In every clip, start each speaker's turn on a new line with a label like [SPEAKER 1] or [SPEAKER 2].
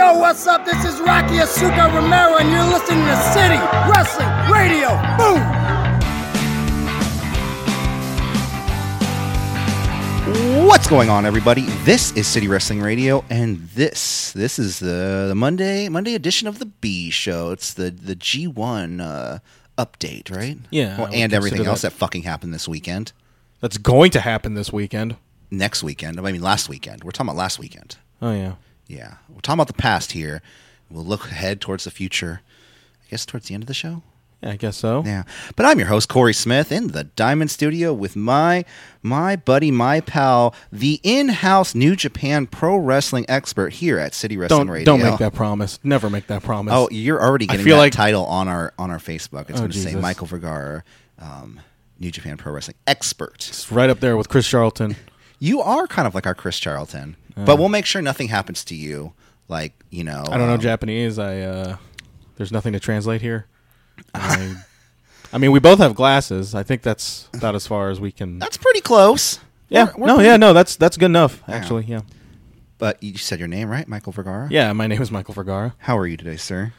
[SPEAKER 1] What's up? This is Rocky Asuka Romero, and you're listening to City Wrestling Radio. Boom!
[SPEAKER 2] What's going on, everybody? This is City Wrestling Radio, and this this is the, the Monday Monday edition of the B Show. It's the the G one uh, update, right?
[SPEAKER 3] Yeah, I
[SPEAKER 2] well,
[SPEAKER 3] would
[SPEAKER 2] and everything
[SPEAKER 3] consider
[SPEAKER 2] else
[SPEAKER 3] that.
[SPEAKER 2] that fucking happened this weekend,
[SPEAKER 3] That's going to happen this weekend.
[SPEAKER 2] next weekend. I mean, last weekend. We're talking about last weekend.
[SPEAKER 3] Oh yeah.
[SPEAKER 2] Yeah, we're talking about the past here. We'll look ahead towards the future. I guess towards the end of the show.
[SPEAKER 3] Yeah, I guess so.
[SPEAKER 2] Yeah, but I'm your host Corey Smith in the Diamond Studio with my my buddy, my pal, the in-house New Japan Pro Wrestling expert here at City Wrestling
[SPEAKER 3] Don't
[SPEAKER 2] Radio.
[SPEAKER 3] don't make that promise. Never make that promise.
[SPEAKER 2] Oh, you're already
[SPEAKER 3] I
[SPEAKER 2] getting
[SPEAKER 3] feel
[SPEAKER 2] that
[SPEAKER 3] like-
[SPEAKER 2] title on our on our Facebook. It's
[SPEAKER 3] Oh,
[SPEAKER 2] going to say
[SPEAKER 3] Jesus.
[SPEAKER 2] Michael Vergara, um, New Japan Pro Wrestling expert.
[SPEAKER 3] it's right up there with Chris Charlton.
[SPEAKER 2] You are kind of like our Chris Charlton, but we'll make sure nothing happens to you. Like you know,
[SPEAKER 3] I don't know
[SPEAKER 2] um,
[SPEAKER 3] Japanese. I uh, there's nothing to translate here. I, I mean, we both have glasses. I think that's about as far as we can.
[SPEAKER 2] That's pretty close.
[SPEAKER 3] Yeah.
[SPEAKER 2] We're- we're
[SPEAKER 3] no.
[SPEAKER 2] pretty-
[SPEAKER 3] Yeah. No. That's that's good enough. Actually. Yeah.
[SPEAKER 2] But you said your name right, Michael Vergara.
[SPEAKER 3] Yeah. My name is Michael Vergara.
[SPEAKER 2] How are you today, sir?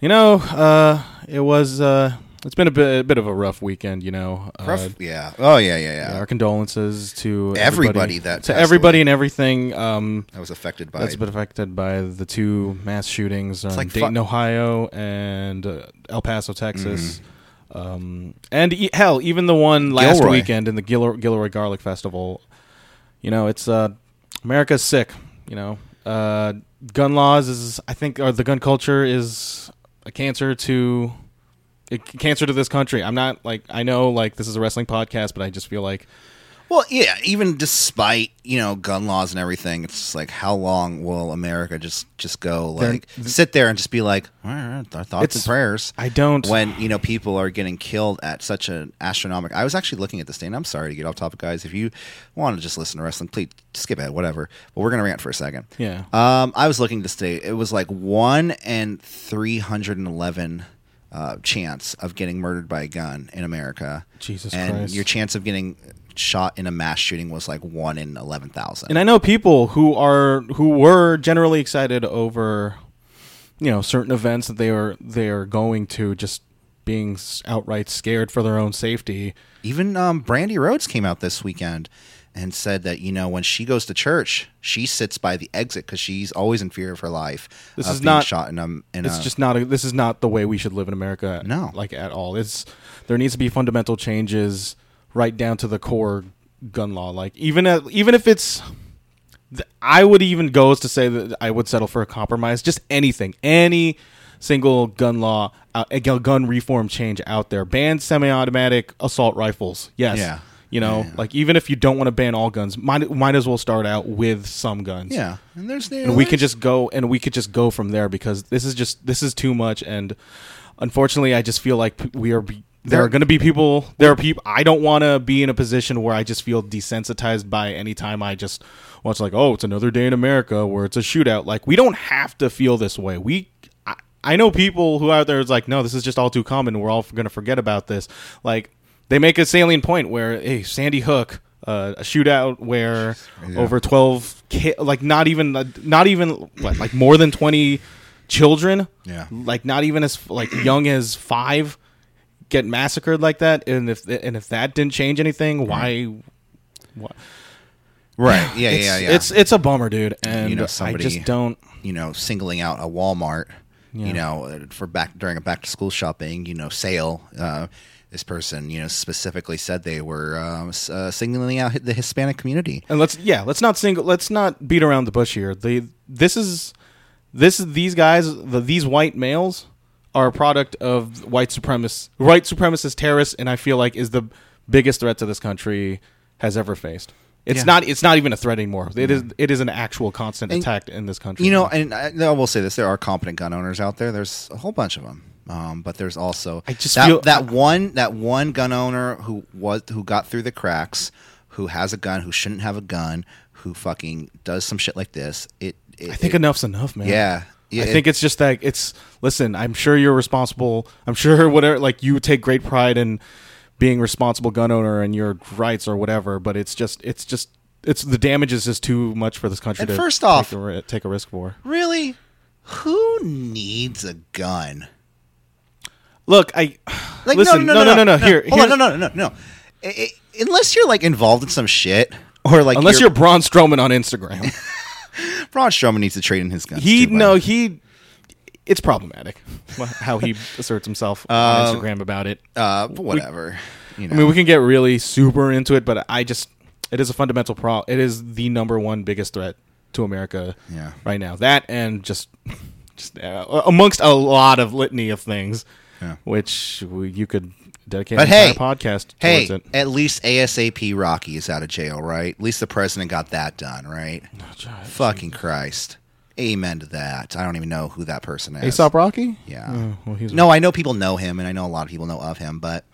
[SPEAKER 3] You know, uh, it was uh, it's been a bit, a bit of a rough weekend. You know, uh,
[SPEAKER 2] Rough- yeah. Oh yeah, yeah, yeah.
[SPEAKER 3] Our condolences to
[SPEAKER 2] Everybody that
[SPEAKER 3] to
[SPEAKER 2] passed
[SPEAKER 3] everybody
[SPEAKER 2] away.
[SPEAKER 3] and everything. Um,
[SPEAKER 2] I was affected by.
[SPEAKER 3] that's been affected by the two mass shootings in
[SPEAKER 2] like fu-
[SPEAKER 3] Dayton, Ohio, and uh, El Paso, Texas. Um, and e- hell, even the one last
[SPEAKER 2] Mm-hmm. Gilroy.
[SPEAKER 3] weekend in the Gil- Gilroy Garlic Festival. You know, it's uh, America's sick. You know, uh, gun laws is I think or the gun culture is a cancer to a c- cancer to this country. I'm not like I know like this is a wrestling podcast, but I just feel like
[SPEAKER 2] Well, yeah. Even despite you know gun laws and everything, it's just like how long will America just just go
[SPEAKER 3] They're-
[SPEAKER 2] like sit there and just be like "All right, our thoughts and
[SPEAKER 3] It's-
[SPEAKER 2] prayers.
[SPEAKER 3] I don't-
[SPEAKER 2] when you know people are getting killed at such an astronomical. I was actually looking at this thing. I'm sorry to get off topic, guys. If you want to just listen to wrestling, please skip ahead, whatever. But we're gonna rant for a second.
[SPEAKER 3] Yeah.
[SPEAKER 2] Um, I was looking to stay. It was like one and three hundred and eleven. Uh, chance of getting murdered by a gun in America.
[SPEAKER 3] Jesus
[SPEAKER 2] and
[SPEAKER 3] Christ.
[SPEAKER 2] your chance of getting shot in a mass shooting was like one in eleven thousand.
[SPEAKER 3] and I know people who are who were generally excited over, you know, certain events that they are they are going to, just being s- outright scared for their own safety.
[SPEAKER 2] Even um, Brandy Rhodes came out this weekend and said that you know when she goes to church, she sits by the exit because she's always in fear of her life.
[SPEAKER 3] This
[SPEAKER 2] of
[SPEAKER 3] is
[SPEAKER 2] being
[SPEAKER 3] not-
[SPEAKER 2] shot in a. In
[SPEAKER 3] It's
[SPEAKER 2] a-
[SPEAKER 3] just not a, this is not the way we should live in America.
[SPEAKER 2] uh, No.
[SPEAKER 3] like at all. It's there needs to be fundamental changes right down to the core gun law. Like even at, even if it's. th- I would even go as to say that I would settle for a compromise. Just anything, any single gun law, uh, a gu- gun reform change out there. Ban semi-automatic assault rifles. Yes.
[SPEAKER 2] Yeah.
[SPEAKER 3] You know, like even if you don't want to ban all guns, might might as well start out with some guns
[SPEAKER 2] yeah, and there's
[SPEAKER 3] and we could just go and we could just go from there because this is just this is too much and unfortunately i just feel like p- we are be- there are going to be people there are people i don't want to be in a position where i just feel desensitized by any time i just well it's like oh it's another day in america where it's a shootout like we don't have to feel this way we i, I know people who out there is like no this is just all too common we're all going to forget about this like they make a salient point where hey sandy hook uh, a shootout where over 12 ki- like not even not even what, like more than 20 children
[SPEAKER 2] Yeah.
[SPEAKER 3] like not even as like young as 5 get massacred like that and if and if that didn't change anything why why
[SPEAKER 2] right. Yeah,
[SPEAKER 3] it's,
[SPEAKER 2] yeah, yeah.
[SPEAKER 3] it's it's a bummer dude and
[SPEAKER 2] You know,
[SPEAKER 3] i
[SPEAKER 2] somebody-
[SPEAKER 3] just don't
[SPEAKER 2] you know, singling out a Walmart,
[SPEAKER 3] Yeah.
[SPEAKER 2] you know, uh, for back during a back to school shopping, you know, sale. Uh, this person, you know, specifically said they were um, s- uh, singling out the Hispanic community.
[SPEAKER 3] and let's yeah let's not single let's not beat around the bush here they this is this is these guys the, these white males are a product of white supremacist white supremacist terrorists and i feel like is the biggest threat to this country has ever faced it's
[SPEAKER 2] Yeah.
[SPEAKER 3] not it's not even a threat anymore It is. it is an actual constant
[SPEAKER 2] And-
[SPEAKER 3] attack in this country
[SPEAKER 2] You know, and I, I will say this: there are competent gun owners out there. There's a whole bunch of them, um, but there's also
[SPEAKER 3] I just
[SPEAKER 2] that,
[SPEAKER 3] feel-
[SPEAKER 2] that one that one gun owner who was who got through the cracks, who has a gun, who shouldn't have a gun, who fucking does some shit like this. It, it
[SPEAKER 3] i think
[SPEAKER 2] it,
[SPEAKER 3] enough's enough man
[SPEAKER 2] yeah, yeah,
[SPEAKER 3] I think it's just that it's listen, I'm sure you're responsible. I'm sure whatever like you take great pride in being responsible gun owner and your rights or whatever, but it's just it's just it's the damage is just too much for this country
[SPEAKER 2] And
[SPEAKER 3] to
[SPEAKER 2] first off-
[SPEAKER 3] take a, ri- take a risk for.
[SPEAKER 2] Really? Who needs a gun?
[SPEAKER 3] Look, I
[SPEAKER 2] Like
[SPEAKER 3] listen. No, no, no, no. Here,
[SPEAKER 2] hold on,
[SPEAKER 3] here-
[SPEAKER 2] no, no, no, no. I- I- unless you're like involved in some shit, or like
[SPEAKER 3] Unless you're Braun Strowman on Instagram,
[SPEAKER 2] Braun Strowman needs to trade in his guns.
[SPEAKER 3] he
[SPEAKER 2] too, by
[SPEAKER 3] no
[SPEAKER 2] the way.
[SPEAKER 3] he. It's problematic how he asserts himself
[SPEAKER 2] Um,
[SPEAKER 3] on Instagram about it.
[SPEAKER 2] uh, but whatever. you know,
[SPEAKER 3] I mean, we can get really super into it, but I just it is a fundamental problem. It is the number one biggest threat to America
[SPEAKER 2] Yeah.
[SPEAKER 3] right now. That and just just uh, amongst a lot of litany of things,
[SPEAKER 2] Yeah.
[SPEAKER 3] which we, you could dedicate
[SPEAKER 2] But
[SPEAKER 3] an entire
[SPEAKER 2] hey,
[SPEAKER 3] podcast
[SPEAKER 2] hey,
[SPEAKER 3] towards it.
[SPEAKER 2] at least ASAP Rocky is out of jail, right? At least the president got that done, right?
[SPEAKER 3] Oh,
[SPEAKER 2] Fucking Christ. Amen to that. I don't even know who that person is.
[SPEAKER 3] Aesop Rocky?
[SPEAKER 2] Yeah.
[SPEAKER 3] Oh, well, he's
[SPEAKER 2] No, I know people know him, and I know a lot of people know of him, but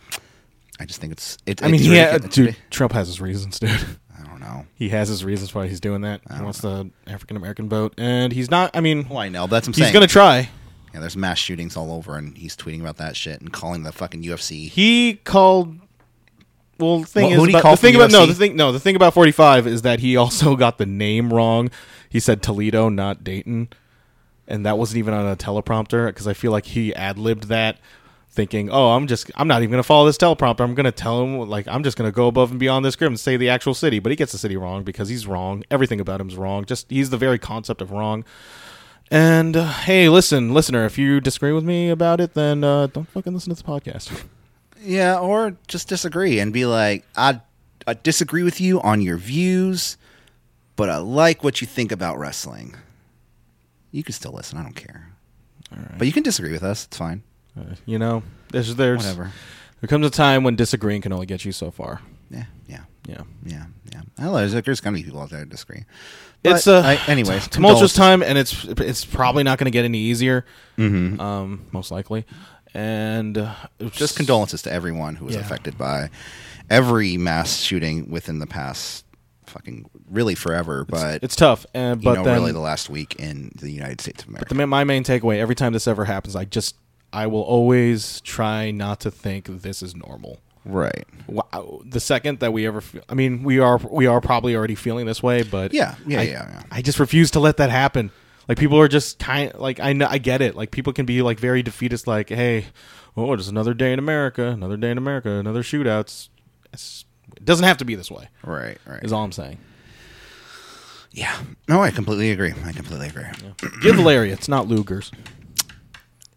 [SPEAKER 2] I just think it's. It,
[SPEAKER 3] I mean,
[SPEAKER 2] it's
[SPEAKER 3] he ha-
[SPEAKER 2] ridiculous.
[SPEAKER 3] dude, Trump has his reasons, dude.
[SPEAKER 2] I don't know.
[SPEAKER 3] He has his reasons why he's doing that. He wants the African American vote, and he's not. I mean,
[SPEAKER 2] Well, Oh, I know, but that's what I'm saying.
[SPEAKER 3] he's gonna try.
[SPEAKER 2] yeah, there's mass shootings all over, and he's tweeting about that shit and calling the fucking UFC.
[SPEAKER 3] he called. Well, the thing
[SPEAKER 2] Well,
[SPEAKER 3] is,
[SPEAKER 2] who'd he
[SPEAKER 3] about,
[SPEAKER 2] call
[SPEAKER 3] the thing
[SPEAKER 2] from
[SPEAKER 3] about no,
[SPEAKER 2] UFC?
[SPEAKER 3] the thing no, the thing about forty five is that he also got the name wrong. He said Toledo, not Dayton, and that wasn't even on a teleprompter because I feel like he ad libbed that, thinking, "Oh, I'm just, I'm not even gonna follow this teleprompter. I'm gonna tell him like I'm just gonna go above and beyond this script and say the actual city." But he gets the city wrong because he's wrong. Everything about him's wrong. Just he's the very concept of wrong. And uh, hey, listen, listener, if you disagree with me about it, then uh, don't fucking listen to this podcast.
[SPEAKER 2] Yeah, or just disagree and be like, I, I disagree with you on your views, but I like what you think about wrestling. You can still listen. I don't care. But you can disagree with us. It's fine.
[SPEAKER 3] Uh, you know, there's there's
[SPEAKER 2] Whatever.
[SPEAKER 3] There comes a time when disagreeing can only get you so far.
[SPEAKER 2] Yeah, yeah,
[SPEAKER 3] Yeah,
[SPEAKER 2] yeah, yeah. I know, there's, there's going to be people out there that disagree.
[SPEAKER 3] it's a
[SPEAKER 2] I- anyways,
[SPEAKER 3] tumultuous
[SPEAKER 2] condolences.
[SPEAKER 3] time, and it's it's probably not going to get any easier. Um, most likely, and uh, it's
[SPEAKER 2] Mm-hmm. Just condolences to everyone who was
[SPEAKER 3] Yeah.
[SPEAKER 2] affected by every mass shooting within the past fucking really forever, but
[SPEAKER 3] It's tough, and but
[SPEAKER 2] you know,
[SPEAKER 3] then
[SPEAKER 2] really the last week in the United States of America.
[SPEAKER 3] the, ma- my main takeaway every time this ever happens, I just I will always try not to think this is normal.
[SPEAKER 2] right.
[SPEAKER 3] Wow. The second that we ever, feel, I mean, we are we are probably already feeling this way, but
[SPEAKER 2] Yeah, yeah,
[SPEAKER 3] I,
[SPEAKER 2] yeah, yeah.
[SPEAKER 3] I just refuse to let that happen. Like people are just kind, like I know, I get it. Like people can be like very defeatist, like, hey, oh, just another day in America, another day in America, another shootouts. It's, it doesn't have to be this way.
[SPEAKER 2] Right, right.
[SPEAKER 3] Is all I'm saying.
[SPEAKER 2] Yeah. No, I completely agree. I completely agree.
[SPEAKER 3] Give Larry, it's not Luger's.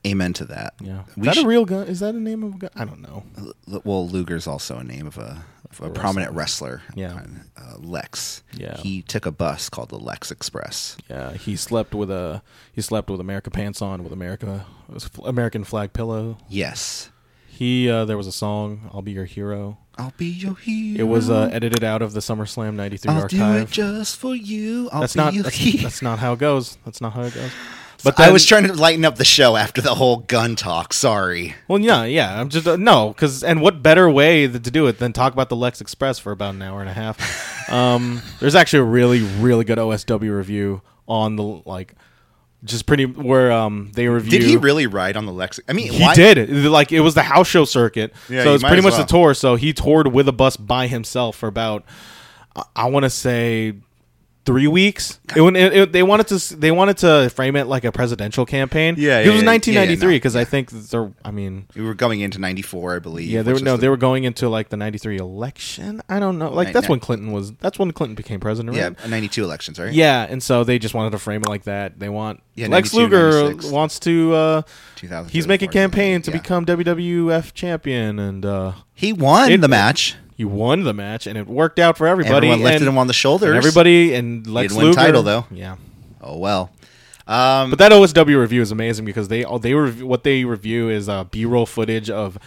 [SPEAKER 2] Amen to that.
[SPEAKER 3] Yeah, is
[SPEAKER 2] We
[SPEAKER 3] that
[SPEAKER 2] should-
[SPEAKER 3] a real gun? Is that a name of a gun? I don't know.
[SPEAKER 2] L- well, Luger's also a name of a, of a prominent wrestler.
[SPEAKER 3] Yeah.
[SPEAKER 2] Uh, Lex.
[SPEAKER 3] Yeah.
[SPEAKER 2] He took a bus called the Lex Express.
[SPEAKER 3] Yeah, he slept with a he slept with America pants on with America American flag pillow.
[SPEAKER 2] Yes.
[SPEAKER 3] He uh, there was a song, "I'll Be Your Hero."
[SPEAKER 2] I'll be your hero.
[SPEAKER 3] It was uh, edited out of the SummerSlam '93
[SPEAKER 2] Oh. I'll do it
[SPEAKER 3] archive.
[SPEAKER 2] just for you. I'll
[SPEAKER 3] that's
[SPEAKER 2] be
[SPEAKER 3] not
[SPEAKER 2] your
[SPEAKER 3] that's,
[SPEAKER 2] hero.
[SPEAKER 3] that's not how it goes. That's not how it goes. But
[SPEAKER 2] I
[SPEAKER 3] then-
[SPEAKER 2] was trying to lighten up the show after the whole gun talk. Sorry.
[SPEAKER 3] Well, yeah, yeah. I'm just uh, no, because and what better way th- to do it than talk about the Lex Express for about an hour and a half? um, there's actually a really, really good OSW review on the like, just pretty where um they review.
[SPEAKER 2] Did he really ride on the Lex? I mean,
[SPEAKER 3] He
[SPEAKER 2] why?
[SPEAKER 3] did. It- Like it was the house show circuit.
[SPEAKER 2] Yeah,
[SPEAKER 3] so
[SPEAKER 2] you
[SPEAKER 3] it's
[SPEAKER 2] might
[SPEAKER 3] pretty
[SPEAKER 2] as
[SPEAKER 3] much
[SPEAKER 2] well.
[SPEAKER 3] the tour. So he toured with a bus by himself for about I, I want to say three weeks. It, went- it- it- they wanted to s- they wanted to frame it like a presidential campaign.
[SPEAKER 2] Yeah,
[SPEAKER 3] it
[SPEAKER 2] yeah,
[SPEAKER 3] was
[SPEAKER 2] yeah.
[SPEAKER 3] 1993
[SPEAKER 2] Yeah, yeah, no,
[SPEAKER 3] because I think there. I mean.
[SPEAKER 2] We were going into '94, I believe.
[SPEAKER 3] Yeah, they were,
[SPEAKER 2] which
[SPEAKER 3] no,
[SPEAKER 2] was
[SPEAKER 3] they
[SPEAKER 2] the-
[SPEAKER 3] were going into like the '93 election. I don't know, like
[SPEAKER 2] Right,
[SPEAKER 3] that's
[SPEAKER 2] no.
[SPEAKER 3] when Clinton was. That's when Clinton became president.
[SPEAKER 2] Yeah,
[SPEAKER 3] Right?
[SPEAKER 2] '92 elections, right?
[SPEAKER 3] yeah, and so they just wanted to frame it like that. They want
[SPEAKER 2] Yeah,
[SPEAKER 3] Lex
[SPEAKER 2] 92,
[SPEAKER 3] Luger
[SPEAKER 2] 96.
[SPEAKER 3] wants to. Uh,
[SPEAKER 2] 2000.
[SPEAKER 3] he's making a campaign to
[SPEAKER 2] Yeah.
[SPEAKER 3] become WWF champion, and uh,
[SPEAKER 2] He won
[SPEAKER 3] It-
[SPEAKER 2] the match.
[SPEAKER 3] he won the match, and it worked out for everybody.
[SPEAKER 2] Everyone lifted
[SPEAKER 3] and-
[SPEAKER 2] him on the shoulders.
[SPEAKER 3] and everybody and Lex
[SPEAKER 2] win
[SPEAKER 3] Luger.
[SPEAKER 2] title, though.
[SPEAKER 3] Yeah,
[SPEAKER 2] Oh well. Um,
[SPEAKER 3] but that OSW review is amazing because they all they rev- what they review is uh, B-roll footage of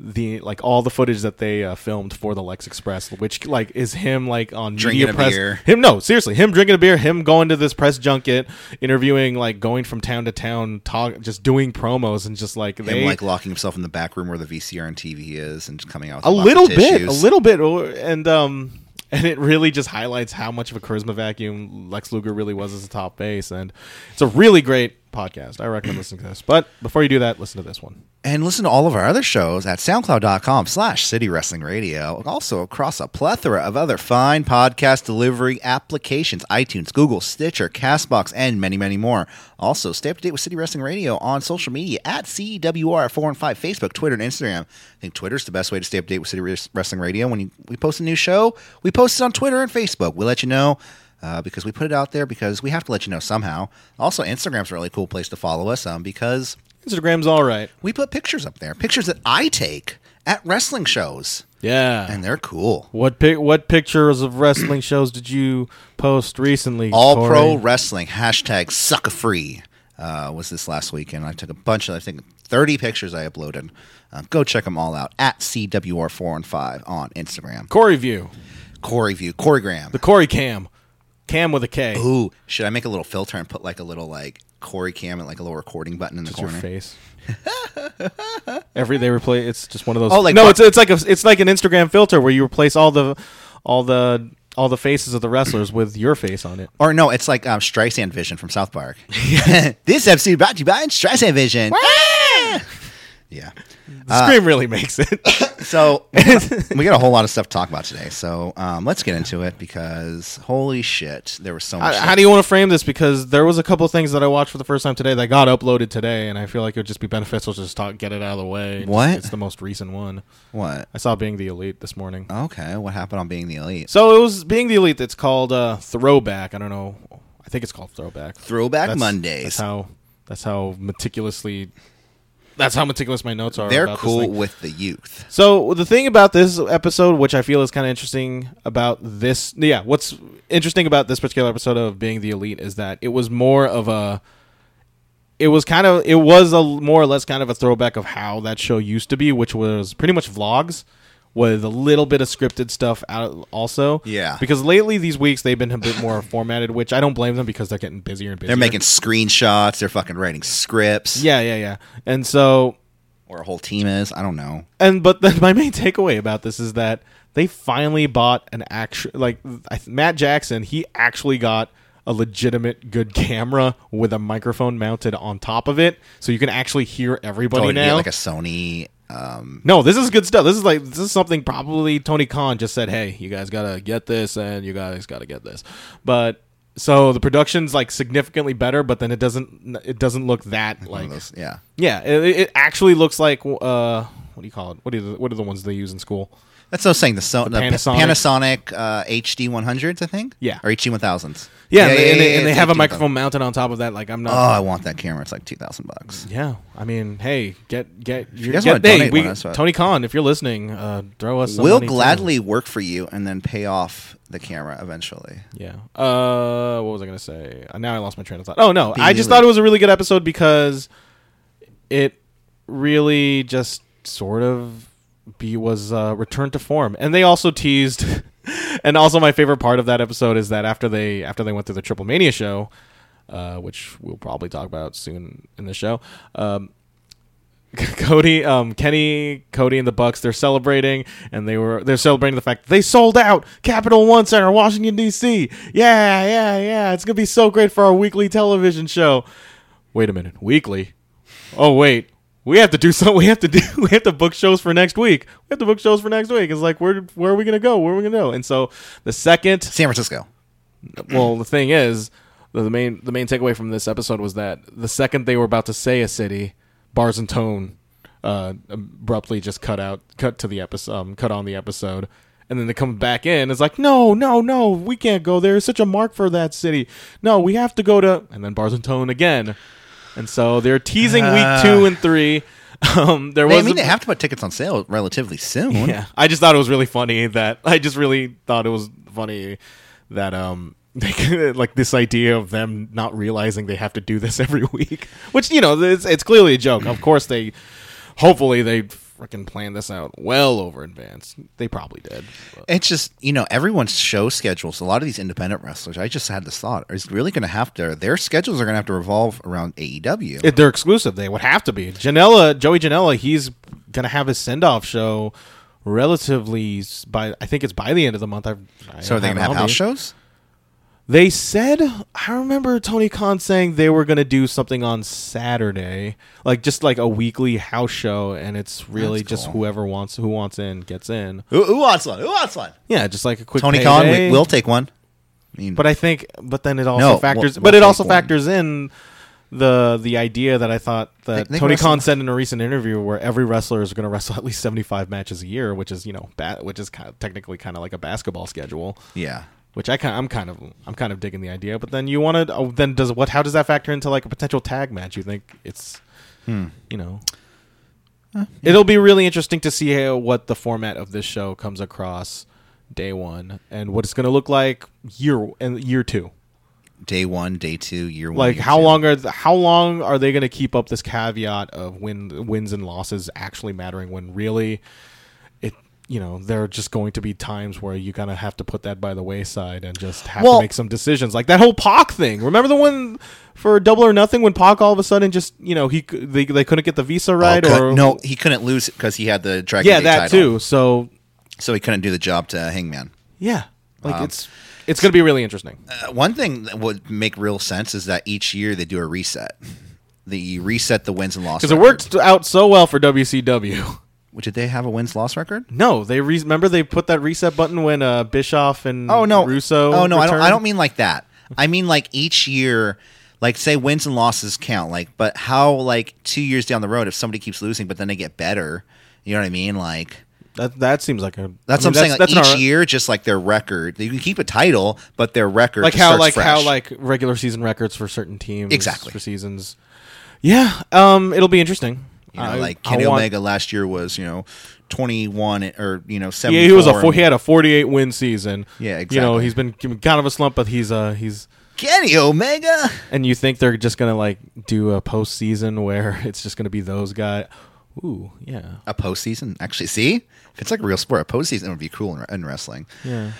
[SPEAKER 3] the like all the footage that they uh, filmed for the Lex Express, which like is him like on
[SPEAKER 2] Drinking
[SPEAKER 3] media
[SPEAKER 2] a
[SPEAKER 3] press.
[SPEAKER 2] beer.
[SPEAKER 3] Him no, seriously, him drinking a beer, him going to this press junket, interviewing, like going from town to town, talk, just doing promos and just like they
[SPEAKER 2] him like locking himself in the back room where the VCR and TV is, and just coming out with
[SPEAKER 3] a
[SPEAKER 2] box of
[SPEAKER 3] little bit, a
[SPEAKER 2] tissues.
[SPEAKER 3] little bit, or- and um, and it really just highlights how much of a charisma vacuum Lex Luger really was as a top base, and it's a really great podcast. I recommend listening to this. But before you do that, listen to this one.
[SPEAKER 2] And listen to all of our other shows at soundcloud.com slash city wrestling radio. Also across a plethora of other fine podcast delivery applications, iTunes, Google, Stitcher, Castbox, and many, many more. Also, stay up to date with City Wrestling Radio on social media at E CWR4 and 5, Facebook, Twitter, and Instagram. I think Twitter's the best way to stay up to date with City Res- Wrestling Radio. When you, we post a new show, we post it on Twitter and Facebook. We'll let you know uh, because we put it out there because we have to let you know somehow. Also, Instagram's a really cool place to follow us um, because
[SPEAKER 3] Instagram's all right.
[SPEAKER 2] we put pictures up there, pictures that I take at wrestling shows,
[SPEAKER 3] Yeah.
[SPEAKER 2] and they're cool.
[SPEAKER 3] what pic- what pictures of wrestling shows did you post recently?
[SPEAKER 2] All
[SPEAKER 3] Corey?
[SPEAKER 2] pro wrestling hashtag sucker free uh, was this last weekend. I took a bunch of I think thirty pictures I uploaded. Uh, go check them all out at CWR4 and 5 on Instagram.
[SPEAKER 3] Corey view.
[SPEAKER 2] Corey View, Corey Graham.
[SPEAKER 3] The Corey Cam. Cam with a K.
[SPEAKER 2] Ooh, should I make a little filter and put like a little like Corey Cam and like a little recording button in the
[SPEAKER 3] It's your
[SPEAKER 2] corner?
[SPEAKER 3] face. Every they replace. It's just one of those.
[SPEAKER 2] Oh, like
[SPEAKER 3] no,
[SPEAKER 2] what-
[SPEAKER 3] it's it's like a, it's like an Instagram filter where you replace all the all the all the faces of the wrestlers with your face on it.
[SPEAKER 2] Or no, it's like um, Streisand Vision from South Park. this episode brought to you by Streisand Vision. Ah! yeah.
[SPEAKER 3] The
[SPEAKER 2] Ah.
[SPEAKER 3] scream really makes it.
[SPEAKER 2] So we got, we got a whole lot of stuff to talk about today. So um, let's get into it because holy shit, there was so much.
[SPEAKER 3] I- how do you want to frame this? Because there was a couple things that I watched for the first time today that got uploaded today, and I feel like it would just be beneficial to just talk, get it out of the way. It's-
[SPEAKER 2] What?
[SPEAKER 3] It's the most recent one.
[SPEAKER 2] what?
[SPEAKER 3] I saw Being the Elite this morning.
[SPEAKER 2] Okay, what happened on Being the Elite?
[SPEAKER 3] So it was Being the Elite. It's called uh, Throwback. I don't know. I think it's called Throwback.
[SPEAKER 2] Throwback
[SPEAKER 3] That's- That's
[SPEAKER 2] Mondays.
[SPEAKER 3] how. That's how meticulously. That's how meticulous my notes are.
[SPEAKER 2] They're
[SPEAKER 3] about this
[SPEAKER 2] cool
[SPEAKER 3] thing.
[SPEAKER 2] with the youth.
[SPEAKER 3] So the thing about this episode, which I feel is kind of interesting about this, yeah, what's interesting about this particular episode of being the elite is that it was more of a, it was kind of, it was a more or less kind of a throwback of how that show used to be, which was pretty much vlogs with a little bit of scripted stuff out also.
[SPEAKER 2] Yeah.
[SPEAKER 3] because lately these weeks they've been a bit more formatted, which I don't blame them because they're getting busier and busier.
[SPEAKER 2] They're making screenshots. They're fucking writing scripts.
[SPEAKER 3] yeah, yeah, yeah, and so
[SPEAKER 2] Or a whole team is. I don't know.
[SPEAKER 3] and but then my main takeaway about this is that they finally bought an actual like I th- Matt Jackson. He actually got a legitimate good camera with a microphone mounted on top of it, so you can actually hear everybody
[SPEAKER 2] Oh, it'd be
[SPEAKER 3] now.
[SPEAKER 2] like a Sony. Um,
[SPEAKER 3] no, this is good stuff. This is like this is something probably Tony Khan just said. Hey, you guys gotta get this, and you guys gotta get this. But so the production's like significantly better, but then it doesn't it doesn't look that
[SPEAKER 2] one
[SPEAKER 3] like
[SPEAKER 2] of those, yeah.
[SPEAKER 3] yeah. It, it actually looks like uh. What do you call it? What are the, what are the ones they use in school?
[SPEAKER 2] That's what I was saying. The, so- the
[SPEAKER 3] Panasonic.
[SPEAKER 2] Panasonic, Panasonic uh, HD 100s, I think.
[SPEAKER 3] Yeah.
[SPEAKER 2] Or HD 1000s.
[SPEAKER 3] Yeah, and, they, and, they,
[SPEAKER 2] yeah,
[SPEAKER 3] and they
[SPEAKER 2] it's
[SPEAKER 3] have a
[SPEAKER 2] HD 1000.
[SPEAKER 3] microphone mounted on top of that. Like I'm
[SPEAKER 2] Oh,
[SPEAKER 3] not.
[SPEAKER 2] I want that camera. It's like 2000 bucks.
[SPEAKER 3] yeah, I mean, hey, get get you
[SPEAKER 2] guys wanna
[SPEAKER 3] get, hey,
[SPEAKER 2] donate
[SPEAKER 3] we,
[SPEAKER 2] one, that's what-
[SPEAKER 3] Tony Khan, if you're listening, uh, throw us. some
[SPEAKER 2] We'll
[SPEAKER 3] money, too.
[SPEAKER 2] gladly work for you and then pay off the camera eventually.
[SPEAKER 3] Yeah. Uh, what was I gonna say? Uh, Now I lost my train of thought. Oh no, I
[SPEAKER 2] Really?
[SPEAKER 3] just thought it was a really good episode because it really just sort of be was uh, return to form, and they also teased. and also, my favorite part of that episode is that after they after they went through the Triple Mania show, uh, which we'll probably talk about soon in the show. Um, Cody, um, Kenny, Cody, and the Bucks. They're celebrating, and they were they're celebrating the fact that they sold out Capital One Center, Washington D.C. Yeah, yeah, yeah. It's gonna be so great for our weekly television show. Wait a minute, weekly? Oh wait, we have to do something. We have to do. We have to book shows for next week. We have to book shows for next week. It's like where where are we gonna go? Where are we gonna go? And so the second
[SPEAKER 2] San Francisco.
[SPEAKER 3] well, the thing is, the the main the main takeaway from this episode was that the second they were about to say a city, bars and tone uh, abruptly just cut out, cut to the episode, um, cut on the episode, and then they come back in. It's like, no, no, no, we can't go there. It's such a mark for that city. No, we have to go to, and then bars and tone again, and so they're teasing week two and three. Um, there
[SPEAKER 2] Ah. They, I
[SPEAKER 3] was
[SPEAKER 2] mean,
[SPEAKER 3] a-
[SPEAKER 2] they have to put tickets on sale relatively soon.
[SPEAKER 3] yeah, I just thought it was really funny that I just really thought it was funny that um they could- like this idea of them not realizing they have to do this every week, which you know it's it's clearly a joke. Of course they, hopefully they freaking planned this out well over advance. They probably did. but-
[SPEAKER 2] It's just, you know, everyone's show schedules, a lot of these independent wrestlers, I just had this thought, is really going to have to, their schedules are going to have to revolve around E AEW.
[SPEAKER 3] If they're exclusive, they would have to be. Janela, Joey Janela, he's gonna have his send off show relatively s- by I think it's by the end of the month. I've, I
[SPEAKER 2] so are they going
[SPEAKER 3] don't
[SPEAKER 2] to have
[SPEAKER 3] it on
[SPEAKER 2] house
[SPEAKER 3] me.
[SPEAKER 2] shows?
[SPEAKER 3] They said I remember Tony Khan saying they were going to do something on Saturday, like just like a weekly house show, and it's really
[SPEAKER 2] That's
[SPEAKER 3] just
[SPEAKER 2] cool.
[SPEAKER 3] whoever wants who wants in gets in.
[SPEAKER 2] Who, who wants one? Who wants one?
[SPEAKER 3] Yeah, just like a quick
[SPEAKER 2] Tony Khan,
[SPEAKER 3] payday.
[SPEAKER 2] we, we'll take one. I mean,
[SPEAKER 3] But I think, but then it also
[SPEAKER 2] No,
[SPEAKER 3] factors,
[SPEAKER 2] we'll-
[SPEAKER 3] but
[SPEAKER 2] we'll
[SPEAKER 3] it also
[SPEAKER 2] take one.
[SPEAKER 3] factors in the the idea that I thought that
[SPEAKER 2] They- they
[SPEAKER 3] Tony
[SPEAKER 2] wrestle-
[SPEAKER 3] Khan said in a recent interview, where every wrestler is going to wrestle at least seventy five matches a year, which is you know ba- which is kind of, technically kind of like a basketball schedule.
[SPEAKER 2] yeah,
[SPEAKER 3] Which I kind I'm kind of I'm kind of digging the idea, but then you want to oh, then does what how does that factor into like a potential tag match? You think it's you know. It'll be really interesting to see how, what the format of this show comes across day one and what it's going to look like year and year two
[SPEAKER 2] day one, day two, year one.
[SPEAKER 3] like
[SPEAKER 2] year
[SPEAKER 3] how
[SPEAKER 2] two.
[SPEAKER 3] long are th- how long are they going to keep up this caveat of when wins and losses actually mattering when really it you know there are just going to be times where you kind of have to put that by the wayside and just have
[SPEAKER 2] Well-
[SPEAKER 3] to make some decisions like that whole Pac thing remember the one for double or nothing when Pac all of a sudden just you know he c- they, they couldn't get the visa
[SPEAKER 2] Oh,
[SPEAKER 3] right
[SPEAKER 2] cut-
[SPEAKER 3] or
[SPEAKER 2] no, he couldn't lose because he had the Dragon
[SPEAKER 3] yeah
[SPEAKER 2] Gate
[SPEAKER 3] that
[SPEAKER 2] title,
[SPEAKER 3] too so
[SPEAKER 2] so he couldn't do the job to Hangman.
[SPEAKER 3] yeah like it's it's going to be really interesting
[SPEAKER 2] Um, Uh, one thing that would make real sense is that each year they do a reset. They reset the wins and losses
[SPEAKER 3] because it worked out so well for WCW
[SPEAKER 2] Did they have a wins loss record?
[SPEAKER 3] No, they re- remember they put that reset button when uh, Bischoff and
[SPEAKER 2] Oh no,
[SPEAKER 3] Russo.
[SPEAKER 2] Oh no, I don't. I
[SPEAKER 3] returned?
[SPEAKER 2] don't mean like that. I mean like each year, like say wins and losses count. Like, but how like two years down the road, if somebody keeps losing, but then they get better, you know what I mean? Like
[SPEAKER 3] That that seems like
[SPEAKER 2] that's
[SPEAKER 3] a. I mean,
[SPEAKER 2] what I'm saying. Like,
[SPEAKER 3] that's
[SPEAKER 2] each
[SPEAKER 3] not-
[SPEAKER 2] year, just like their record, you can keep a title, but their record
[SPEAKER 3] like
[SPEAKER 2] just
[SPEAKER 3] how
[SPEAKER 2] starts
[SPEAKER 3] like how
[SPEAKER 2] fresh.
[SPEAKER 3] like regular season records for certain teams
[SPEAKER 2] Exactly.
[SPEAKER 3] for seasons. Yeah, um, it'll be interesting.
[SPEAKER 2] You know,
[SPEAKER 3] I-
[SPEAKER 2] like
[SPEAKER 3] I
[SPEAKER 2] Kenny
[SPEAKER 3] want-
[SPEAKER 2] Omega last year was you know twenty one or you know seventy.
[SPEAKER 3] Yeah, he was a four, he had a forty eight win season.
[SPEAKER 2] Yeah,
[SPEAKER 3] You know,
[SPEAKER 2] exactly.
[SPEAKER 3] he's been kind of a slump, but he's uh he's
[SPEAKER 2] Kenny Omega.
[SPEAKER 3] and you think they're just gonna like do a postseason where it's just gonna be those guys. Ooh, yeah,
[SPEAKER 2] A postseason, actually. See, if it's like a real sport, a postseason would be cool in, in wrestling.
[SPEAKER 3] yeah.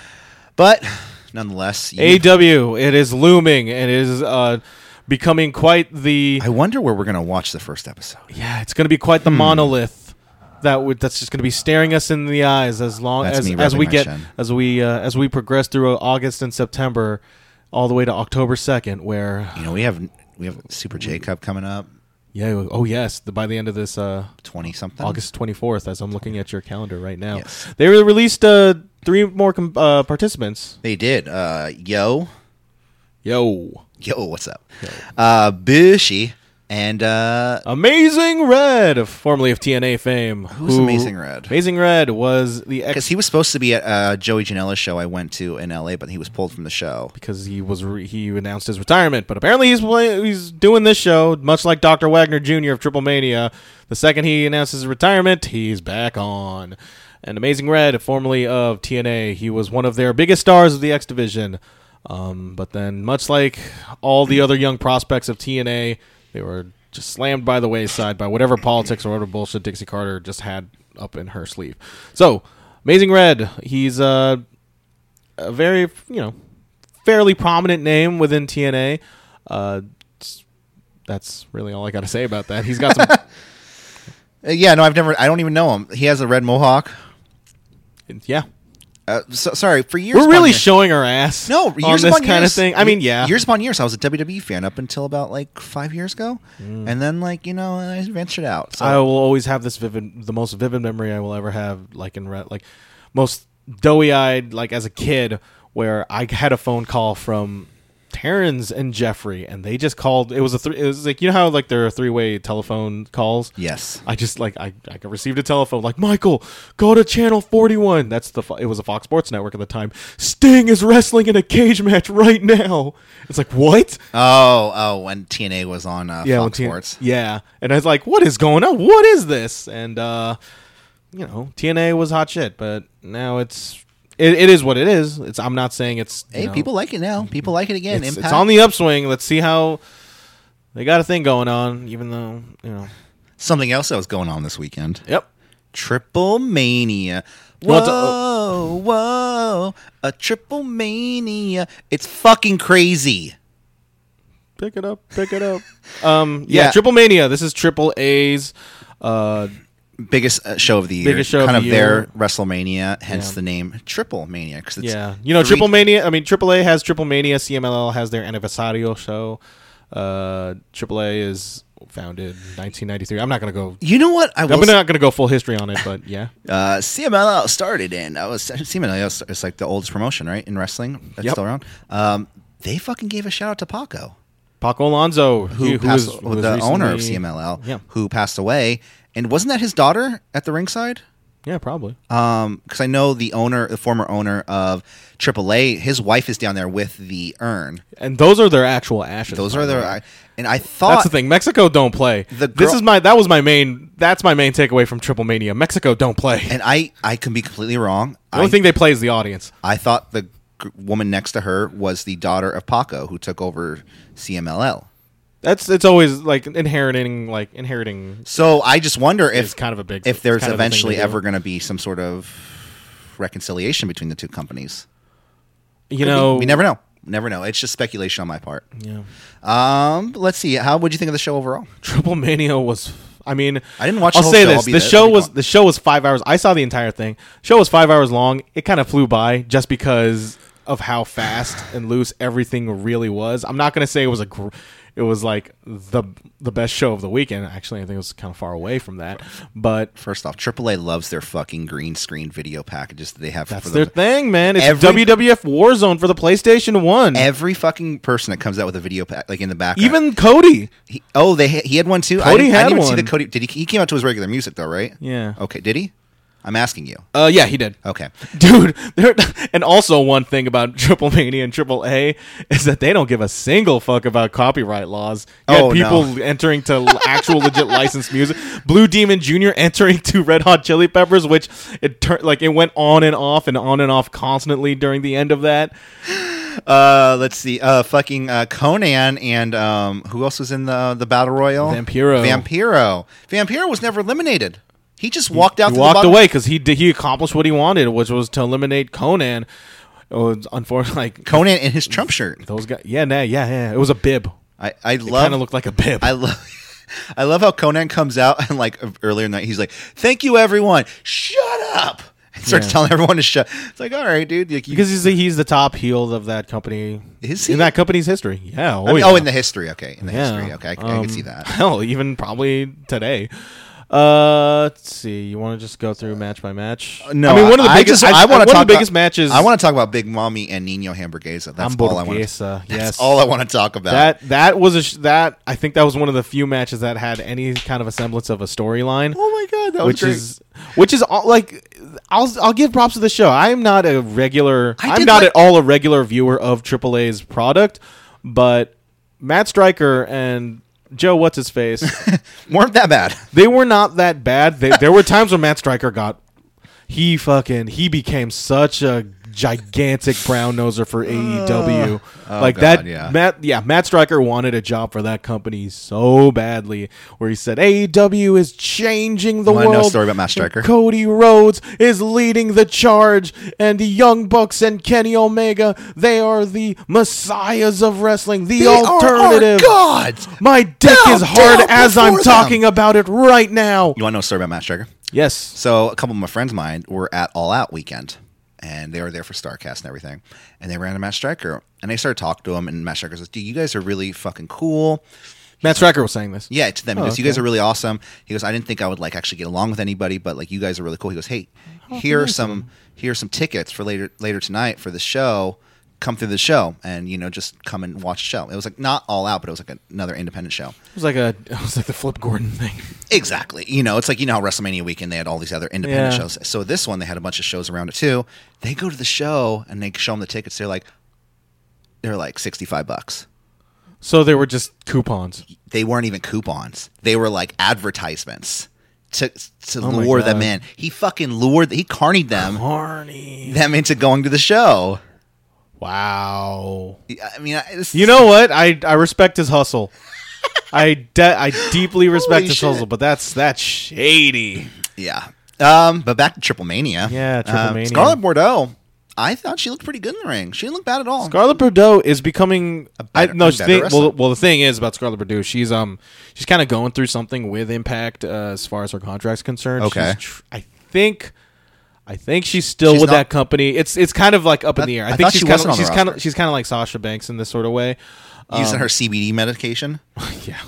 [SPEAKER 2] But nonetheless, you-
[SPEAKER 3] AW, it is looming and it is uh, becoming quite the
[SPEAKER 2] I wonder where we're gonna watch the first episode.
[SPEAKER 3] yeah, it's going to be quite the
[SPEAKER 2] Hmm.
[SPEAKER 3] monolith that would that's just going to be staring us in the eyes as long
[SPEAKER 2] That's
[SPEAKER 3] as
[SPEAKER 2] me
[SPEAKER 3] as
[SPEAKER 2] rubbing
[SPEAKER 3] we
[SPEAKER 2] my
[SPEAKER 3] get
[SPEAKER 2] chin.
[SPEAKER 3] as we uh, as we progress through August and September all the way to October 2nd where
[SPEAKER 2] You know, we have we have Super J Cup coming up,
[SPEAKER 3] yeah, oh yes, the, by the end of this uh,
[SPEAKER 2] twenty something.
[SPEAKER 3] August 24th as I'm looking at your calendar right now.
[SPEAKER 2] Yes.
[SPEAKER 3] They released uh, three more com- uh, participants.
[SPEAKER 2] They did. Uh, yo,
[SPEAKER 3] Yo.
[SPEAKER 2] yo, what's up? Uh, Bushy and uh,
[SPEAKER 3] Amazing Red, formerly of TNA fame.
[SPEAKER 2] Who's Amazing Red?
[SPEAKER 3] Amazing Red was the ex
[SPEAKER 2] because he was supposed to be at uh, Joey Janela's show I went to in L.A., but he was pulled from the show.
[SPEAKER 3] because he was re- he announced his retirement, but apparently he's play- he's doing this show much like Dr. Wagner Jr. of Triple Mania. The second he announces his retirement, he's back on. And Amazing Red, formerly of TNA, he was one of their biggest stars of the X Division. Um, but then, much like all the other young prospects of TNA, they were just slammed by the wayside by whatever politics or whatever bullshit Dixie Carter just had up in her sleeve. So, Amazing Red, he's uh, a very you know fairly prominent name within TNA. Uh, s- that's really all I got to say about that. He's got some.
[SPEAKER 2] Uh, yeah, no, I've never. I don't even know him. He has a red mohawk.
[SPEAKER 3] yeah,
[SPEAKER 2] Uh, so, sorry for years.
[SPEAKER 3] we're
[SPEAKER 2] upon
[SPEAKER 3] really
[SPEAKER 2] years-
[SPEAKER 3] showing our ass.
[SPEAKER 2] No,
[SPEAKER 3] on
[SPEAKER 2] years
[SPEAKER 3] this
[SPEAKER 2] upon
[SPEAKER 3] kind
[SPEAKER 2] years,
[SPEAKER 3] of thing. I mean, yeah,
[SPEAKER 2] years upon years. I was a WWE fan up until about like five years ago, and then like you know I ventured out. So
[SPEAKER 3] Mm. I will always have this vivid, the most vivid memory I will ever have, like in re- like most doughy-eyed, like as a kid, where I had a phone call from Terrence and Jeffrey, and they just called. It was a three. It was like you know how like there are three-way telephone calls.
[SPEAKER 2] yes,
[SPEAKER 3] I just like I, I received a telephone like Michael, go to channel forty one. That's the fo- it was a Fox Sports network at the time. Sting is wrestling in a cage match right now. It's like what?
[SPEAKER 2] Oh, oh, when TNA was on uh,
[SPEAKER 3] yeah,
[SPEAKER 2] Fox
[SPEAKER 3] when T-
[SPEAKER 2] Sports.
[SPEAKER 3] Yeah, and I was like, what is going on? What is this? And uh, you know, TNA was hot shit, but now it's it, it is what it is. It's I'm not saying it's you
[SPEAKER 2] Hey,
[SPEAKER 3] know,
[SPEAKER 2] people like it now. People like it again.
[SPEAKER 3] it's,
[SPEAKER 2] Impact.
[SPEAKER 3] it's on the upswing. Let's see how they got a thing going on, even though you know.
[SPEAKER 2] Something else that was going on this weekend.
[SPEAKER 3] Yep.
[SPEAKER 2] Triple Mania. Whoa,
[SPEAKER 3] Well, it's a-
[SPEAKER 2] whoa, a Triple Mania. It's fucking crazy.
[SPEAKER 3] pick it up, pick it up. Um, yeah,
[SPEAKER 2] Yeah.
[SPEAKER 3] Triple Mania. This is Triple A's uh,
[SPEAKER 2] biggest uh, show of the year,
[SPEAKER 3] Biggest show of
[SPEAKER 2] kind
[SPEAKER 3] the
[SPEAKER 2] of their
[SPEAKER 3] year.
[SPEAKER 2] WrestleMania, hence
[SPEAKER 3] Yeah.
[SPEAKER 2] the name Triple Mania. 'cause it's
[SPEAKER 3] Yeah, you know,
[SPEAKER 2] three-
[SPEAKER 3] Triple Mania. I mean, Triple A has Triple Mania. CMLL has their anniversario show. Uh, Triple A is founded 1993. I'm not gonna go.
[SPEAKER 2] You know what? I
[SPEAKER 3] I'm
[SPEAKER 2] will
[SPEAKER 3] not gonna go full history on it, but yeah,
[SPEAKER 2] Uh, CMLL started in I was CMLL is like the oldest promotion, right? In wrestling, that's
[SPEAKER 3] Yep.
[SPEAKER 2] still around. Um, they fucking gave a shout out to Paco,
[SPEAKER 3] Paco Alonso,
[SPEAKER 2] who, passed, the owner of
[SPEAKER 3] recently-
[SPEAKER 2] CMLL,
[SPEAKER 3] Yeah,
[SPEAKER 2] who passed away, and wasn't that his daughter at the ringside?
[SPEAKER 3] yeah, probably.
[SPEAKER 2] Because I know the owner, the former owner of AAA, his wife is down there with the urn.
[SPEAKER 3] And those are their actual ashes.
[SPEAKER 2] Those
[SPEAKER 3] by
[SPEAKER 2] are
[SPEAKER 3] the
[SPEAKER 2] their,
[SPEAKER 3] way.
[SPEAKER 2] I, and I
[SPEAKER 3] That's
[SPEAKER 2] thought
[SPEAKER 3] the thing. Mexico don't play.
[SPEAKER 2] The
[SPEAKER 3] this
[SPEAKER 2] girl-
[SPEAKER 3] is my that was my main that's my main takeaway from Triple Mania. Mexico don't play.
[SPEAKER 2] and I, I can be completely wrong.
[SPEAKER 3] the only
[SPEAKER 2] I,
[SPEAKER 3] thing they play is the audience.
[SPEAKER 2] I thought the g- woman next to her was the daughter of Paco, who took over CMLL.
[SPEAKER 3] That's it's always like inheriting like inheriting
[SPEAKER 2] So I just wonder if
[SPEAKER 3] It's kind of a big-
[SPEAKER 2] if
[SPEAKER 3] it's
[SPEAKER 2] there's
[SPEAKER 3] kind of a thing
[SPEAKER 2] eventually
[SPEAKER 3] to do.
[SPEAKER 2] ever going to be some sort of reconciliation between the two companies.
[SPEAKER 3] you know
[SPEAKER 2] we never know. Never know. It's just speculation on my part.
[SPEAKER 3] yeah.
[SPEAKER 2] Um, let's see. How would you think of the show overall?
[SPEAKER 3] Triple Mania was. I mean,
[SPEAKER 2] I didn't watch
[SPEAKER 3] I'll
[SPEAKER 2] the whole
[SPEAKER 3] say
[SPEAKER 2] show, I'll
[SPEAKER 3] this:
[SPEAKER 2] be
[SPEAKER 3] the
[SPEAKER 2] there.
[SPEAKER 3] show
[SPEAKER 2] I'll be
[SPEAKER 3] was
[SPEAKER 2] gone.
[SPEAKER 3] the show was five hours. I saw the entire thing. Show was five hours long. It kind of flew by just because of how fast and loose everything really was. I'm not gonna say it was a. Gr- it was like the the best show of the weekend. Actually, I think it was kind of far away from that, but
[SPEAKER 2] First off, AAA loves their fucking green screen video packages that they have
[SPEAKER 3] that's
[SPEAKER 2] for
[SPEAKER 3] their
[SPEAKER 2] the,
[SPEAKER 3] thing, man. It's
[SPEAKER 2] Every-
[SPEAKER 3] WWF Warzone for the PlayStation One.
[SPEAKER 2] every fucking person that comes out with a video pack, like in the back.
[SPEAKER 3] Even Cody.
[SPEAKER 2] he, oh, they he had one too. I
[SPEAKER 3] Cody
[SPEAKER 2] didn't, I
[SPEAKER 3] had
[SPEAKER 2] didn't even see
[SPEAKER 3] one.
[SPEAKER 2] the Cody. Did he? He came out to his regular music though, right?
[SPEAKER 3] Yeah.
[SPEAKER 2] Okay. Did he? I'm asking you.
[SPEAKER 3] Uh, yeah, he did.
[SPEAKER 2] Okay.
[SPEAKER 3] dude. There, and also one thing about Triple Mania and Triple A is that they don't give a single fuck about copyright laws. You
[SPEAKER 2] Oh,
[SPEAKER 3] had people entering to l- actual legit licensed music. Blue Demon Jr. entering to Red Hot Chili Peppers, which it turned like it went on and off and on and off constantly during the end of that.
[SPEAKER 2] Uh, let's see. Uh, fucking uh, Conan and um, who else was in the the battle royal?
[SPEAKER 3] Vampiro.
[SPEAKER 2] Vampiro. Vampiro was never eliminated. He just walked out.
[SPEAKER 3] He
[SPEAKER 2] to the
[SPEAKER 3] walked
[SPEAKER 2] bottom.
[SPEAKER 3] away because he did, he accomplished what he wanted, which was to eliminate Conan. Oh, unfortunately, like
[SPEAKER 2] Conan in his Trump shirt.
[SPEAKER 3] those guys. Yeah, nah, yeah, yeah. It was a bib.
[SPEAKER 2] I I
[SPEAKER 3] It kind of
[SPEAKER 2] love.
[SPEAKER 3] looked like a bib.
[SPEAKER 2] I love. I love how Conan comes out and like earlier in the night he's like, "Thank you, everyone. Shut up." And starts
[SPEAKER 3] Yeah.
[SPEAKER 2] telling everyone to shut. It's like, all right, dude. Like, you,
[SPEAKER 3] Because he's the, he's the top heel of that company.
[SPEAKER 2] Is he?
[SPEAKER 3] in that company's history? Yeah. Oh,
[SPEAKER 2] I mean-
[SPEAKER 3] yeah.
[SPEAKER 2] oh, in the history. Okay, in the
[SPEAKER 3] Yeah.
[SPEAKER 2] history. Okay, I, I
[SPEAKER 3] Um,
[SPEAKER 2] can see that.
[SPEAKER 3] Hell, even probably today. Uh, let's see. You want to just go through match by match?
[SPEAKER 2] Uh, No,
[SPEAKER 3] I mean one of the biggest.
[SPEAKER 2] just-
[SPEAKER 3] I,
[SPEAKER 2] wanna
[SPEAKER 3] want to
[SPEAKER 2] talk
[SPEAKER 3] the biggest
[SPEAKER 2] about,
[SPEAKER 3] matches.
[SPEAKER 2] I want to talk about Big Mommy and Nino Hamburguesa. That's all I want.
[SPEAKER 3] Hamburguesa,
[SPEAKER 2] That's
[SPEAKER 3] yes.
[SPEAKER 2] all I want to talk about.
[SPEAKER 3] that. That was a sh- that. I think that was one of the few matches that had any kind of a semblance of a storyline.
[SPEAKER 2] Oh my god, that
[SPEAKER 3] which is which is all like I'll I'll give props to the show. I am not a regular.
[SPEAKER 2] I
[SPEAKER 3] I am
[SPEAKER 2] did
[SPEAKER 3] not
[SPEAKER 2] like-
[SPEAKER 3] at all a regular viewer of AAA's product, but Matt Stryker and Joe what's his face,
[SPEAKER 2] weren't that bad.
[SPEAKER 3] they were not that bad. They, there were times when Matt Stryker got he fucking he became such a gigantic brown noser for AEW. like that
[SPEAKER 2] Uh, oh God, yeah.
[SPEAKER 3] Matt yeah, Matt Stryker wanted a job for that company so badly where he said AEW is changing the
[SPEAKER 2] Wanna know a
[SPEAKER 3] world.
[SPEAKER 2] story about Matt Stryker?
[SPEAKER 3] and Cody Rhodes is leading the charge and the Young Bucks and Kenny Omega, they are the messiahs of wrestling, the
[SPEAKER 2] They are our
[SPEAKER 3] alternative.
[SPEAKER 2] gods.
[SPEAKER 3] My dick
[SPEAKER 2] Bow
[SPEAKER 3] is hard
[SPEAKER 2] down
[SPEAKER 3] as I'm
[SPEAKER 2] before them.
[SPEAKER 3] talking about it right now.
[SPEAKER 2] You want to know a story about Matt Striker?
[SPEAKER 3] Yes.
[SPEAKER 2] So a couple of my friends of mine were at All Out weekend, and they were there for Starcast and everything, and they ran a Matt Striker, and I started talking to him, and Matt Striker says, "Dude, you guys are really fucking cool."
[SPEAKER 3] Matt Striker was saying this.
[SPEAKER 2] Yeah, to them. He goes, You guys are really awesome. He goes, I didn't think I would like actually get along with anybody, but like you guys are really cool. He goes, Hey, here are some here are some tickets for later later tonight for the show. Come through the show and you know, just come and watch the show. It was like not all out, but it was like another independent show.
[SPEAKER 3] It was like a it was like the Flip Gordon thing.
[SPEAKER 2] Exactly. You know, it's like you know how WrestleMania weekend they had all these other independent
[SPEAKER 3] Yeah.
[SPEAKER 2] shows. So this one they had a bunch of shows around it too. They go to the show and they show them the tickets. They're like they're like sixty five bucks.
[SPEAKER 3] So they were just coupons.
[SPEAKER 2] they weren't even coupons. They were like advertisements to to
[SPEAKER 3] Oh my
[SPEAKER 2] lure them
[SPEAKER 3] God.
[SPEAKER 2] in. He fucking lured. He carnied them
[SPEAKER 3] Arnie.
[SPEAKER 2] them into going to the show.
[SPEAKER 3] Wow.
[SPEAKER 2] I mean, I, this,
[SPEAKER 3] You know what? I I respect his hustle. I de- I deeply respect
[SPEAKER 2] Holy
[SPEAKER 3] his
[SPEAKER 2] shit.
[SPEAKER 3] hustle, but that's that's shady.
[SPEAKER 2] yeah. Um, but back to Triple Mania.
[SPEAKER 3] Yeah, Triple
[SPEAKER 2] Um,
[SPEAKER 3] Mania.
[SPEAKER 2] Scarlet Bordeaux. I thought she looked pretty good in the ring. She didn't look bad at all.
[SPEAKER 3] Scarlett Bordeaux is becoming. I,
[SPEAKER 2] better-
[SPEAKER 3] no,
[SPEAKER 2] a
[SPEAKER 3] she
[SPEAKER 2] better
[SPEAKER 3] think-
[SPEAKER 2] wrestler.
[SPEAKER 3] well, well, the thing is about Scarlett Bordeaux, she's um, she's kind of going through something with Impact uh, as far as her contract's concerned.
[SPEAKER 2] Okay.
[SPEAKER 3] She's tr- I think, I think she's still
[SPEAKER 2] She's
[SPEAKER 3] with
[SPEAKER 2] not-
[SPEAKER 3] that company. It's it's kind of like up in
[SPEAKER 2] I-
[SPEAKER 3] the air. I,
[SPEAKER 2] I
[SPEAKER 3] think
[SPEAKER 2] thought
[SPEAKER 3] she's
[SPEAKER 2] she
[SPEAKER 3] kind
[SPEAKER 2] wasn't
[SPEAKER 3] of
[SPEAKER 2] on the
[SPEAKER 3] she's kind of
[SPEAKER 2] roster.
[SPEAKER 3] she's kind of like Sasha Banks in this sort of way. um,
[SPEAKER 2] Using her CBD medication.
[SPEAKER 3] Yeah.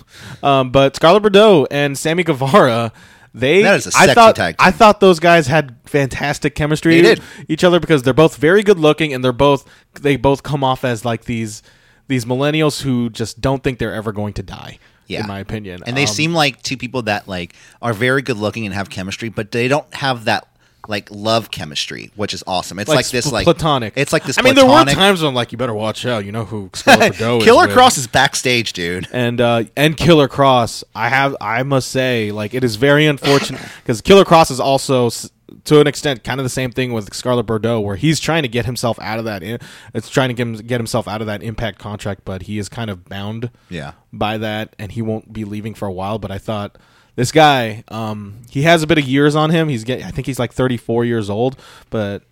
[SPEAKER 3] Um, but Scarlett Bordeaux and Sammy Guevara, they
[SPEAKER 2] That is a
[SPEAKER 3] I
[SPEAKER 2] sexy
[SPEAKER 3] thought
[SPEAKER 2] tag team.
[SPEAKER 3] I thought those guys had fantastic chemistry
[SPEAKER 2] They did.
[SPEAKER 3] each other because they're both very good looking and they're both they both come off as like these these millennials who just don't think they're ever going to die.
[SPEAKER 2] Yeah.
[SPEAKER 3] In my opinion.
[SPEAKER 2] And they
[SPEAKER 3] Um,
[SPEAKER 2] seem like two people that like are very good looking and have chemistry, but they don't have that like love chemistry, which is awesome. It's like,
[SPEAKER 3] sp-
[SPEAKER 2] this like
[SPEAKER 3] platonic.
[SPEAKER 2] It's like this.
[SPEAKER 3] I mean, there were
[SPEAKER 2] platonic-
[SPEAKER 3] times when I'm like, you better watch out. You know who Scarlett Bordeaux is.
[SPEAKER 2] Killer
[SPEAKER 3] with.
[SPEAKER 2] Cross is backstage, dude.
[SPEAKER 3] and uh, and Killer Cross. I have I must say, like it is very unfortunate because Killer Cross is also s- to an extent kind of the same thing with Scarlett Bordeaux, where he's trying to get himself out of that. In- it's trying to get, him- get himself out of that Impact contract, but he is kind of bound
[SPEAKER 2] Yeah.
[SPEAKER 3] by that, and he won't be leaving for a while. But I thought. This guy, um, he has a bit of years on him. He's get, I think he's like 34 years old, but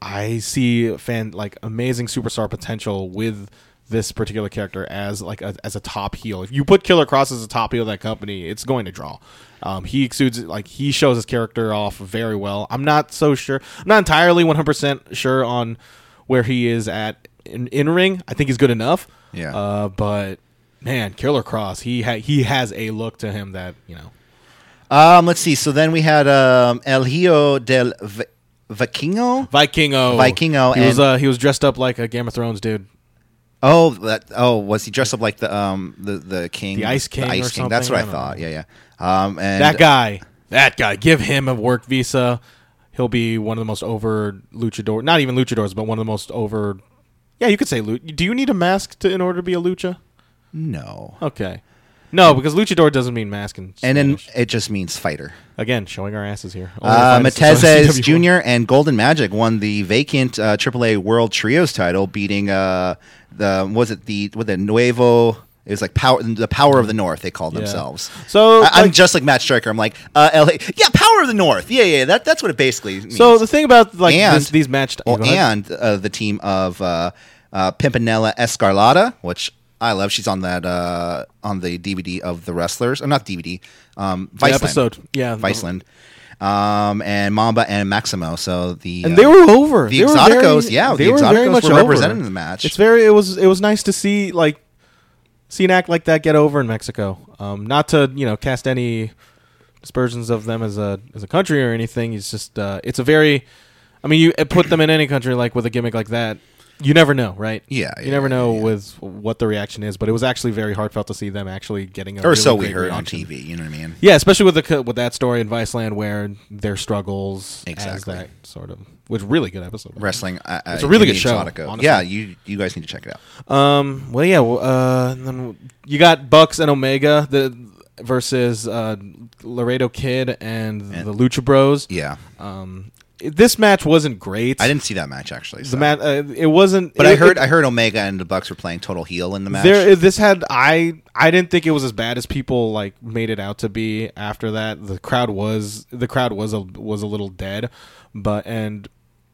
[SPEAKER 3] I see fan like amazing superstar potential with this particular character as like a, as a top heel. If you put Killer Cross as a top heel of that company, it's going to draw. Um, he exudes like he shows his character off very well. I'm not so sure. I'm not entirely 100 percent sure on where he is at in, in ring. I think he's good enough.
[SPEAKER 2] Yeah.
[SPEAKER 3] Uh, but man, Killer Cross, he ha- he has a look to him that you know.
[SPEAKER 2] Um, let's see. So then we had um, El Hijo del v- Vikingo.
[SPEAKER 3] Vikingo,
[SPEAKER 2] Vikingo
[SPEAKER 3] He was
[SPEAKER 2] and-
[SPEAKER 3] uh, he was dressed up like a Game of Thrones dude.
[SPEAKER 2] Oh, that, oh, was he dressed up like the um the the king,
[SPEAKER 3] The Ice King or
[SPEAKER 2] That's
[SPEAKER 3] something?
[SPEAKER 2] what
[SPEAKER 3] I
[SPEAKER 2] I,
[SPEAKER 3] don't
[SPEAKER 2] thought.
[SPEAKER 3] know.
[SPEAKER 2] Yeah, yeah. Um, and
[SPEAKER 3] that guy, uh, that guy, give him a work visa. He'll be one of the most over luchador, not even luchadors, but one of the most over. Yeah, you could say lucha. Do you need a mask to in order to be a lucha?
[SPEAKER 2] no,
[SPEAKER 3] Okay, no, because luchador doesn't mean mask. In
[SPEAKER 2] and then
[SPEAKER 3] Spanish.
[SPEAKER 2] it just means fighter.
[SPEAKER 3] again, showing our asses here.
[SPEAKER 2] Uh,
[SPEAKER 3] Only the finest of
[SPEAKER 2] Matezes
[SPEAKER 3] WCW.
[SPEAKER 2] Jr. and Golden Magic won the vacant uh, AAA World Trios title, beating uh, the was it the what the Nuevo. It was like power, the power of the North. They called themselves.
[SPEAKER 3] So,
[SPEAKER 2] I, I'm
[SPEAKER 3] like-
[SPEAKER 2] just like Matt Striker. I'm like, uh, LA, yeah, power of the North. Yeah, yeah. That, that's what it basically means.
[SPEAKER 3] So the thing about like
[SPEAKER 2] And-
[SPEAKER 3] this, these matched
[SPEAKER 2] Well, and uh, the team of uh, uh, Pimpinella Escarlata, which I love. She's on that uh, on the DVD of the wrestlers, or not DVD, um, Viceland
[SPEAKER 3] episode. Yeah.
[SPEAKER 2] Viceland, um, and Mamba and Maximo. So the
[SPEAKER 3] and
[SPEAKER 2] uh,
[SPEAKER 3] they were over.
[SPEAKER 2] the
[SPEAKER 3] They were
[SPEAKER 2] Exoticos,
[SPEAKER 3] very-
[SPEAKER 2] yeah,
[SPEAKER 3] they
[SPEAKER 2] the
[SPEAKER 3] were very
[SPEAKER 2] Exoticos
[SPEAKER 3] much
[SPEAKER 2] were
[SPEAKER 3] over.
[SPEAKER 2] represented in the match.
[SPEAKER 3] It's very. It was. It was nice to see like see an act like that get over in Mexico. Um, not to you know cast any dispersions of them as a as a country or anything. It's just uh, it's a very. I mean, you put them in any country like with a gimmick like that. You never know, right?
[SPEAKER 2] Yeah,
[SPEAKER 3] you
[SPEAKER 2] yeah,
[SPEAKER 3] never
[SPEAKER 2] yeah,
[SPEAKER 3] know
[SPEAKER 2] yeah.
[SPEAKER 3] with what the reaction is, but it was actually very heartfelt to see them actually getting. A
[SPEAKER 2] or so
[SPEAKER 3] really
[SPEAKER 2] we
[SPEAKER 3] great
[SPEAKER 2] heard on
[SPEAKER 3] reaction.
[SPEAKER 2] TV. You know what I mean?
[SPEAKER 3] Yeah, especially with the co- with that story in Viceland, where their struggles
[SPEAKER 2] Exactly.
[SPEAKER 3] as that sort of was really good episode.
[SPEAKER 2] Wrestling. Uh,
[SPEAKER 3] It's a really
[SPEAKER 2] in
[SPEAKER 3] good
[SPEAKER 2] the
[SPEAKER 3] show,
[SPEAKER 2] Exoticos.
[SPEAKER 3] honestly.
[SPEAKER 2] Yeah, you you guys need to check it out.
[SPEAKER 3] Um. Well, yeah. Well, uh, and then you got Bucks and Omega the versus uh, Laredo Kid and the Lucha Bros.
[SPEAKER 2] Yeah,
[SPEAKER 3] Um. it- This match wasn't great.
[SPEAKER 2] I didn't see that match actually.
[SPEAKER 3] The
[SPEAKER 2] so.
[SPEAKER 3] match. Uh, it wasn't.
[SPEAKER 2] but
[SPEAKER 3] it-
[SPEAKER 2] I heard
[SPEAKER 3] it-
[SPEAKER 2] I heard Omega and the Bucks were playing total heel in the match.
[SPEAKER 3] There, this had I. I didn't think it was as bad as people like made it out to be. After that, the crowd was the crowd was a was a little dead, but and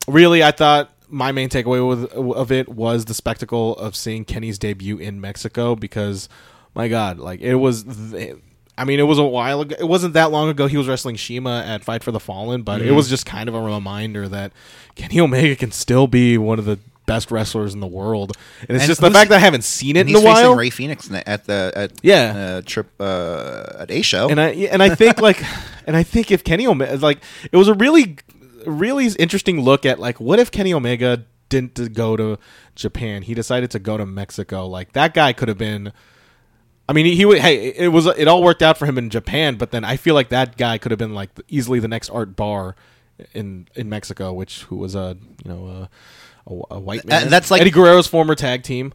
[SPEAKER 3] really, I thought my main takeaway with, of it was the spectacle of seeing Kenny's debut in Mexico because my God, like it was. Th- I mean, it was a while ago. It wasn't that long ago he was wrestling Shima at Fight for the Fallen, but
[SPEAKER 2] Mm-hmm.
[SPEAKER 3] it was just kind of a reminder that Kenny Omega can still be one of the best wrestlers in the world. And it's
[SPEAKER 2] And
[SPEAKER 3] just the
[SPEAKER 2] who's-
[SPEAKER 3] fact that I haven't seen it
[SPEAKER 2] And
[SPEAKER 3] in a
[SPEAKER 2] he's
[SPEAKER 3] while.
[SPEAKER 2] facing Ray Phoenix ne- at the at
[SPEAKER 3] Yeah.
[SPEAKER 2] uh, trip uh, at a show.
[SPEAKER 3] and I and I think like and I think if Kenny Omega like it was a really really interesting look at like what if Kenny Omega didn't go to Japan he decided to go to Mexico like that guy could have been I mean he would hey it was it all worked out for him in Japan but then I feel like that guy could have been like easily the next Art Bar in in Mexico which who was a you know a, a, a white man
[SPEAKER 2] Uh, that's like-
[SPEAKER 3] Eddie Guerrero's former tag team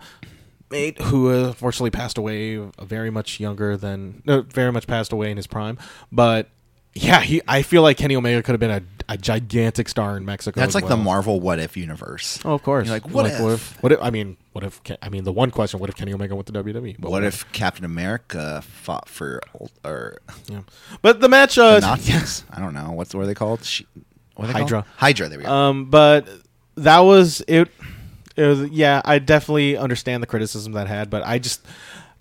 [SPEAKER 3] mate who uh, unfortunately passed away uh, very much younger than no, very much passed away in his prime but yeah he i feel like kenny omega could have been a, a gigantic star in mexico
[SPEAKER 2] That's
[SPEAKER 3] as
[SPEAKER 2] like
[SPEAKER 3] well.
[SPEAKER 2] the Marvel What If universe.
[SPEAKER 3] oh of course
[SPEAKER 2] You're like, what if?
[SPEAKER 3] what if what if i mean what if Ke- i mean the one question what if kenny omega went to E? wwe but
[SPEAKER 2] What if Captain America fought for old, or
[SPEAKER 3] yeah. but the match
[SPEAKER 2] the
[SPEAKER 3] uh
[SPEAKER 2] Nazis? I don't know. What's what are they called? She, what are they
[SPEAKER 3] Hydra. Uh,
[SPEAKER 2] called? Hydra. There we go.
[SPEAKER 3] um but that was it. It was yeah. I definitely understand the criticism that I had, but I just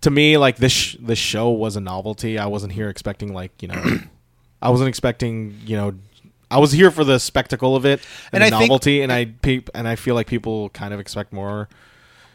[SPEAKER 3] to me like this sh- this show was a novelty. I wasn't here expecting like you know, I wasn't expecting you know. I was here for the spectacle of it and,
[SPEAKER 2] And
[SPEAKER 3] the
[SPEAKER 2] I think-
[SPEAKER 3] novelty, and I pe- and I feel like people kind of expect more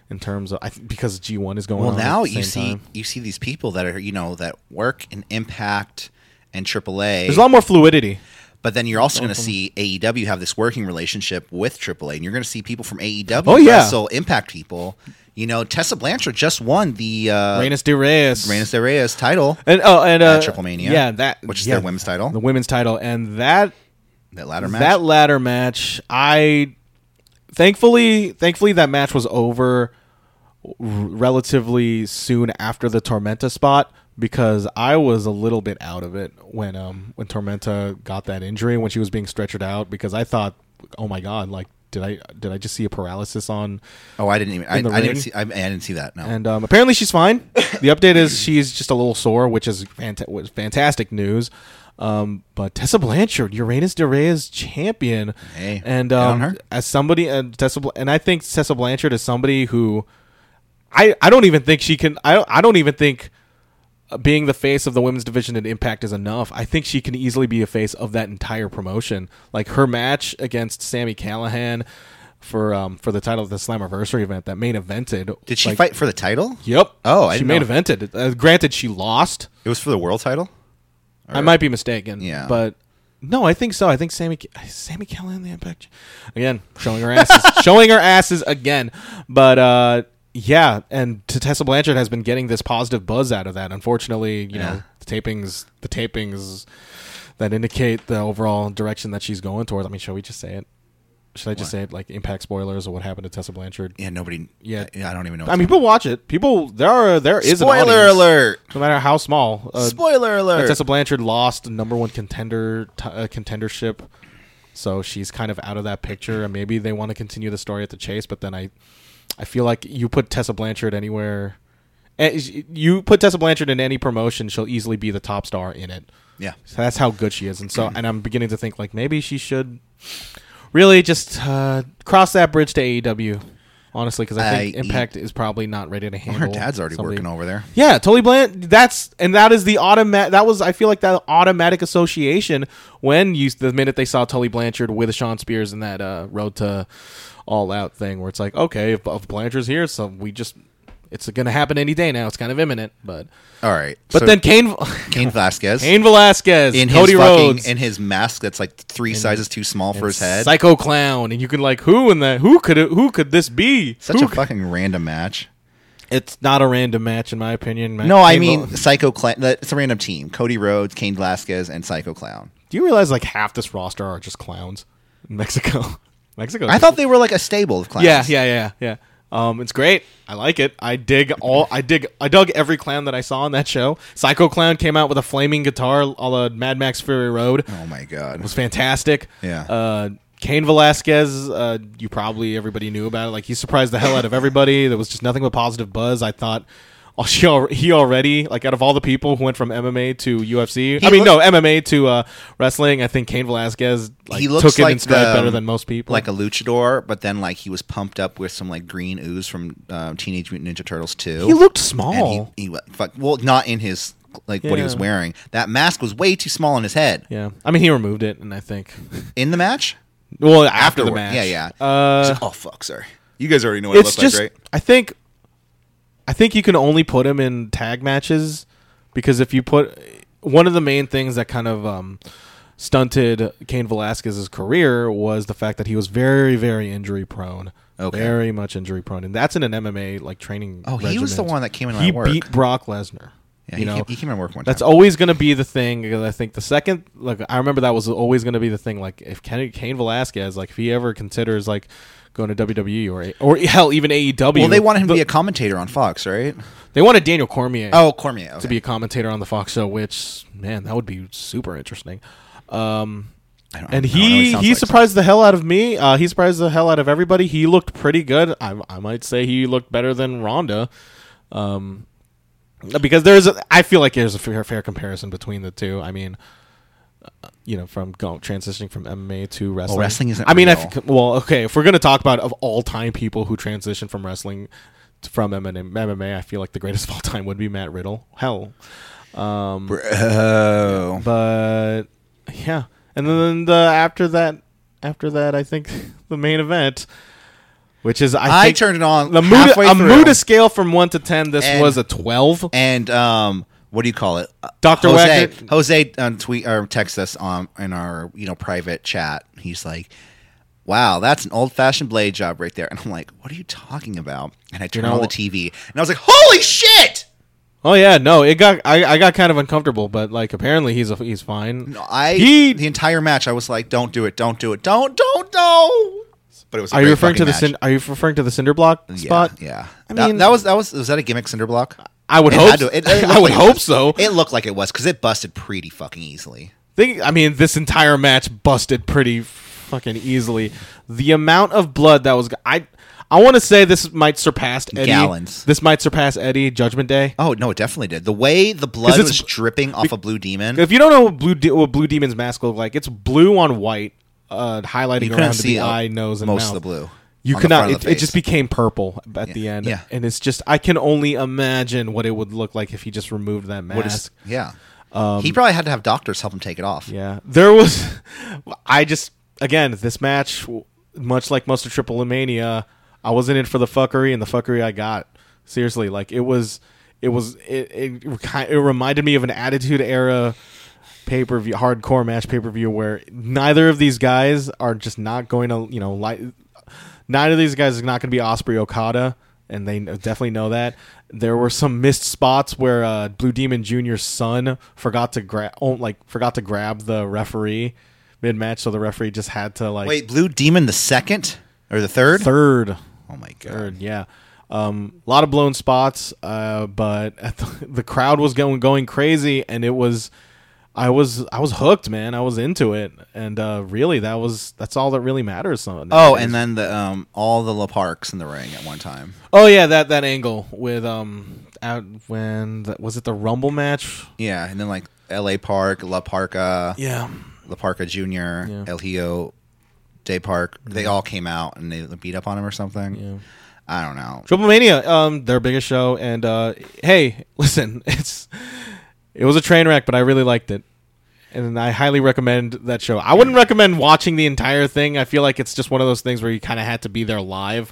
[SPEAKER 3] in terms of I th- because G one is going
[SPEAKER 2] Well,
[SPEAKER 3] on. at
[SPEAKER 2] now
[SPEAKER 3] the
[SPEAKER 2] you
[SPEAKER 3] same
[SPEAKER 2] see
[SPEAKER 3] time.
[SPEAKER 2] you see these people that are you know that work in Impact and AAA.
[SPEAKER 3] there's a lot more fluidity.
[SPEAKER 2] But then you're also going to see AEW have this working relationship with AAA, and you're going to see people from AEW
[SPEAKER 3] Oh, yeah.
[SPEAKER 2] wrestle Impact people. You know, Tessa Blanchard just won the uh,
[SPEAKER 3] Reyes de Reyes,
[SPEAKER 2] Reyes de Reyes title,
[SPEAKER 3] and oh, and uh,
[SPEAKER 2] at Triple Mania,
[SPEAKER 3] Yeah, that
[SPEAKER 2] which is
[SPEAKER 3] yeah,
[SPEAKER 2] their women's title,
[SPEAKER 3] the women's title, and that
[SPEAKER 2] that ladder match.
[SPEAKER 3] that ladder match. I thankfully, thankfully, that match was over r- relatively soon after the Tormenta spot because I was a little bit out of it when um when Tormenta got that injury when she was being stretchered out because I thought, oh my god, like did I did I just see a paralysis on
[SPEAKER 2] oh, I didn't even. I,
[SPEAKER 3] in the
[SPEAKER 2] I didn't
[SPEAKER 3] ring.
[SPEAKER 2] see. I, I didn't see that. No.
[SPEAKER 3] and um, apparently she's fine. The update is she's just a little sore, which is fanta- was fantastic news. Um, but Tessa Blanchard, Uranus De Reyes champion,
[SPEAKER 2] Hey,
[SPEAKER 3] and
[SPEAKER 2] good on
[SPEAKER 3] um,
[SPEAKER 2] her.
[SPEAKER 3] as somebody and Tessa, Bl- and I think Tessa Blanchard is somebody who I I don't even think she can. I don't, I don't even think uh, being the face of the women's division in Impact is enough. I think she can easily be a face of that entire promotion. Like her match against Sammy Callahan. For um for the title of the Slammiversary event that main evented.
[SPEAKER 2] Did she
[SPEAKER 3] like-
[SPEAKER 2] fight for the title?
[SPEAKER 3] Yep.
[SPEAKER 2] Oh, I
[SPEAKER 3] she
[SPEAKER 2] didn't
[SPEAKER 3] made
[SPEAKER 2] know.
[SPEAKER 3] evented. Uh, granted, she lost.
[SPEAKER 2] It was for the world title.
[SPEAKER 3] I might be mistaken.
[SPEAKER 2] Yeah.
[SPEAKER 3] but no, I think so. I think Sammy Sammy Callahan the impact again, showing her asses, showing her asses again. But uh, yeah, and T- Tessa Blanchard has been getting this positive buzz out of that. Unfortunately, you
[SPEAKER 2] Yeah.
[SPEAKER 3] know, the tapings, the tapings that indicate the overall direction that she's going towards. I mean, shall we just say it? Should I just say it like impact spoilers or what happened to Tessa Blanchard?
[SPEAKER 2] Yeah, nobody.
[SPEAKER 3] Yeah.
[SPEAKER 2] I, I don't even know.
[SPEAKER 3] I mean, people watch it. People there are there is an
[SPEAKER 2] spoiler
[SPEAKER 3] audience. Uh,
[SPEAKER 2] alert!
[SPEAKER 3] No matter how small, uh,
[SPEAKER 2] Spoiler alert!
[SPEAKER 3] Tessa Blanchard lost the number one contender t- uh, contendership, so she's kind of out of that picture. And maybe they want to continue the story at the chase, but then I, I feel like you put Tessa Blanchard anywhere, eh, sh- you put Tessa Blanchard in any promotion, she'll easily be the top star in it.
[SPEAKER 2] yeah.
[SPEAKER 3] So that's how good she is, and so and I'm beginning to think like maybe she should really just uh, cross that bridge to AEW. Honestly, because I think
[SPEAKER 2] I- E
[SPEAKER 3] Impact is probably not ready to
[SPEAKER 2] Her
[SPEAKER 3] handle.
[SPEAKER 2] dad's already
[SPEAKER 3] somebody-
[SPEAKER 2] working over there.
[SPEAKER 3] yeah, Tully Bland. That's and that is the automatic. That was I feel like that automatic association when you the minute they saw Tully Blanchard with Sean Spears in that uh, Road to All Out thing, where it's like, okay, if, if Blanchard's here, so we just it's going to happen any day now. It's kind of imminent, but
[SPEAKER 2] All right,
[SPEAKER 3] but
[SPEAKER 2] so
[SPEAKER 3] then Kane
[SPEAKER 2] Cain Velasquez.
[SPEAKER 3] Kane Velasquez,
[SPEAKER 2] in
[SPEAKER 3] Cody
[SPEAKER 2] his
[SPEAKER 3] Rhodes,
[SPEAKER 2] fucking in his mask that's like three sizes too small for his head.
[SPEAKER 3] Psycho Clown, and you can like who in the who could it, who could this be?
[SPEAKER 2] Such
[SPEAKER 3] Who
[SPEAKER 2] a
[SPEAKER 3] c-
[SPEAKER 2] fucking random match.
[SPEAKER 3] it's not a random match in my opinion. Ma-
[SPEAKER 2] No, I
[SPEAKER 3] Kane Vel-
[SPEAKER 2] mean Psycho Clown. It's a random team: Cody Rhodes, Kane Velasquez, and Psycho Clown.
[SPEAKER 3] Do you realize like half this roster are just clowns in Mexico? Mexico.
[SPEAKER 2] I thought they were like a stable of clowns.
[SPEAKER 3] Yeah, yeah, yeah, yeah. Um, it's great. I like it. I dig all. I dig. I dug every clown that I saw on that show. Psycho Clown came out with a flaming guitar, a la Mad Max Fury Road. It
[SPEAKER 2] Oh my god.
[SPEAKER 3] was fantastic.
[SPEAKER 2] Yeah.
[SPEAKER 3] Uh, Kane Velasquez. Uh, you probably everybody knew about it. Like he surprised the hell out of everybody. There was just nothing but positive buzz. I thought. Oh, she al- he already like out of all the people who went from MMA to UFC. I mean,
[SPEAKER 2] looked-
[SPEAKER 3] no MMA to uh, wrestling. I think Kane Velasquez like
[SPEAKER 2] he
[SPEAKER 3] took
[SPEAKER 2] looks
[SPEAKER 3] it
[SPEAKER 2] like
[SPEAKER 3] in stride
[SPEAKER 2] the-
[SPEAKER 3] better than most people.
[SPEAKER 2] like a luchador, but then like he was pumped up with some like green ooze from um, Teenage Mutant Ninja Turtles two.
[SPEAKER 3] he looked small.
[SPEAKER 2] And he, he wa- fuck, well, not in his like what he was
[SPEAKER 3] Yeah.
[SPEAKER 2] wearing. That mask was way too small on his head.
[SPEAKER 3] Yeah, I mean he removed it, and I think
[SPEAKER 2] In the match,
[SPEAKER 3] well after the
[SPEAKER 2] Afterward.
[SPEAKER 3] match.
[SPEAKER 2] yeah, yeah. He's
[SPEAKER 3] Uh,
[SPEAKER 2] like, oh fuck, sorry. You guys already know what
[SPEAKER 3] it's
[SPEAKER 2] it looks
[SPEAKER 3] just
[SPEAKER 2] like, right?
[SPEAKER 3] I think I think you can only put him in tag matches because if you put one of the main things that kind of um, stunted Kane Velasquez's career was the fact that he was very very injury prone.
[SPEAKER 2] Okay.
[SPEAKER 3] Very much injury prone, and that's in an MMA like training.
[SPEAKER 2] Oh, he was the
[SPEAKER 3] regiment.
[SPEAKER 2] one that came in
[SPEAKER 3] He
[SPEAKER 2] at work.
[SPEAKER 3] beat Brock Lesnar.
[SPEAKER 2] Yeah,
[SPEAKER 3] you
[SPEAKER 2] he,
[SPEAKER 3] know,
[SPEAKER 2] came, he came and worked one
[SPEAKER 3] That's
[SPEAKER 2] time.
[SPEAKER 3] always going to be the thing. Because I think the second, like I remember that was always going to be the thing. Like if Ken, Kane Velasquez, like if he ever considers like going to WWE or A- or hell even AEW,
[SPEAKER 2] well, they wanted him
[SPEAKER 3] the-
[SPEAKER 2] to be a commentator on Fox, right?
[SPEAKER 3] they wanted Daniel Cormier
[SPEAKER 2] Oh, Cormier.
[SPEAKER 3] to be a commentator on the Fox show, which man, that would be super interesting. Um,
[SPEAKER 2] I don't- I
[SPEAKER 3] and
[SPEAKER 2] don't know, he
[SPEAKER 3] he
[SPEAKER 2] sounds
[SPEAKER 3] he
[SPEAKER 2] like
[SPEAKER 3] surprised the hell out of me. Uh, he surprised the hell out of everybody. He looked pretty good. I, I might say he looked better than Ronda, um, because there's a, I feel like there's a fair, fair comparison between the two. I mean, uh, you know, from go, transitioning from MMA to wrestling.
[SPEAKER 2] wrestling isn't
[SPEAKER 3] I mean,
[SPEAKER 2] real.
[SPEAKER 3] if, well, okay, if we're gonna talk about of all time people who transitioned from wrestling to- from MMA, MMA, I feel like the greatest of all time would be Matt Riddle. Hell,
[SPEAKER 2] Bro.
[SPEAKER 3] but yeah, and then the after that, after that, I think the main event, which is I,
[SPEAKER 2] I
[SPEAKER 3] think
[SPEAKER 2] turned it on
[SPEAKER 3] the Muda,
[SPEAKER 2] halfway
[SPEAKER 3] a
[SPEAKER 2] through.
[SPEAKER 3] Muda scale from one to ten. This
[SPEAKER 2] And-
[SPEAKER 3] was a twelve.
[SPEAKER 2] And um, what do you call it? Uh,
[SPEAKER 3] Dr.
[SPEAKER 2] Jose.
[SPEAKER 3] Wackett.
[SPEAKER 2] Jose um, tweet or text us on in our you know private chat. He's like, "Wow, that's an old fashioned blade job right there." And I'm like, "What are you talking about?" And I turned
[SPEAKER 3] know-
[SPEAKER 2] on the TV, and I was like, "Holy shit!"
[SPEAKER 3] Oh yeah, no, it got I, I got kind of uncomfortable, but like apparently he's a, he's fine.
[SPEAKER 2] No, I
[SPEAKER 3] he
[SPEAKER 2] the entire match, I was like, "Don't do it! Don't do it! Don't! Don't! Don't!" But it was. a
[SPEAKER 3] are you
[SPEAKER 2] great
[SPEAKER 3] referring
[SPEAKER 2] fucking
[SPEAKER 3] to the
[SPEAKER 2] match.
[SPEAKER 3] cin- are you referring to the cinder block
[SPEAKER 2] Yeah,
[SPEAKER 3] spot?
[SPEAKER 2] Yeah,
[SPEAKER 3] I
[SPEAKER 2] That-
[SPEAKER 3] mean-
[SPEAKER 2] that, was that was was that a gimmick cinder block?
[SPEAKER 3] I would
[SPEAKER 2] It
[SPEAKER 3] hope
[SPEAKER 2] had to- it- it
[SPEAKER 3] I
[SPEAKER 2] looked like
[SPEAKER 3] would
[SPEAKER 2] it
[SPEAKER 3] hope
[SPEAKER 2] was.
[SPEAKER 3] so.
[SPEAKER 2] It looked like it was because it busted pretty fucking easily.
[SPEAKER 3] Think I mean this entire match busted pretty fucking easily. The amount of blood that was I I want to say this might surpass Eddie.
[SPEAKER 2] Gallons.
[SPEAKER 3] This might surpass Eddie Judgment Day.
[SPEAKER 2] Oh no, it definitely did. The way the blood
[SPEAKER 3] 'Cause it's-
[SPEAKER 2] was dripping off a blue demon,
[SPEAKER 3] If you don't know what blue De- what blue demon's mask looked like, it's blue on white, uh, highlighting
[SPEAKER 2] you couldn't
[SPEAKER 3] around the
[SPEAKER 2] see uh,
[SPEAKER 3] eye, nose, and
[SPEAKER 2] most
[SPEAKER 3] mouth.
[SPEAKER 2] of the blue.
[SPEAKER 3] You
[SPEAKER 2] on the
[SPEAKER 3] could not.
[SPEAKER 2] front of
[SPEAKER 3] It,
[SPEAKER 2] the
[SPEAKER 3] it just
[SPEAKER 2] face.
[SPEAKER 3] became purple at the end,
[SPEAKER 2] yeah.
[SPEAKER 3] and it's just I can only imagine what it would look like if he just removed that mask.
[SPEAKER 2] What is- yeah. he probably had to have doctors help him take it off.
[SPEAKER 3] Um, yeah, there was. I just again this match, much like most of Triple Mania, I wasn't in for the fuckery, and the fuckery I got seriously like it was. It was it it, ki- it reminded me of an Attitude Era pay per view hardcore match pay per view where neither of these guys are just not going to you know like neither of these guys is not going to be Osprey Okada, and they kn- definitely know that. There were some missed spots where uh, Blue Demon Junior's son forgot to grab, oh, like forgot to grab the referee mid match, so the referee just had to like
[SPEAKER 2] Wait, blue demon the second or the third?
[SPEAKER 3] third,
[SPEAKER 2] Oh my god.
[SPEAKER 3] third, yeah. Um, a lot of blown spots, uh, but at the, the crowd was going going crazy, and it was. I was I was hooked, man. I was into it, and uh, really, that was that's all that really matters. Son.
[SPEAKER 2] Oh, and then the um all the La Parks in the ring at one time.
[SPEAKER 3] Oh yeah, that that angle with um out when the, was it the Rumble match?
[SPEAKER 2] Yeah, and then like L.A. Park, La Parca,
[SPEAKER 3] Yeah.
[SPEAKER 2] La Parca Junior,
[SPEAKER 3] Yeah.
[SPEAKER 2] El Hijo, Day Park. They all came out and they beat up on him or something. I don't know.
[SPEAKER 3] Triple Mania, um, their biggest show, and uh, hey, listen, it's it was a train wreck, but I really liked it, and I highly recommend that show. I wouldn't recommend watching the entire thing. I feel like it's just one of those things where you kind of had to be there live,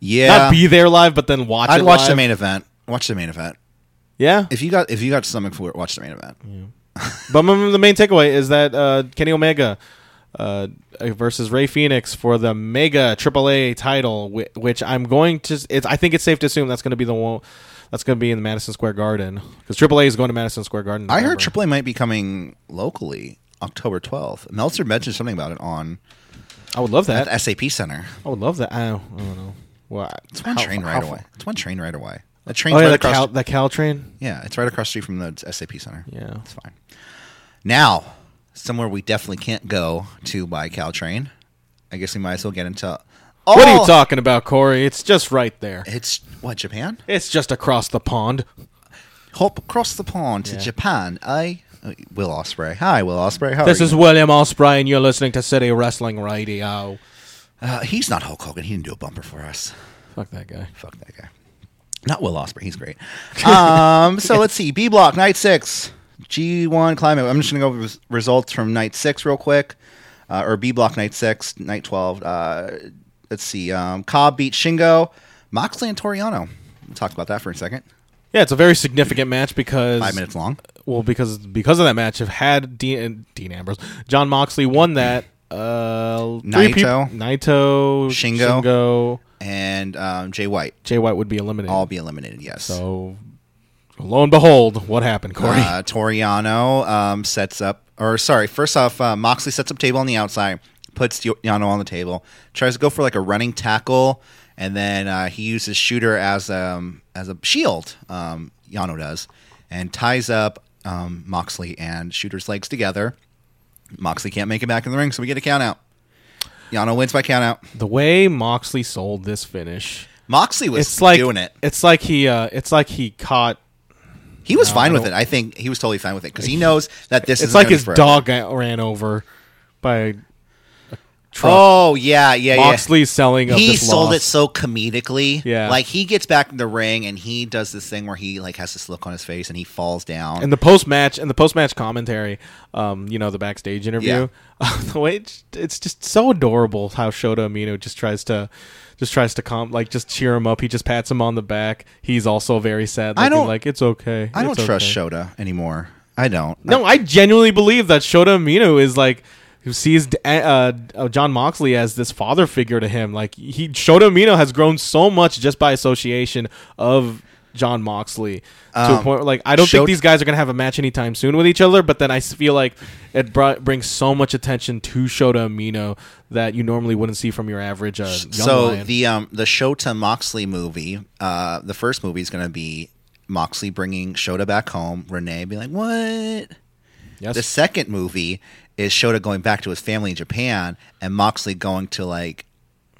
[SPEAKER 2] Yeah,
[SPEAKER 3] not be there live, but then watch.
[SPEAKER 2] I'd
[SPEAKER 3] it
[SPEAKER 2] watch the
[SPEAKER 3] live.
[SPEAKER 2] main event. Watch the main event.
[SPEAKER 3] Yeah,
[SPEAKER 2] If you got if you got stomach for it, watch the main event.
[SPEAKER 3] But my- the main takeaway is that uh, Kenny Omega uh, versus Ray Phoenix for the Mega AAA title, whi- which I'm going to. It's, I think it's safe to assume that's going to be the one that's going to be in the Madison Square Garden because AAA is going to Madison Square Garden. in
[SPEAKER 2] I heard
[SPEAKER 3] November.
[SPEAKER 2] AAA might be coming locally October 12th. Meltzer mentioned something about it on
[SPEAKER 3] I would love that.
[SPEAKER 2] the SAP Center.
[SPEAKER 3] I would love that. I don't, I don't know. Well,
[SPEAKER 2] It's one train right away. It's one train right away. The train's
[SPEAKER 3] Oh yeah,
[SPEAKER 2] right
[SPEAKER 3] the
[SPEAKER 2] across.
[SPEAKER 3] Cal, the Cal train.
[SPEAKER 2] yeah, it's right across the street from the SAP Center.
[SPEAKER 3] Yeah.
[SPEAKER 2] it's fine. Now, somewhere we definitely can't go to by Caltrain. I guess we might as well get into.
[SPEAKER 3] What are
[SPEAKER 2] Oh!
[SPEAKER 3] you talking about, Corey? It's just right there.
[SPEAKER 2] It's what Japan?
[SPEAKER 3] It's just across the pond.
[SPEAKER 2] Hop across the pond to
[SPEAKER 3] Yeah.
[SPEAKER 2] Japan. I uh, Will Osprey. Hi, Will Osprey. How
[SPEAKER 3] This
[SPEAKER 2] are you?
[SPEAKER 3] is William Ospreay, and you're listening to City Wrestling Radio.
[SPEAKER 2] Uh, he's not Hulk Hogan. He didn't do a bumper for us.
[SPEAKER 3] Fuck that guy.
[SPEAKER 2] Fuck that guy. Not Will Osprey. He's great. Um, so let's see. B block, night six. G1 climate. I'm just going to go over res- results from night six real quick. Uh, or B block, night six, night 12. Uh, let's see. Um, Cobb beat Shingo, Moxley, and Toriano. We'll talk about that for a second.
[SPEAKER 3] Yeah, it's a very significant match because
[SPEAKER 2] Five minutes long.
[SPEAKER 3] Well, because because of that match, if had Dean, Dean Ambrose, John Moxley won that. Uh, three peop-
[SPEAKER 2] Naito.
[SPEAKER 3] Naito,
[SPEAKER 2] Shingo.
[SPEAKER 3] Shingo,
[SPEAKER 2] And um, Jay White.
[SPEAKER 3] Jay White would be eliminated.
[SPEAKER 2] All be eliminated, yes.
[SPEAKER 3] so, lo and behold, what happened, Corey?
[SPEAKER 2] Uh, Toriano um, sets up, or sorry, first off, uh, Moxley sets up table on the outside, puts Yano on the table, tries to go for like a running tackle, and then uh, he uses Shooter as um, as a shield. Um, Yano does, and ties up um, Moxley and Shooter's legs together. Moxley can't make it back in the ring, so we get a count out. Yano wins by count out.
[SPEAKER 3] the way Moxley sold this finish,
[SPEAKER 2] Moxley was
[SPEAKER 3] it's like
[SPEAKER 2] doing it.
[SPEAKER 3] It's like he, uh, it's like he caught.
[SPEAKER 2] He was
[SPEAKER 3] No,
[SPEAKER 2] fine
[SPEAKER 3] I
[SPEAKER 2] with it.
[SPEAKER 3] don't-
[SPEAKER 2] I think he was totally fine with it because he knows that this
[SPEAKER 3] It's
[SPEAKER 2] is
[SPEAKER 3] like his dog got ran over by a truck.
[SPEAKER 2] Oh yeah, yeah, yeah.
[SPEAKER 3] Moxley's selling. Of
[SPEAKER 2] he
[SPEAKER 3] this
[SPEAKER 2] sold
[SPEAKER 3] loss.
[SPEAKER 2] it so comedically.
[SPEAKER 3] Yeah.
[SPEAKER 2] like he gets back in the ring and he does this thing where he like has this look on his face and he falls down.
[SPEAKER 3] and the post match and the post match commentary, um, you know, the backstage interview. the way it's, it's just so adorable how Shota Amino just tries to, just tries to comp like just cheer him up. He just pats him on the back. He's also very sad. Looking,
[SPEAKER 2] I don't-
[SPEAKER 3] like it's okay.
[SPEAKER 2] I don't
[SPEAKER 3] It's
[SPEAKER 2] trust
[SPEAKER 3] okay."
[SPEAKER 2] Shota anymore. I don't.
[SPEAKER 3] No, I genuinely believe that Shota Amino is like who sees D- uh, uh, John Moxley as this father figure to him. Like he Shota Amino has grown so much just by association of John Moxley to a
[SPEAKER 2] Um,
[SPEAKER 3] point where, like I don't
[SPEAKER 2] Shota-
[SPEAKER 3] think these guys are gonna have a match anytime soon with each other. But then I s- feel like it brought, brings so much attention to Shota Amino that you normally wouldn't see from your average uh, young
[SPEAKER 2] so
[SPEAKER 3] lion.
[SPEAKER 2] the um the Shota Moxley movie, uh, the first movie is going to be Moxley bringing Shota back home. Renee being like, "What?"
[SPEAKER 3] yes.
[SPEAKER 2] The second movie is Shota going back to his family in Japan and Moxley going to like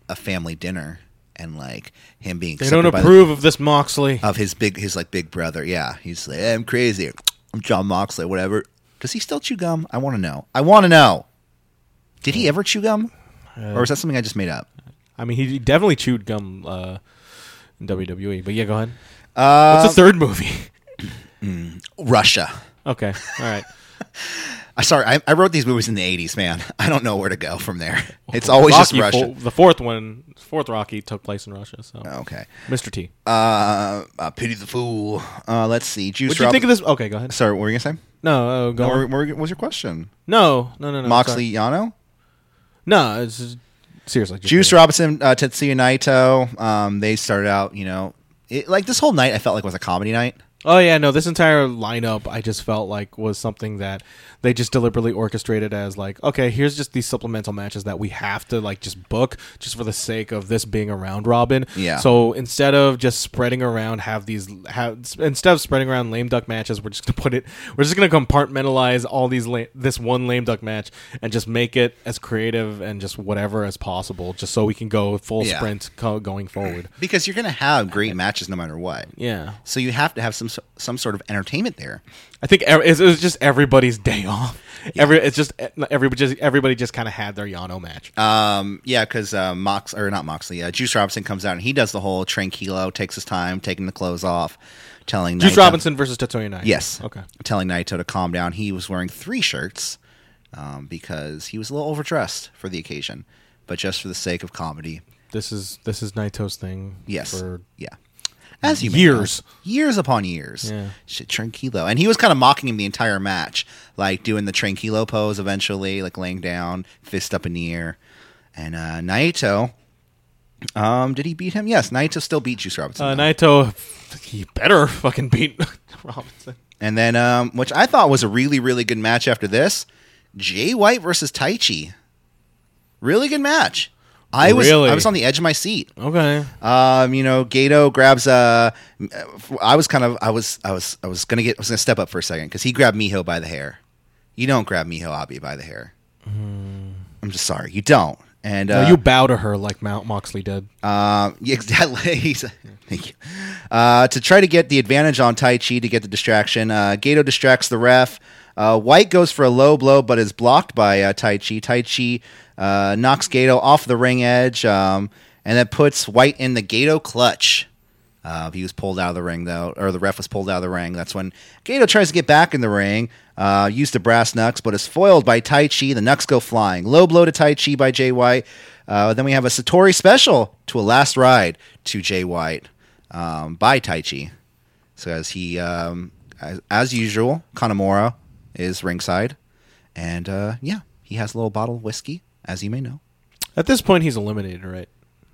[SPEAKER 2] a family dinner and like him being
[SPEAKER 3] they don't
[SPEAKER 2] accepted by the-
[SPEAKER 3] approve of this Moxley.
[SPEAKER 2] of his big his like big brother. Yeah, he's like, "Hey, I'm crazy. I'm John Moxley. Whatever. Does he still chew gum? I want to know. I want to know. Did he ever chew gum, or is that something I just made up?
[SPEAKER 3] I mean, he definitely chewed gum uh, in WWE. But yeah, go ahead.
[SPEAKER 2] Um,
[SPEAKER 3] What's the third movie?
[SPEAKER 2] Russia.
[SPEAKER 3] okay, all right.
[SPEAKER 2] I sorry. I, I wrote these movies in the '80s, man. I don't know where to go from there. It's always
[SPEAKER 3] Rocky
[SPEAKER 2] just Russia.
[SPEAKER 3] fo- the fourth one, fourth Rocky took place in Russia. So,
[SPEAKER 2] okay.
[SPEAKER 3] Mr. T,
[SPEAKER 2] Uh, uh, pity the fool. Uh, let's see. Juice.
[SPEAKER 3] what do you
[SPEAKER 2] Rob-
[SPEAKER 3] think of this? Okay, go ahead.
[SPEAKER 2] Sorry, what were you gonna say?
[SPEAKER 3] No, uh, go
[SPEAKER 2] What,
[SPEAKER 3] on.
[SPEAKER 2] were- what were- what was your question?
[SPEAKER 3] no, no, no, no. sorry.
[SPEAKER 2] Moxley, Yano,
[SPEAKER 3] No, it's just- seriously. just
[SPEAKER 2] Juice
[SPEAKER 3] kidding.
[SPEAKER 2] Robinson, uh, Tetsuya Naito. Um, they started out, you know, it, like this whole night. I felt like was a comedy night.
[SPEAKER 3] Oh yeah, no. This entire lineup, I just felt like was something that they just deliberately orchestrated as like, okay, here's just these supplemental matches that we have to like just book just for the sake of this being a round robin.
[SPEAKER 2] Yeah.
[SPEAKER 3] So instead of just spreading around, have these have instead of spreading around lame duck matches, we're just gonna put it. We're just gonna compartmentalize all these la- this one lame duck match and just make it as creative and just whatever as possible, just so we can go full
[SPEAKER 2] Yeah.
[SPEAKER 3] sprint co- going forward.
[SPEAKER 2] because you're going to have great matches no matter what.
[SPEAKER 3] Yeah.
[SPEAKER 2] So you have to have some some sort of entertainment there.
[SPEAKER 3] I think ev- it's- it was just everybody's day off. Every it's just eh, everybody just everybody just kind of had their Yano match.
[SPEAKER 2] Um, yeah, because uh, Mox or not Moxley, uh, Juice Robinson comes out and he does the whole tranquilo, takes his time, taking the clothes off, telling
[SPEAKER 3] Juice
[SPEAKER 2] Naito-
[SPEAKER 3] Robinson versus Tetsuya Naito.
[SPEAKER 2] yes,
[SPEAKER 3] Okay.
[SPEAKER 2] telling Naito to calm down. He was wearing three shirts um, because he was a little overdressed for the occasion, but just for the sake of comedy,
[SPEAKER 3] This is this is Naito's thing.
[SPEAKER 2] Yes.
[SPEAKER 3] For,
[SPEAKER 2] yeah. As you may
[SPEAKER 3] Years.
[SPEAKER 2] know. years upon years.
[SPEAKER 3] Yeah.
[SPEAKER 2] Shit, tranquilo, and he was kind of mocking him the entire match, like doing the tranquilo pose. Eventually, like laying down, fist up in the air, and uh, Naito. Um, did he beat him? Yes, Naito still beat Juice Robinson,
[SPEAKER 3] uh,
[SPEAKER 2] though.
[SPEAKER 3] Naito, he better fucking beat Robinson.
[SPEAKER 2] and then um, which I thought was a really really good match. After this, Jay White versus Taichi, really good match. I was
[SPEAKER 3] Really?
[SPEAKER 2] I was on the edge of my seat.
[SPEAKER 3] Okay.
[SPEAKER 2] Um, you know, Gato grabs. Uh, I was kind of. I was. I was. I was gonna get. I was gonna step up for a second because he grabbed Miho by the hair. You don't grab Miho Abi by the hair. I'm just sorry. You don't. And uh,
[SPEAKER 3] Mm. no, Oh, you bow to her like Mount Moxley did.
[SPEAKER 2] um, yeah, exactly. He's- Thank you. Uh, to try to get the advantage on Tai Chi to get the distraction, uh, Gato distracts the ref. Uh, White goes for a low blow, but is blocked by uh, Tai Chi. Tai Chi uh, knocks Gato off the ring edge um, and then puts White in the Gato clutch. Uh, he was pulled out of the ring, though, or the ref was pulled out of the ring. That's when Gato tries to get back in the ring, uh, used to brass knucks, but is foiled by Tai Chi. The knucks go flying. Low blow to Tai Chi by Jay White. Uh, then we have a Satori special to a last ride to Jay White um, by Tai Chi. So as he, um, as, as usual, Kanamura is ringside. And uh, yeah, he has a little bottle of whiskey, as you may know.
[SPEAKER 3] At this point, he's eliminated, right?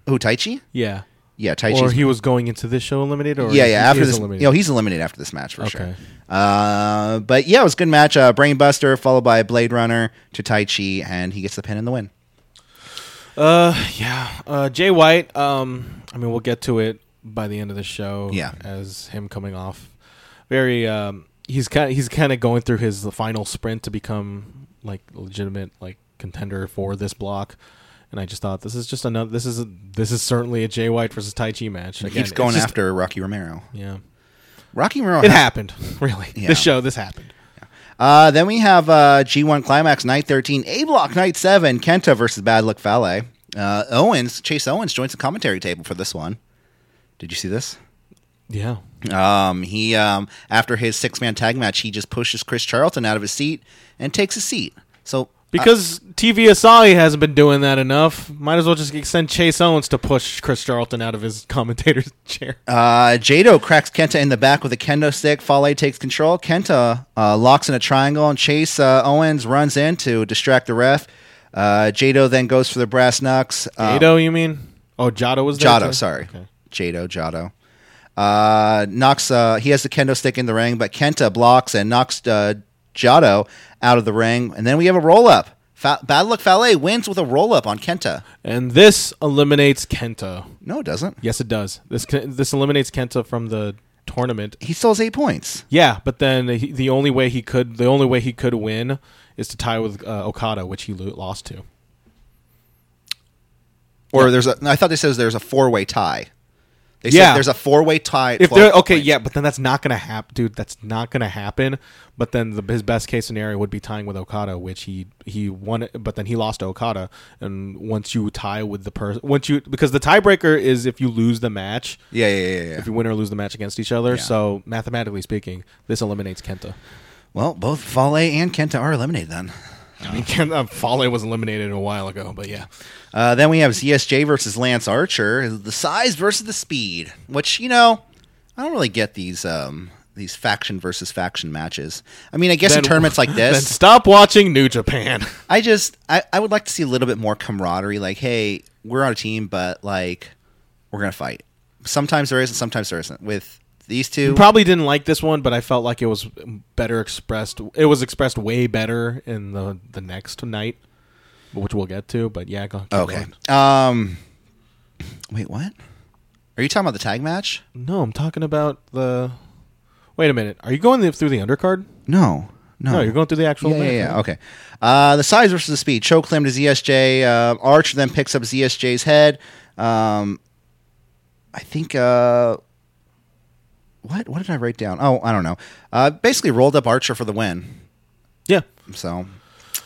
[SPEAKER 2] Oh, Tai Chi?
[SPEAKER 3] Yeah.
[SPEAKER 2] Yeah, Tai
[SPEAKER 3] Or
[SPEAKER 2] Chi's
[SPEAKER 3] he was going into this show eliminated. Or
[SPEAKER 2] yeah,
[SPEAKER 3] he-
[SPEAKER 2] yeah.
[SPEAKER 3] he
[SPEAKER 2] After
[SPEAKER 3] is
[SPEAKER 2] this,
[SPEAKER 3] eliminated?
[SPEAKER 2] you know, he's eliminated after this match for sure.
[SPEAKER 3] Okay.
[SPEAKER 2] Uh, but yeah, it was a good match. Uh, Brainbuster followed by Blade Runner to Tai Chi, and he gets the pin and the win.
[SPEAKER 3] Uh, yeah. Uh, Jay White. Um, I mean, we'll get to it by the end of the show.
[SPEAKER 2] Yeah.
[SPEAKER 3] as him coming off, very. Um, he's kind. He's kind of going through his final sprint to become like legitimate like contender for this block. And I just thought this is just another. This is a, this is certainly a Jay White versus Tai Chi match.
[SPEAKER 2] He
[SPEAKER 3] Again,
[SPEAKER 2] keeps going
[SPEAKER 3] it's just-
[SPEAKER 2] after Rocky Romero.
[SPEAKER 3] Yeah.
[SPEAKER 2] Rocky Romero.
[SPEAKER 3] It
[SPEAKER 2] has-
[SPEAKER 3] happened, really.
[SPEAKER 2] Yeah.
[SPEAKER 3] This show, this happened.
[SPEAKER 2] Uh, then we have uh, G1 Climax Night 13, A Block Night 7, Kenta versus Bad Luck Fale. Uh, Owens, Chase Owens joins the commentary table for this one. Did you see this?
[SPEAKER 3] Yeah.
[SPEAKER 2] Um, he um, after his six man tag match, he just pushes Chris Charlton out of his seat and takes a seat. So uh,
[SPEAKER 3] Because TV Asai hasn't been doing that enough, might as well just send Chase Owens to push Chris Charlton out of his commentator's chair.
[SPEAKER 2] Uh, Jado cracks Kenta in the back with a kendo stick. Fale takes control. Kenta uh, locks in a triangle, and Chase uh, Owens runs in to distract the ref. Uh, Jado then goes for the brass knucks. Uh,
[SPEAKER 3] Jado, you mean? Oh, Jado was there
[SPEAKER 2] Jado,
[SPEAKER 3] too?
[SPEAKER 2] sorry.
[SPEAKER 3] Okay.
[SPEAKER 2] Jado, Jado. Uh, knocks. Uh, he has the kendo stick in the ring, but Kenta blocks and knocks uh, Jado out of the ring. And then we have a roll up. Fa- Bad Luck Fale wins with a roll up on Kenta.
[SPEAKER 3] And this eliminates Kenta.
[SPEAKER 2] No, it doesn't.
[SPEAKER 3] Yes, it does. This this eliminates Kenta from the tournament.
[SPEAKER 2] He still has eight points.
[SPEAKER 3] Yeah, but then he, the only way he could the only way he could win is to tie with uh, Okada, which he lo- lost to.
[SPEAKER 2] Or there's a. I thought they said there's a four way tie. They said
[SPEAKER 3] Yeah.
[SPEAKER 2] there's a four way tie. At
[SPEAKER 3] If
[SPEAKER 2] 12
[SPEAKER 3] they're okay,
[SPEAKER 2] points.
[SPEAKER 3] yeah, but then that's not gonna happen, dude. That's not gonna happen. But then the, his best case scenario would be tying with Okada, which he he won. it- But then he lost to Okada, and once you tie with the person, once you because the tiebreaker is if you lose the match,
[SPEAKER 2] yeah, yeah, yeah, yeah.
[SPEAKER 3] if you win or lose the match against each other. So mathematically speaking, this eliminates Kenta.
[SPEAKER 2] Well, both Fale and Kenta are eliminated then.
[SPEAKER 3] I mean, Kenta Fale was eliminated a while ago, but yeah.
[SPEAKER 2] Uh, then we have ZSJ versus Lance Archer. The size versus the speed, which you know, I don't really get these um, these faction versus faction matches. I mean, I guess in
[SPEAKER 3] Then-
[SPEAKER 2] tournaments like
[SPEAKER 3] Then
[SPEAKER 2] this,
[SPEAKER 3] stop watching New Japan.
[SPEAKER 2] I just I, I would like to see a little bit more camaraderie. Like, hey, we're on a team, but like we're gonna fight. Sometimes there is, and sometimes there isn't. With these two,
[SPEAKER 3] Probably didn't like this one, but I felt like it was better expressed. It was expressed way better in the the next night, which we'll get to. But yeah, go. keep
[SPEAKER 2] okay.
[SPEAKER 3] going.
[SPEAKER 2] Um, wait, what? Are you talking about the tag match?
[SPEAKER 3] No, I'm talking about the. Wait a minute. Are you going the, through the undercard?
[SPEAKER 2] No, no,
[SPEAKER 3] No, you're going through the actual.
[SPEAKER 2] Yeah, yeah,
[SPEAKER 3] match,
[SPEAKER 2] yeah.
[SPEAKER 3] right?
[SPEAKER 2] Okay. Uh, the size versus the speed. Choke slam to ZSJ. Uh, Arch then picks up ZSJ's head. Um, I think. Uh, what what did I write down? Oh, I don't know. Uh, basically rolled up Archer for the win.
[SPEAKER 3] Yeah.
[SPEAKER 2] So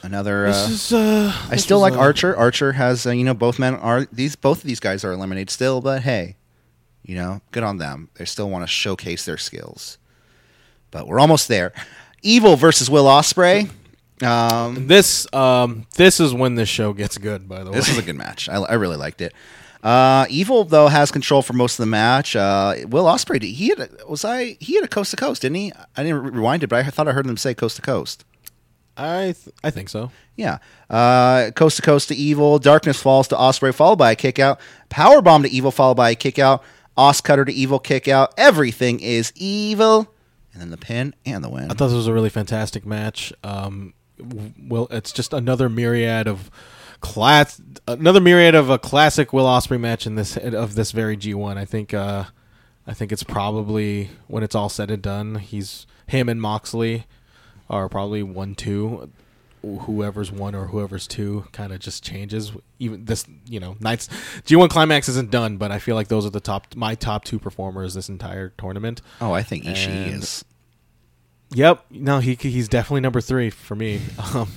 [SPEAKER 2] another. Uh,
[SPEAKER 3] This is, uh,
[SPEAKER 2] I
[SPEAKER 3] this
[SPEAKER 2] still
[SPEAKER 3] was,
[SPEAKER 2] like
[SPEAKER 3] uh,
[SPEAKER 2] Archer. Archer has uh, you know both men are these both of these guys are eliminated still, but hey, you know good on them. They still want to showcase their skills. But we're almost there. Evil versus Will Osprey. Um,
[SPEAKER 3] This um this is when this show gets good. By the way,
[SPEAKER 2] This was a good match. I, I really liked it. Uh, Evil though has control for most of the match. Uh, Will Osprey, he had a, was I he had a coast to coast, didn't he? I didn't re- rewind it, but I thought I heard them say coast to coast.
[SPEAKER 3] I th- I think so.
[SPEAKER 2] Yeah, uh, coast to coast to Evil. Darkness falls to Osprey, followed by a kick out. Power bomb to Evil, followed by a kick out. Os cutter to Evil, kick out. Everything is evil, and then the pin and the win.
[SPEAKER 3] I thought this was a really fantastic match. Um, w- well, it's just another myriad of class, another myriad of a classic Will Osprey match in this of this very G one. I think, uh, I think it's probably when it's all said and done, he's him and Moxley are probably one two. Whoever's one or whoever's two kind of just changes. Even this, you know, nights G one climax isn't done, but I feel like those are the top my top two performers this entire tournament.
[SPEAKER 2] oh, I think Ishii
[SPEAKER 3] And-
[SPEAKER 2] is.
[SPEAKER 3] Yep. No, he he's definitely number three for me. Um,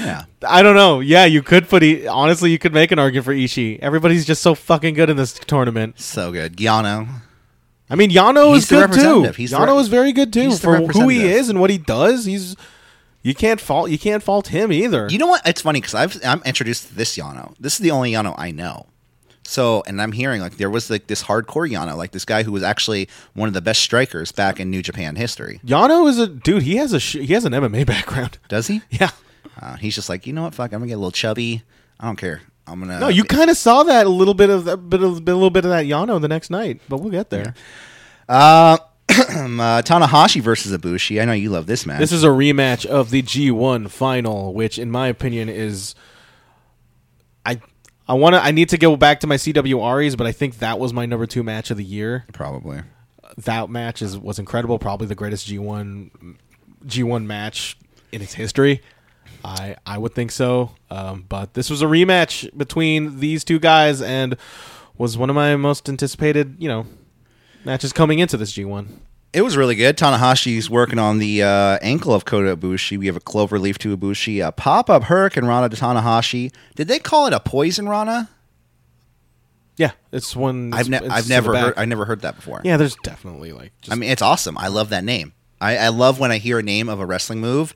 [SPEAKER 2] Yeah,
[SPEAKER 3] I don't know. Yeah, you could put. I- Honestly, you could make an argument for Ishii. Everybody's just so fucking good in this tournament.
[SPEAKER 2] so good. Giano.
[SPEAKER 3] I mean, Yano
[SPEAKER 2] He's
[SPEAKER 3] is
[SPEAKER 2] the
[SPEAKER 3] good too.
[SPEAKER 2] representative. He's the
[SPEAKER 3] Yano
[SPEAKER 2] re-
[SPEAKER 3] is very good too
[SPEAKER 2] he's the
[SPEAKER 3] for who he
[SPEAKER 2] representative.
[SPEAKER 3] is and what he does. He's you can't fault you can't fault him either.
[SPEAKER 2] You know what? It's funny because I've I'm introduced to this Yano. This is the only Yano I know. So, and I'm hearing like there was like this hardcore Yano, like this guy who was actually one of the best strikers back in New Japan history.
[SPEAKER 3] Yano is a dude. He has a sh- he has an MMA background.
[SPEAKER 2] Does he?
[SPEAKER 3] Yeah.
[SPEAKER 2] Uh, he's just like, you know what? Fuck, I'm gonna get a little chubby. I don't care. I'm gonna.
[SPEAKER 3] No, you kind of saw that a little bit of that bit of a little bit of that Yano the next night, but we'll get there.
[SPEAKER 2] Um, uh, Tanahashi versus Ibushi. I know you love this match.
[SPEAKER 3] This is a rematch of the G1 final, which, in my opinion, is I I want to I need to go back to my CWREs, but I think that was my number two match of the year.
[SPEAKER 2] probably.
[SPEAKER 3] That match is was incredible, probably the greatest G1 G1 match in its history. I I would think so, um, but this was a rematch between these two guys and was one of my most anticipated, you know, matches coming into this G1.
[SPEAKER 2] It was really good. Tanahashi's working on the uh, ankle of Kota Ibushi. We have a cloverleaf to Ibushi, a pop up hurricane Rana to Tanahashi. Did they call it a poison Rana?
[SPEAKER 3] Yeah, it's one.
[SPEAKER 2] I've, ne-
[SPEAKER 3] it's- it's
[SPEAKER 2] I've
[SPEAKER 3] in the
[SPEAKER 2] never
[SPEAKER 3] back.
[SPEAKER 2] heard, I never heard that before.
[SPEAKER 3] yeah, there's definitely like. Just,
[SPEAKER 2] I mean, it's awesome. I love that name. I, I love when I hear a name of a wrestling move,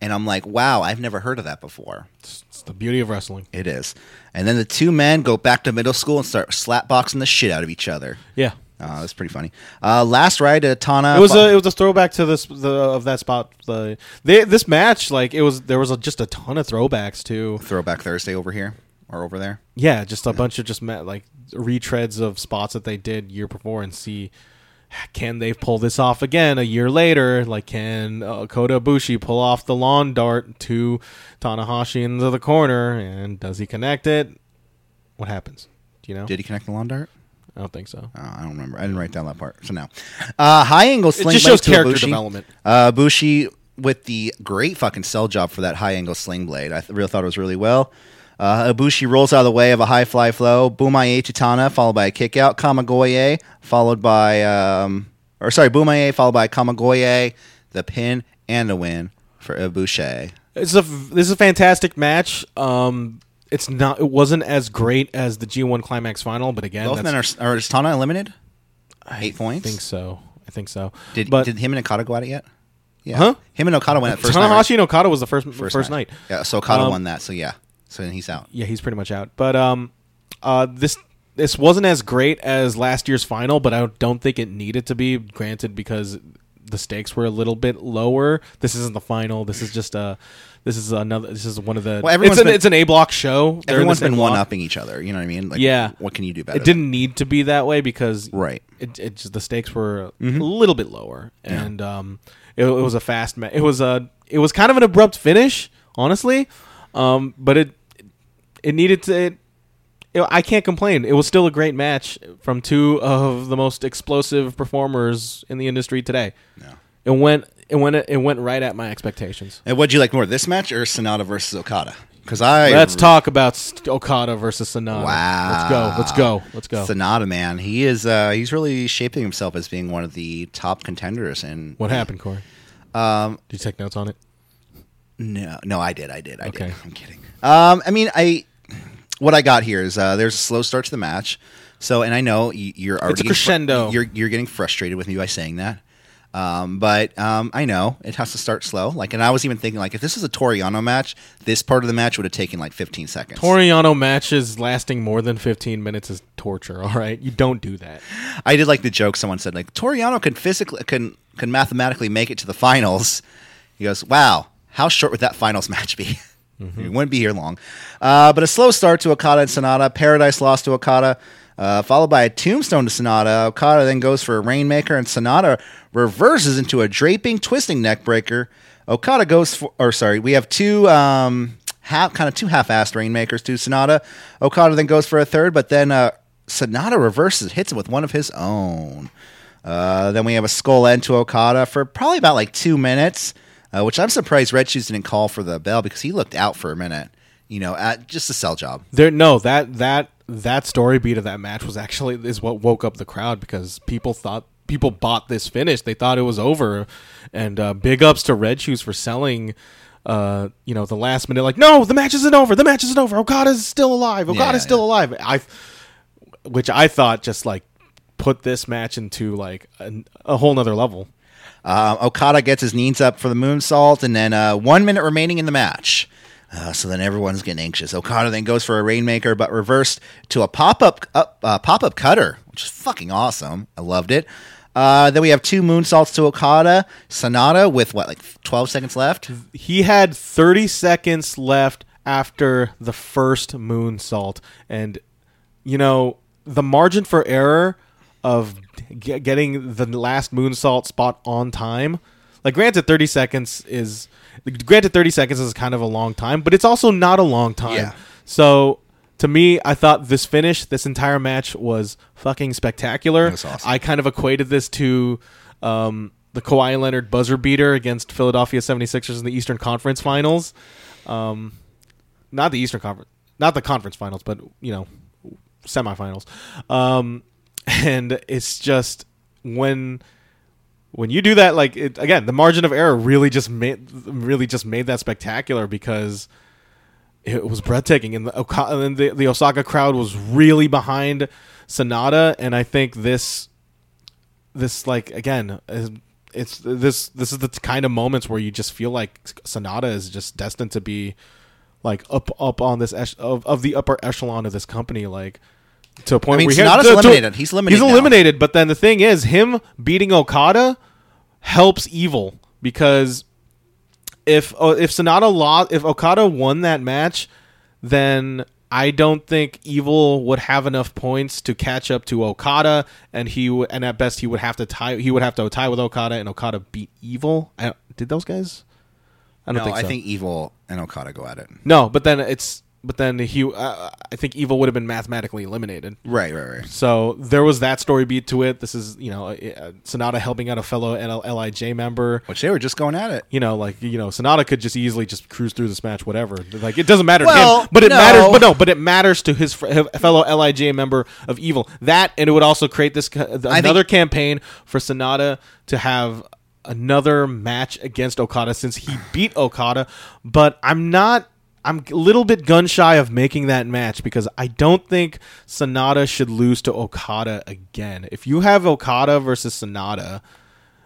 [SPEAKER 2] and I'm like, wow, I've never heard of that before.
[SPEAKER 3] it's, it's the beauty of wrestling.
[SPEAKER 2] It is. And then the two men go back to middle school and start slapboxing the shit out of each other.
[SPEAKER 3] Yeah,
[SPEAKER 2] Uh, that's pretty funny. Uh, last ride to Tana.
[SPEAKER 3] it was a it was a throwback to this the of that spot. The they, this match like it was there was a, just a ton of throwbacks too.
[SPEAKER 2] throwback Thursday over here or over there.
[SPEAKER 3] Yeah, just a bunch of just ma- like retreads of spots that they did year before and see can they pull this off again a year later? Like can uh, Kota Ibushi pull off the lawn dart to Tanahashi into the corner and does he connect it? What happens? Do you know?
[SPEAKER 2] Did he connect the lawn dart?
[SPEAKER 3] I don't think so.
[SPEAKER 2] Uh, I don't remember. I didn't write down that part. So now, uh, high angle sling.
[SPEAKER 3] just
[SPEAKER 2] blade
[SPEAKER 3] shows
[SPEAKER 2] to
[SPEAKER 3] character
[SPEAKER 2] Ibushi.
[SPEAKER 3] development.
[SPEAKER 2] Uh, Bushi with the great fucking sell job for that high angle sling blade. I th- really thought it was really well. Uh, Ibushi rolls out of the way of a high fly flow. Bumaye to Tana, followed by a kick out. Kamagoye, followed by, um, or sorry, Bumaye, followed by Kamagoye, the pin and the win for Ibushi.
[SPEAKER 3] It's a this is a fantastic match. Um, it's not it wasn't as great as the G1 Climax final, but again,
[SPEAKER 2] Both
[SPEAKER 3] that's,
[SPEAKER 2] men are, are is Tana eliminated? Eight points.
[SPEAKER 3] I think so. I think so.
[SPEAKER 2] Did
[SPEAKER 3] but
[SPEAKER 2] did him and Okada go at it yet? Yeah.
[SPEAKER 3] Huh?
[SPEAKER 2] Him and Okada went at first. night, right?
[SPEAKER 3] Tanahashi and Okada was the first first, night.
[SPEAKER 2] Yeah, so Okada
[SPEAKER 3] Um,
[SPEAKER 2] won that. So yeah, so then he's out.
[SPEAKER 3] yeah, he's pretty much out. But um, uh, this this wasn't as great as last year's final, but I don't think it needed to be. Granted, because the stakes were a little bit lower. This isn't the final. This is just a. This is another. This is one of the.
[SPEAKER 2] Well, everyone's
[SPEAKER 3] it's, an,
[SPEAKER 2] been-
[SPEAKER 3] it's an A block show. They're in
[SPEAKER 2] Everyone's
[SPEAKER 3] this A
[SPEAKER 2] been
[SPEAKER 3] block.
[SPEAKER 2] one upping each other. You know what I mean? Like,
[SPEAKER 3] Yeah.
[SPEAKER 2] What can you do better?
[SPEAKER 3] It didn't need to be that way because
[SPEAKER 2] Right. Mm-hmm.
[SPEAKER 3] It, it just, the stakes were a little bit lower, and um, it, it was a fast. Ma- it was a. It was kind of an abrupt finish, honestly, um, but it it needed to. It, it- I can't complain. It was still a great match from two of the most explosive performers in the industry today.
[SPEAKER 2] Yeah.
[SPEAKER 3] It went. It went. It went right at my expectations.
[SPEAKER 2] And what'd you like more, this match or Sonata versus Okada? Because I
[SPEAKER 3] Let's talk about St- Okada versus Sonata.
[SPEAKER 2] Wow.
[SPEAKER 3] Let's go. Let's go. Let's go.
[SPEAKER 2] Sonata, man, he is uh, he's really shaping himself as being one of the top contenders. And
[SPEAKER 3] What happened, Corey? Um, Did you take notes on it?
[SPEAKER 2] No, no, I did, I did, I
[SPEAKER 3] Okay.
[SPEAKER 2] did. I'm kidding. Um, I mean, I what I got here is uh, there's a slow start to the match. So, and I know you- you're already getting fr-
[SPEAKER 3] crescendo.
[SPEAKER 2] You're you're getting frustrated with me by saying that. Um, but um, I know it has to start slow. Like, and I was even thinking like, if this is a Toriano match, this part of the match would have taken like 15 seconds.
[SPEAKER 3] Toriano matches lasting more than 15 minutes is torture, all right? You don't do that.
[SPEAKER 2] I did like the joke someone said like Toriano can physically can can mathematically make it to the finals. He goes, "Wow, how short would that finals match be?" It wouldn't be here long. Uh, but a slow start to Okada and Sonata. Paradise lost to Okada, uh, followed by a tombstone to Sonata. Okada then goes for a rainmaker, and Sonata reverses into a draping, twisting neckbreaker. Okada goes for, or sorry, we have two um, half kind of two half-assed rainmakers to Sonata. Okada then goes for a third, but then uh, Sonata reverses, hits him with one of his own. Uh, then we have a skull end to Okada for probably about like two minutes, uh, which I'm surprised Red Shoes didn't call for the bell because he looked out for a minute. You know, at just a sell job.
[SPEAKER 3] There no, that that that story beat of that match was actually is what woke up the crowd because people thought people bought this finish. They thought it was over. And uh, big ups to Red Shoes for selling uh, you know, the last minute like, "No, the match isn't over. The match isn't over. Okada's still alive. Okada's
[SPEAKER 2] Yeah,
[SPEAKER 3] still
[SPEAKER 2] yeah.
[SPEAKER 3] alive." I which I thought just like put this match into like an, a whole nother level.
[SPEAKER 2] Um, Okada gets his knees up for the moonsault, and then uh, one minute remaining in the match. Uh, so then everyone's getting anxious. Okada then goes for a rainmaker, but reversed to a pop up up uh, pop up cutter, which is fucking awesome. I loved it. Uh, then we have two moonsaults to Okada, Sonata with what like 12 seconds left.
[SPEAKER 3] he had 30 seconds left after the first moonsault and you know the margin for error of ge- getting the last moonsault spot on time like granted 30 seconds is granted 30 seconds is kind of a long time but it's also not a long time
[SPEAKER 2] Yeah.
[SPEAKER 3] so to me i thought this finish this entire match was fucking spectacular
[SPEAKER 2] was awesome.
[SPEAKER 3] I kind of equated this to um, the Kawhi Leonard buzzer beater against Philadelphia 76ers in the Eastern Conference Finals. Um, not the Eastern Conference, not the conference finals, but you know, semifinals. Um, and it's just when when you do that, like it, again, the margin of error really just made really just made that spectacular because it was breathtaking, and the Oka- and the, the Osaka crowd was really behind Sonata, and I think this this like again. Is, it's this this is the kind of moments where you just feel like Sonata is just destined to be like up up on this ech- of, of the upper echelon of this company like to a point
[SPEAKER 2] I mean,
[SPEAKER 3] where he
[SPEAKER 2] Sonata's
[SPEAKER 3] to- to-
[SPEAKER 2] eliminated. He's eliminated
[SPEAKER 3] He's
[SPEAKER 2] now.
[SPEAKER 3] eliminated, but then the thing is him beating Okada helps evil because if oh, if Sonata lost if Okada won that match, then I don't think Evil would have enough points to catch up to Okada, and he w- and at best he would have to tie he would have to tie with Okada, and Okada beat Evil. I, did those guys? I don't
[SPEAKER 2] No,
[SPEAKER 3] think
[SPEAKER 2] I
[SPEAKER 3] so.
[SPEAKER 2] think Evil and Okada go at it.
[SPEAKER 3] no, but then it's but then he uh, I think Evil would have been mathematically eliminated.
[SPEAKER 2] Right, right, right.
[SPEAKER 3] So there was that story beat to it. This is you know uh, Sonata helping out a fellow NL Lij member
[SPEAKER 2] Which they were just going at it.
[SPEAKER 3] you know, like you know, Sonata could just easily just cruise through this match, whatever. Like it doesn't matter to
[SPEAKER 2] Well,
[SPEAKER 3] him, but it
[SPEAKER 2] no.
[SPEAKER 3] matters. But no, but it matters to his fr- his fellow Lij member of Evil. That and it would also create this ca- another campaign for Sonata to have another match against Okada since he beat Okada. But I'm not. I'm a little bit gun shy of making that match because I don't think Sonata should lose to Okada again. If you have Okada versus Sonata,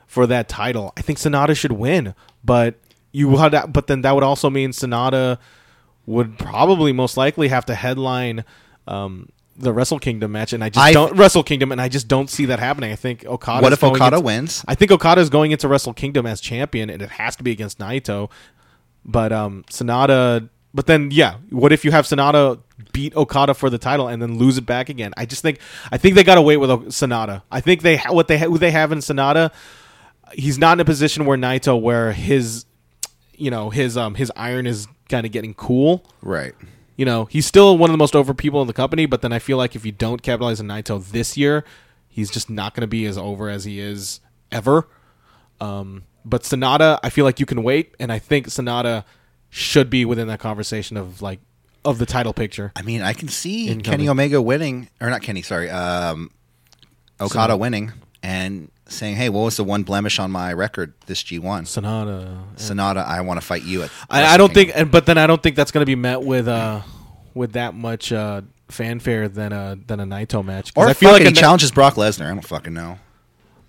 [SPEAKER 3] for that title. I think Sonata should win, but you would, but then that would also mean Sonata would probably most likely have to headline um, the Wrestle Kingdom match, and I just
[SPEAKER 2] I-
[SPEAKER 3] don't Wrestle Kingdom, and I just don't see that happening. I think Okada.
[SPEAKER 2] What if Okada wins?
[SPEAKER 3] I think Okada is going into Wrestle Kingdom as champion, and it has to be against Naito. But um, Sonata. But then, yeah, what if you have Sonata beat Okada for the title and then lose it back again? I just think I think they got away with O- Sonata. I think they ha- what they ha- who they have in Sonata. He's not in a position where Naito, where his, you know, his um his iron is kind of getting cool.
[SPEAKER 2] Right.
[SPEAKER 3] You know, he's still one of the most over people in the company. But then I feel like if you don't capitalize on Naito this year, he's just not going to be as over as he is ever. Um, but Sonata, I feel like you can wait, and I think Sonata should be within that conversation of like of the title picture.
[SPEAKER 2] I mean, I can see
[SPEAKER 3] Incoming.
[SPEAKER 2] Kenny Omega winning, or not Kenny, sorry, um, Okada winning and saying, hey, what was the one blemish on my record this G1?
[SPEAKER 3] Sonata.
[SPEAKER 2] Sonata, I want to fight you at.
[SPEAKER 3] I, I don't think, and but then I don't think that's going to be met with uh with that much uh fanfare than a than a Naito match. 'Cause
[SPEAKER 2] Or
[SPEAKER 3] I feel like
[SPEAKER 2] he
[SPEAKER 3] a Na-
[SPEAKER 2] challenges Brock Lesnar. I don't fucking know.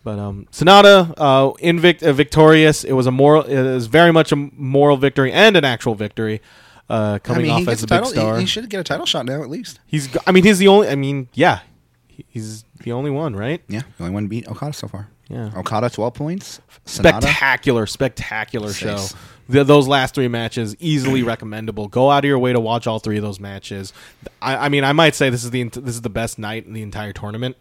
[SPEAKER 3] But um, Sonata, uh, invict, uh, victorious. It was a moral. It was very much a moral victory and an actual victory. Uh, coming
[SPEAKER 2] I mean,
[SPEAKER 3] off
[SPEAKER 2] he
[SPEAKER 3] as
[SPEAKER 2] gets
[SPEAKER 3] a
[SPEAKER 2] a
[SPEAKER 3] big
[SPEAKER 2] title. he-
[SPEAKER 3] star,
[SPEAKER 2] He, should get a title shot now, at least.
[SPEAKER 3] he's. g- I mean, he's the only. I mean, yeah, He- he's the only one, right?
[SPEAKER 2] Yeah, the only one beat Okada so far.
[SPEAKER 3] Yeah.
[SPEAKER 2] Okada twelve points. Sonata.
[SPEAKER 3] Spectacular, spectacular
[SPEAKER 2] Says.
[SPEAKER 3] show. Th those last three matches easily recommendable. Go out of your way to watch all three of those matches. I, I mean, I might say this is the ent- this is the best night in the entire tournament.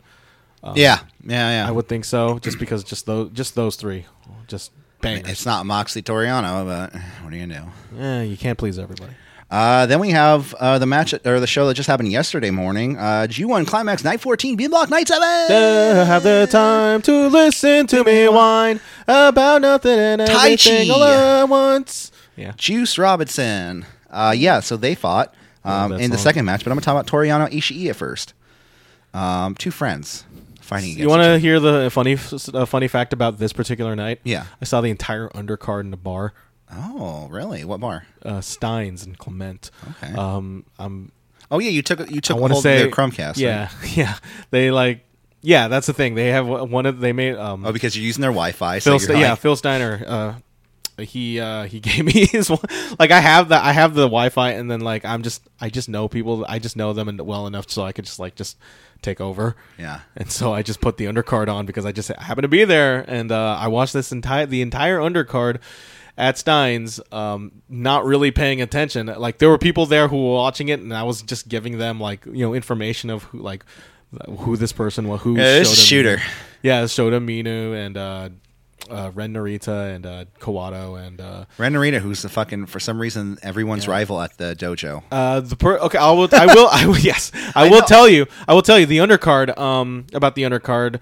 [SPEAKER 2] yeah, yeah, yeah.
[SPEAKER 3] I would think so, just because just those just those three, just bangers.
[SPEAKER 2] It's not Moxley Toriano, but what do you know?
[SPEAKER 3] Eh, you can't please everybody.
[SPEAKER 2] Uh, then we have uh, the match or the show that just happened yesterday morning. Uh, G1 Climax Night 14, B Block Night 7.
[SPEAKER 3] Never Uh, have the time to listen to me whine about nothing and
[SPEAKER 2] Tai
[SPEAKER 3] everything
[SPEAKER 2] Chi.
[SPEAKER 3] all at once. Yeah.
[SPEAKER 2] Juice Robinson. Uh, yeah, so they fought um,
[SPEAKER 3] Love that
[SPEAKER 2] in the
[SPEAKER 3] song.
[SPEAKER 2] second match, but I'm gonna talk about Toriano Ishii at first. Um, two friends fighting.
[SPEAKER 3] You want to hear the funny, uh, funny fact about this particular night?
[SPEAKER 2] Yeah.
[SPEAKER 3] I saw the entire undercard in a bar,
[SPEAKER 2] Oh, really? What bar?
[SPEAKER 3] uh, Steins and Clement.
[SPEAKER 2] Okay.
[SPEAKER 3] Um, I'm
[SPEAKER 2] Oh yeah, you took you
[SPEAKER 3] I
[SPEAKER 2] took
[SPEAKER 3] want to
[SPEAKER 2] hold
[SPEAKER 3] say
[SPEAKER 2] of their Chromecast.
[SPEAKER 3] Yeah,
[SPEAKER 2] right?
[SPEAKER 3] yeah. They like, yeah. That's the thing. They have uh, one of they made um,
[SPEAKER 2] Oh, because you're using their Wi-Fi. So
[SPEAKER 3] Phil,
[SPEAKER 2] you're
[SPEAKER 3] Ste- yeah,
[SPEAKER 2] like-
[SPEAKER 3] Phil Steiner. Uh, he uh, he gave me his one- like I have the I have the Wi-Fi, and then like I'm just I just know people, I just know them and well enough so I could just like just take over.
[SPEAKER 2] Yeah.
[SPEAKER 3] And so I just put the undercard on because I just happened to be there, and uh, I watched this entire the entire undercard at Stein's, um, not really paying attention. Like there were people there who were watching it, and I was just giving them like you know information of who like who this person was, who
[SPEAKER 2] Yeah, this
[SPEAKER 3] Shota-
[SPEAKER 2] shooter.
[SPEAKER 3] yeah, Shota Minu and uh, uh, Ren Narita and uh, Kawato and uh,
[SPEAKER 2] Ren Arena, who's the fucking for some reason everyone's rival at the dojo.
[SPEAKER 3] uh, the per- okay. I will. I will. I will. Yes, I, will
[SPEAKER 2] know.
[SPEAKER 3] tell you. I will tell you the undercard. Um, about the undercard.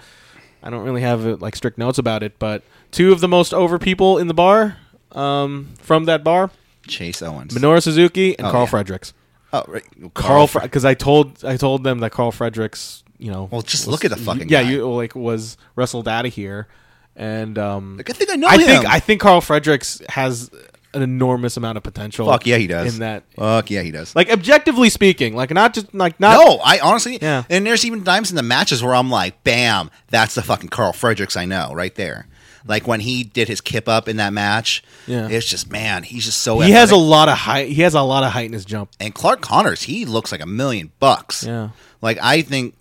[SPEAKER 3] I don't really have uh, like strict notes about it, but two of the most over people in the bar, um, from that bar,
[SPEAKER 2] Chase Owens.
[SPEAKER 3] Minoru Suzuki and
[SPEAKER 2] Oh,
[SPEAKER 3] Carl
[SPEAKER 2] yeah.
[SPEAKER 3] Fredericks.
[SPEAKER 2] oh, right.
[SPEAKER 3] Carl, because I told I told them that Carl Fredericks, you know,
[SPEAKER 2] Well, just look at the fucking
[SPEAKER 3] yeah,
[SPEAKER 2] guy.
[SPEAKER 3] you like was wrestled out of here, and um,
[SPEAKER 2] Like, I think I know
[SPEAKER 3] I
[SPEAKER 2] him.
[SPEAKER 3] think I think Carl Fredericks has an enormous amount of potential.
[SPEAKER 2] Fuck yeah, he does.
[SPEAKER 3] in that.
[SPEAKER 2] Fuck yeah, he does.
[SPEAKER 3] Like objectively speaking, like not just like not
[SPEAKER 2] no, I honestly.
[SPEAKER 3] Yeah.
[SPEAKER 2] And there's even times in the matches where I'm like, bam, that's the fucking Carl Fredericks I know right there. Like when he did his kip up in that match.
[SPEAKER 3] Yeah.
[SPEAKER 2] It's just man, he's just so.
[SPEAKER 3] he has a
[SPEAKER 2] athletic.
[SPEAKER 3] lot of height. He has a lot of height in his jump.
[SPEAKER 2] and Clark Connors, he looks like a million bucks.
[SPEAKER 3] Yeah.
[SPEAKER 2] Like I think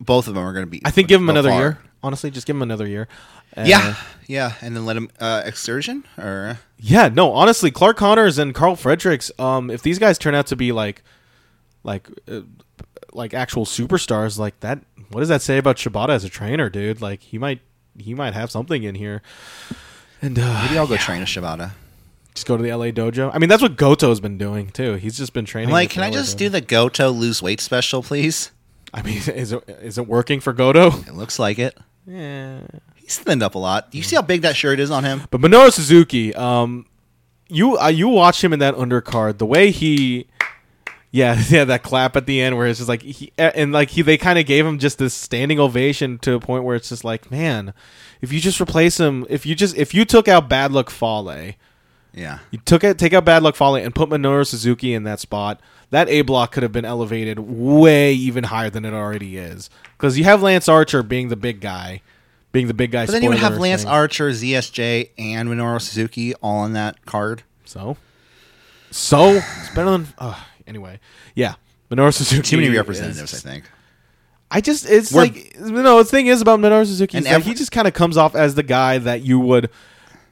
[SPEAKER 2] both of them are going to be.
[SPEAKER 3] I think give him
[SPEAKER 2] go
[SPEAKER 3] another
[SPEAKER 2] far.
[SPEAKER 3] year. Honestly, just give him another year. Uh,
[SPEAKER 2] Yeah, yeah, and then let him uh, excursion or
[SPEAKER 3] yeah. No, honestly, Clark Connors and Carl Fredericks. Um, if these guys turn out to be like, like, uh, like actual superstars, like that, what does that say about Shibata as a trainer, dude? Like he might, he might have something in here. And uh,
[SPEAKER 2] maybe I'll go train a Shibata.
[SPEAKER 3] just go to the LA dojo. I mean, that's what Goto's been doing too. He's just been training.
[SPEAKER 2] I'm like,
[SPEAKER 3] with
[SPEAKER 2] can I
[SPEAKER 3] LA
[SPEAKER 2] just
[SPEAKER 3] dojo.
[SPEAKER 2] do the Goto lose weight special, please?
[SPEAKER 3] I mean, is it is it working for Goto?
[SPEAKER 2] It looks like it.
[SPEAKER 3] Yeah.
[SPEAKER 2] He's thinned up a lot. You see how big that shirt is on him?
[SPEAKER 3] But Minoru Suzuki, um, you uh, you watch him in that undercard. The way he, yeah, yeah, that clap at the end where it's just like he and like he they kind of gave him just this standing ovation to a point where it's just like, man, if you just replace him, if you just if you took out Bad Luck Fale,
[SPEAKER 2] Yeah.
[SPEAKER 3] you took it, take out Bad Luck Fale and put Minoru Suzuki in that spot. That A block could have been elevated way even higher than it already is because you have Lance Archer being the big guy, being the big guy.
[SPEAKER 2] But then you would have
[SPEAKER 3] spoiler
[SPEAKER 2] Lance
[SPEAKER 3] thing.
[SPEAKER 2] Archer, ZSJ, and Minoru Suzuki all on that card.
[SPEAKER 3] So, so it's better than. Uh, anyway, yeah, Minoru Suzuki.
[SPEAKER 2] Too many representatives, I
[SPEAKER 3] is-
[SPEAKER 2] think.
[SPEAKER 3] I just it's
[SPEAKER 2] We're-
[SPEAKER 3] like no. The thing is about Minoru Suzuki, is
[SPEAKER 2] And
[SPEAKER 3] that
[SPEAKER 2] every-
[SPEAKER 3] he just kind of comes off as the guy that you would.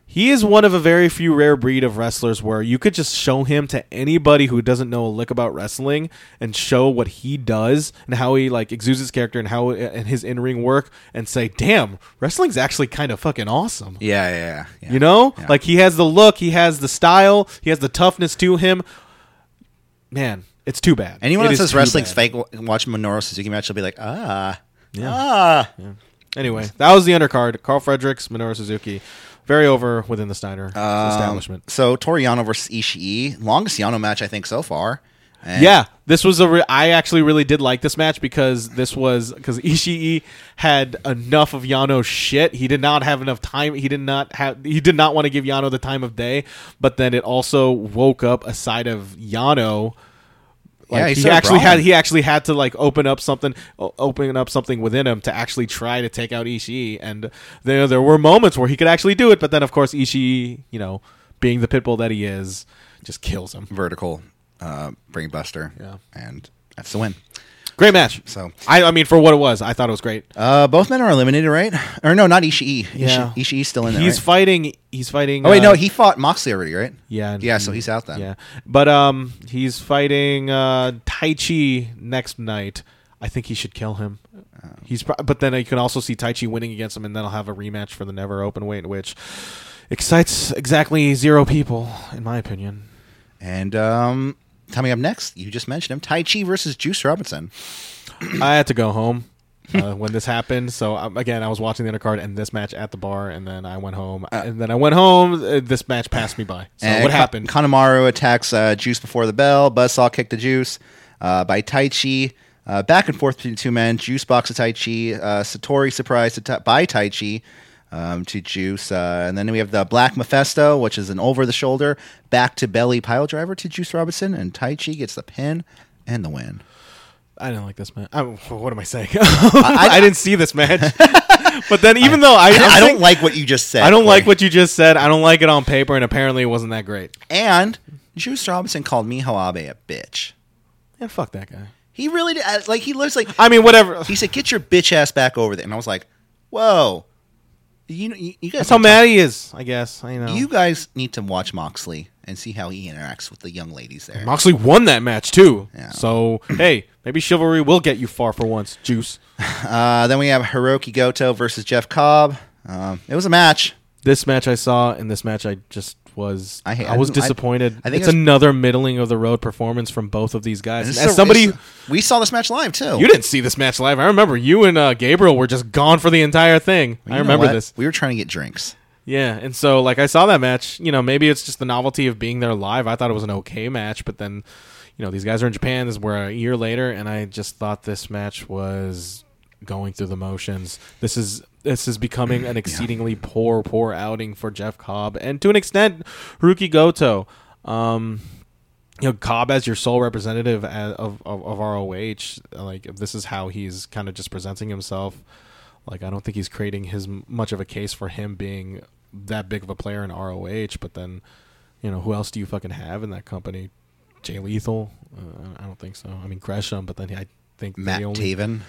[SPEAKER 3] He is one of a very few rare breed of wrestlers where you could just show him to anybody who doesn't know a lick about wrestling and show what he does and how he like exudes his character and how and his in ring work and say, "Damn, wrestling's actually kind of fucking awesome."
[SPEAKER 2] Yeah, yeah, yeah. yeah.
[SPEAKER 3] You know,
[SPEAKER 2] Yeah.
[SPEAKER 3] like he has the look, he has the style, he has the toughness to him. Man, it's too bad.
[SPEAKER 2] Anyone
[SPEAKER 3] It
[SPEAKER 2] that
[SPEAKER 3] is
[SPEAKER 2] says
[SPEAKER 3] too
[SPEAKER 2] wrestling's
[SPEAKER 3] bad.
[SPEAKER 2] fake, w- watch Minoru Suzuki match, will be like, ah, ah.
[SPEAKER 3] Anyway, that was the undercard. Carl Fredericks, Minoru Suzuki, very over within the Steiner
[SPEAKER 2] Um,
[SPEAKER 3] establishment.
[SPEAKER 2] So Toriano versus Ishii, longest Yano match I think so far. And
[SPEAKER 3] Yeah, this was a. Re- I actually really did like this match because this was because Ishii had enough of Yano's shit. He did not have enough time. He did not have. He did not want to give Yano the time of day. But then it also woke up a side of Yano. Like,
[SPEAKER 2] Yeah, he
[SPEAKER 3] he,
[SPEAKER 2] started
[SPEAKER 3] actually had
[SPEAKER 2] brawling.
[SPEAKER 3] he actually had to like open up something, o- open up something within him to actually try to take out Ishii, and there there were moments where he could actually do it, but then of course Ishii, you know, being the pitbull that he is, just kills him.
[SPEAKER 2] vertical uh, brain buster.
[SPEAKER 3] Yeah.
[SPEAKER 2] and that's the win.
[SPEAKER 3] Great match.
[SPEAKER 2] So-
[SPEAKER 3] I, I mean, for what it was, I thought it was great.
[SPEAKER 2] Uh, both men are eliminated, right? Or no, not Ishii.
[SPEAKER 3] Yeah.
[SPEAKER 2] Ishi- Ishii's still in there.
[SPEAKER 3] He's
[SPEAKER 2] right?
[SPEAKER 3] fighting. He's fighting.
[SPEAKER 2] oh wait,
[SPEAKER 3] uh,
[SPEAKER 2] no, he fought Moxley already, right?
[SPEAKER 3] Yeah.
[SPEAKER 2] yeah. So he's out then.
[SPEAKER 3] Yeah, but um, he's fighting uh Tai Chi next night. I think he should kill him.
[SPEAKER 2] Oh.
[SPEAKER 3] He's pro- but then you can also see Tai Chi winning against him, and then I'll have a rematch for the never open weight, which excites exactly zero people, in my opinion.
[SPEAKER 2] And um, coming up next, you just mentioned him, Tai Chi versus Juice Robinson.
[SPEAKER 3] I had to go home. Uh, when this happened, so um, again, I was watching the undercard and this match at the bar, and then I went home, and then I went home. Uh, this match passed me by. So
[SPEAKER 2] Uh. And
[SPEAKER 3] what
[SPEAKER 2] Ka-
[SPEAKER 3] happened?
[SPEAKER 2] Kanemaru attacks uh, Juice before the bell. Buzzsaw kicked the Juice uh, by Tai Chi. Uh, back and forth between the two men. Juice box to Tai Chi. Uh, Satori surprised to ta- by Tai Chi um, to Juice. Uh, and then we have the Black Mephisto, which is an over the shoulder, back to belly pile driver to Juice Robinson. And Tai Chi gets the pin and the win.
[SPEAKER 3] I didn't like this match. I, what am I saying? I, didn't see this match. but then, even though I,
[SPEAKER 2] I don't
[SPEAKER 3] like,
[SPEAKER 2] like what you just said.
[SPEAKER 3] I don't like
[SPEAKER 2] Corey.
[SPEAKER 3] what you just said. I don't like it on paper, and apparently it wasn't that great.
[SPEAKER 2] And Juice Robinson called Miho Abe a bitch.
[SPEAKER 3] Yeah, fuck that guy.
[SPEAKER 2] He really did. uh, Like, he looks like.
[SPEAKER 3] I mean, whatever.
[SPEAKER 2] He said, "Get your bitch ass back over there," and I was like, "Whoa, you you, you guys
[SPEAKER 3] That's how mad he is. I guess I know.
[SPEAKER 2] you guys need to watch Moxley and see how he interacts with the young ladies there."
[SPEAKER 3] Moxley won that match too.
[SPEAKER 2] Yeah.
[SPEAKER 3] So hey, maybe chivalry will get you far for once. Juice.
[SPEAKER 2] Uh, then we have Hiroki Goto versus Jeff Cobb. Um, it was a match.
[SPEAKER 3] This match I saw, and this match I just was.
[SPEAKER 2] I
[SPEAKER 3] I,
[SPEAKER 2] hate-
[SPEAKER 3] was
[SPEAKER 2] I-
[SPEAKER 3] disappointed.
[SPEAKER 2] I think
[SPEAKER 3] it's
[SPEAKER 2] it's-
[SPEAKER 3] another middling of the road performance from both of these guys.
[SPEAKER 2] This
[SPEAKER 3] And
[SPEAKER 2] is
[SPEAKER 3] As
[SPEAKER 2] a-
[SPEAKER 3] somebody.
[SPEAKER 2] it's- we saw this match live too.
[SPEAKER 3] You didn't see this match live. I remember you and uh, Gabriel were just gone for the entire thing.
[SPEAKER 2] You
[SPEAKER 3] I
[SPEAKER 2] know
[SPEAKER 3] remember
[SPEAKER 2] what?
[SPEAKER 3] this.
[SPEAKER 2] We were trying to get drinks.
[SPEAKER 3] Yeah, and so like I saw that match. You know, maybe it's just the novelty of being there live. I thought it was an okay match, but then, you know, these guys are in Japan. This we're a year later, and I just thought this match was going through the motions. This is this is becoming an exceedingly poor, poor outing for Jeff Cobb and to an extent Ruki Goto. Um, you know, Cobb as your sole representative a- of of, of ROH, like if this is how he's kind of just presenting himself. Like I don't think he's creating his much of a case for him being that big of a player in ROH. But then, you know, who else do you fucking have in that company? Jay Lethal? Uh, I don't think so. I mean Gresham, but then I think
[SPEAKER 2] Matt
[SPEAKER 3] the only
[SPEAKER 2] Taven.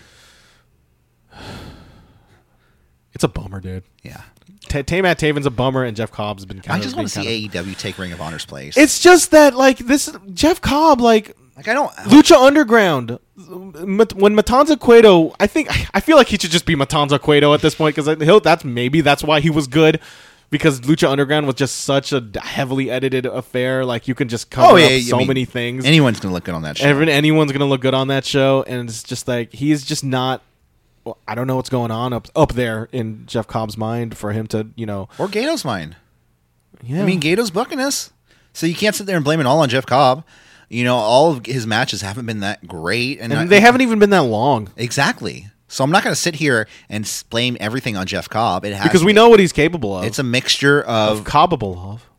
[SPEAKER 3] it's a bummer, dude.
[SPEAKER 2] Yeah.
[SPEAKER 3] T- Tay Matt Taven's a bummer, and Jeff Cobb's been. Kind
[SPEAKER 2] I
[SPEAKER 3] of
[SPEAKER 2] just
[SPEAKER 3] been
[SPEAKER 2] want to
[SPEAKER 3] kind of-
[SPEAKER 2] see AEW take Ring of Honor's place.
[SPEAKER 3] It's just that like this Jeff Cobb like
[SPEAKER 2] like I don't.
[SPEAKER 3] Lucha Underground. Mat- When Matanza Cueto, I think I feel like he should just be Matanza Cueto at this point because he'll. That's maybe that's why he was good because Lucha Underground was just such a heavily edited affair. Like you can just cover
[SPEAKER 2] Oh yeah,
[SPEAKER 3] up
[SPEAKER 2] I
[SPEAKER 3] so
[SPEAKER 2] mean,
[SPEAKER 3] many things.
[SPEAKER 2] Anyone's gonna look good on that show.
[SPEAKER 3] Everyone, anyone's gonna look good on that show, and it's just like he is just not. well, I don't know what's going on up up there in Jeff Cobb's mind for him to you know.
[SPEAKER 2] or Gato's mine.
[SPEAKER 3] Yeah,
[SPEAKER 2] I mean, Gato's booking us, so you can't sit there and blame it all on Jeff Cobb. You know, all of his matches haven't been that great, and,
[SPEAKER 3] and
[SPEAKER 2] I-
[SPEAKER 3] they haven't even been that long
[SPEAKER 2] exactly. So I'm not gonna sit here and s- blame everything on Jeff Cobb. It has
[SPEAKER 3] because
[SPEAKER 2] to
[SPEAKER 3] we
[SPEAKER 2] be-
[SPEAKER 3] know what he's capable of.
[SPEAKER 2] it's a mixture of
[SPEAKER 3] of cobbable love.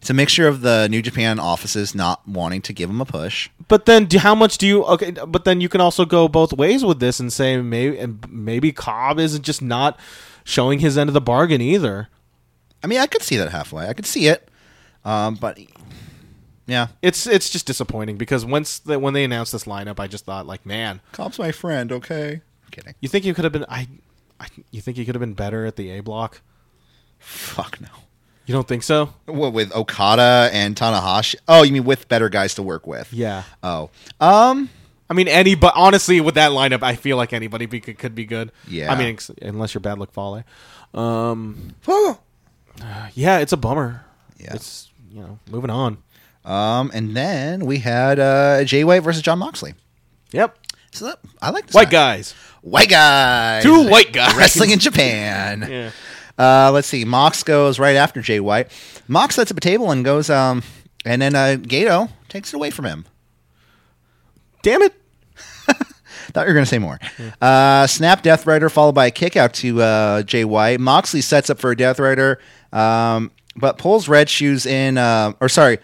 [SPEAKER 2] It's a mixture of the New Japan offices not wanting to give him a push.
[SPEAKER 3] But then, do, how much do you? Okay, but then you can also go both ways with this and say maybe and maybe Cobb is just not showing his end of the bargain either.
[SPEAKER 2] I mean, I could see that halfway. I could see it, um, but yeah,
[SPEAKER 3] It's it's just disappointing because once the, when they announced this lineup, I just thought like, man,
[SPEAKER 2] Cobb's my friend. Okay, I'm kidding.
[SPEAKER 3] you think you could have been I, I you think you could have been better at the A block?
[SPEAKER 2] Fuck no.
[SPEAKER 3] You don't think so?
[SPEAKER 2] What with Okada and Tanahashi? Oh, you mean with better guys to work with?
[SPEAKER 3] Yeah.
[SPEAKER 2] Oh, um,
[SPEAKER 3] I mean, any but honestly, with that lineup, I feel like anybody be, could, could be good.
[SPEAKER 2] Yeah.
[SPEAKER 3] I mean, ex- unless you're bad luck Fale. Um, yeah, it's a bummer.
[SPEAKER 2] Yeah.
[SPEAKER 3] It's you know moving on.
[SPEAKER 2] um, and then we had uh, Jay White versus John Moxley.
[SPEAKER 3] Yep.
[SPEAKER 2] So that, I like this
[SPEAKER 3] White
[SPEAKER 2] match.
[SPEAKER 3] guys.
[SPEAKER 2] White guy.
[SPEAKER 3] Two white guys.
[SPEAKER 2] wrestling in Japan.
[SPEAKER 3] Yeah.
[SPEAKER 2] Uh, let's see. Mox goes right after Jay White. Mox sets up a table and goes, um, and then uh, Gato takes it away from him.
[SPEAKER 3] Damn it.
[SPEAKER 2] Thought you were going to say more.
[SPEAKER 3] Hmm.
[SPEAKER 2] Uh, snap Death Rider followed by a kick out to uh, Jay White. Moxley sets up for a Death Rider, um, but pulls Red Shoes in, uh, or sorry,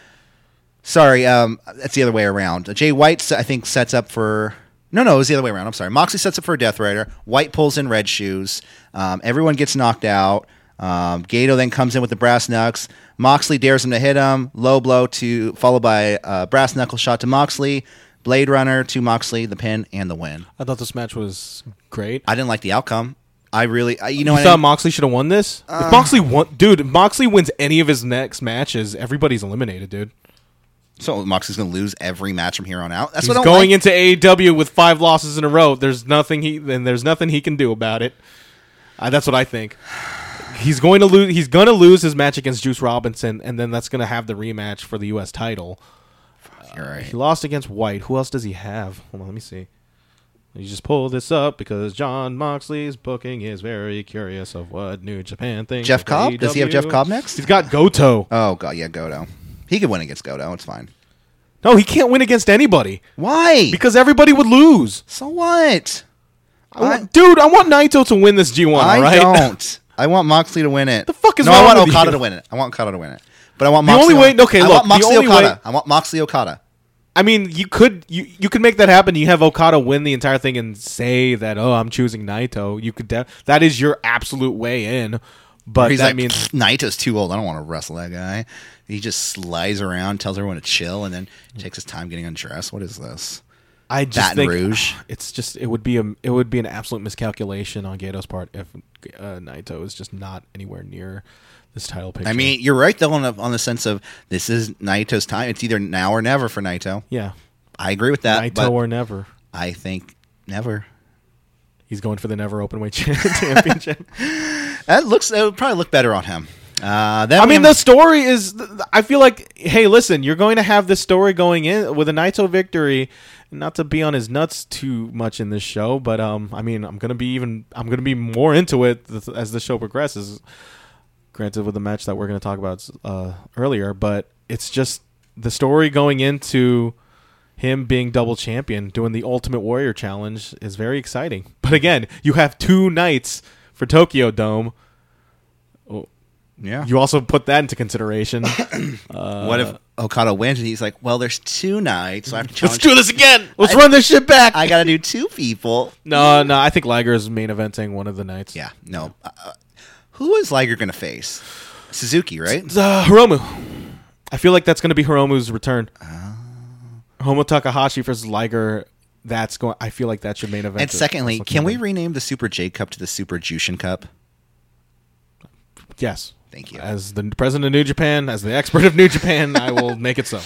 [SPEAKER 2] sorry, um, that's the other way around. Jay White, se- I think, sets up for. No, no, it was the other way around. I'm sorry. Moxley sets up for a Death Rider. White pulls in Red Shoes. Um, everyone gets knocked out. Um, Gato then comes in with the brass knucks. Moxley dares him to hit him. Low blow to followed by a brass knuckle shot to Moxley. Blade Runner to Moxley, the pin and the win.
[SPEAKER 3] I thought this match was great.
[SPEAKER 2] I didn't like the outcome. I really, I, you know,
[SPEAKER 3] You
[SPEAKER 2] what
[SPEAKER 3] thought Moxley should have won this? if Moxley won, dude. If Moxley wins any of his next matches, everybody's eliminated, dude.
[SPEAKER 2] so Moxley's going to lose every match from here on out. That's
[SPEAKER 3] He's
[SPEAKER 2] what I'm
[SPEAKER 3] going into AEW with five losses in a row. There's nothing he and there's nothing he can do about it. Uh, that's what I think. He's going to lose. He's going to lose his match against Juice Robinson, and then that's going to have the rematch for the U.S. title.
[SPEAKER 2] All right.
[SPEAKER 3] He lost against White. Who else does he have? Hold on, let me see. You just pull this up because John Moxley's booking is very curious of what New Japan thinks.
[SPEAKER 2] Jeff
[SPEAKER 3] of
[SPEAKER 2] Cobb? Does he have
[SPEAKER 3] AEW.
[SPEAKER 2] Jeff Cobb next?
[SPEAKER 3] He's got Goto.
[SPEAKER 2] Oh god, yeah, Godo. He could win against Godo. It's fine.
[SPEAKER 3] No, he can't win against anybody
[SPEAKER 2] Why?
[SPEAKER 3] because everybody would lose.
[SPEAKER 2] so what?
[SPEAKER 3] I want-
[SPEAKER 2] I-
[SPEAKER 3] dude, I want Naito to win this G1,
[SPEAKER 2] I
[SPEAKER 3] all right?
[SPEAKER 2] don't. I want Moxley to win it. The
[SPEAKER 3] fuck is
[SPEAKER 2] no?
[SPEAKER 3] wrong
[SPEAKER 2] I want
[SPEAKER 3] with
[SPEAKER 2] Okada
[SPEAKER 3] you?
[SPEAKER 2] to win it. I want Okada to win it. But I want
[SPEAKER 3] The
[SPEAKER 2] Moxley
[SPEAKER 3] only way-
[SPEAKER 2] on-
[SPEAKER 3] okay,
[SPEAKER 2] I
[SPEAKER 3] look,
[SPEAKER 2] want
[SPEAKER 3] the
[SPEAKER 2] Moxley
[SPEAKER 3] only way-
[SPEAKER 2] Okada. I want Moxley Okada.
[SPEAKER 3] I mean, you could you you could make that happen. You have Okada win the entire thing and say that, "Oh, I'm choosing Naito." You could de- that is your absolute way in. But
[SPEAKER 2] He's
[SPEAKER 3] that
[SPEAKER 2] like,
[SPEAKER 3] means
[SPEAKER 2] Naito's too old. I don't want to wrestle that guy. He just slides around, tells everyone to chill, and then takes his time getting undressed. What is this?
[SPEAKER 3] I
[SPEAKER 2] Baton
[SPEAKER 3] just think
[SPEAKER 2] Rouge.
[SPEAKER 3] it's just it would be a it would be an absolute miscalculation on Gato's part if uh, Naito is just not anywhere near this title picture.
[SPEAKER 2] I mean, you're right though on the, on the sense of this is Naito's time. It's either now or never for Naito.
[SPEAKER 3] yeah,
[SPEAKER 2] I agree with that,
[SPEAKER 3] Naito
[SPEAKER 2] uh, but
[SPEAKER 3] or never.
[SPEAKER 2] I think never.
[SPEAKER 3] He's going for the never open weight cha- championship.
[SPEAKER 2] That looks. It would probably look better on him. Uh, then
[SPEAKER 3] I
[SPEAKER 2] we
[SPEAKER 3] mean, the
[SPEAKER 2] have-
[SPEAKER 3] story is. I feel like, hey, listen, you're going to have this story going in with a Naito victory. Not to be on his nuts too much in this show, but um, I mean, I'm gonna be even. I'm gonna be more into it th- as the show progresses. Granted, with the match that we're gonna talk about uh, earlier, but it's just the story going into him being double champion, doing the Ultimate Warrior challenge, is very exciting. But again, you have two nights for Tokyo Dome.
[SPEAKER 2] Yeah.
[SPEAKER 3] You also put that into consideration.
[SPEAKER 2] what
[SPEAKER 3] Uh,
[SPEAKER 2] if Okada wins and he's like, well, there's two nights, so I have to
[SPEAKER 4] Let's
[SPEAKER 2] challenge.
[SPEAKER 4] do this again.
[SPEAKER 3] Let's run this shit back.
[SPEAKER 2] I got to do two people.
[SPEAKER 3] no, no, I think Liger is main eventing one of the nights.
[SPEAKER 2] Yeah, no. Uh, uh, who is Liger going to face? Suzuki, right?
[SPEAKER 3] It's, uh, Hiromu. I feel like that's going to be Hiromu's return.
[SPEAKER 2] Ah.
[SPEAKER 3] Homo Takahashi versus Liger. That's going. I feel like that's your main event.
[SPEAKER 2] And secondly,
[SPEAKER 3] That's
[SPEAKER 2] can we
[SPEAKER 3] looking-
[SPEAKER 2] rename the Super J Cup to the Super Jushin Cup?
[SPEAKER 3] Yes.
[SPEAKER 2] Thank you.
[SPEAKER 3] As the president of New Japan, as the expert of New Japan, I will make it so.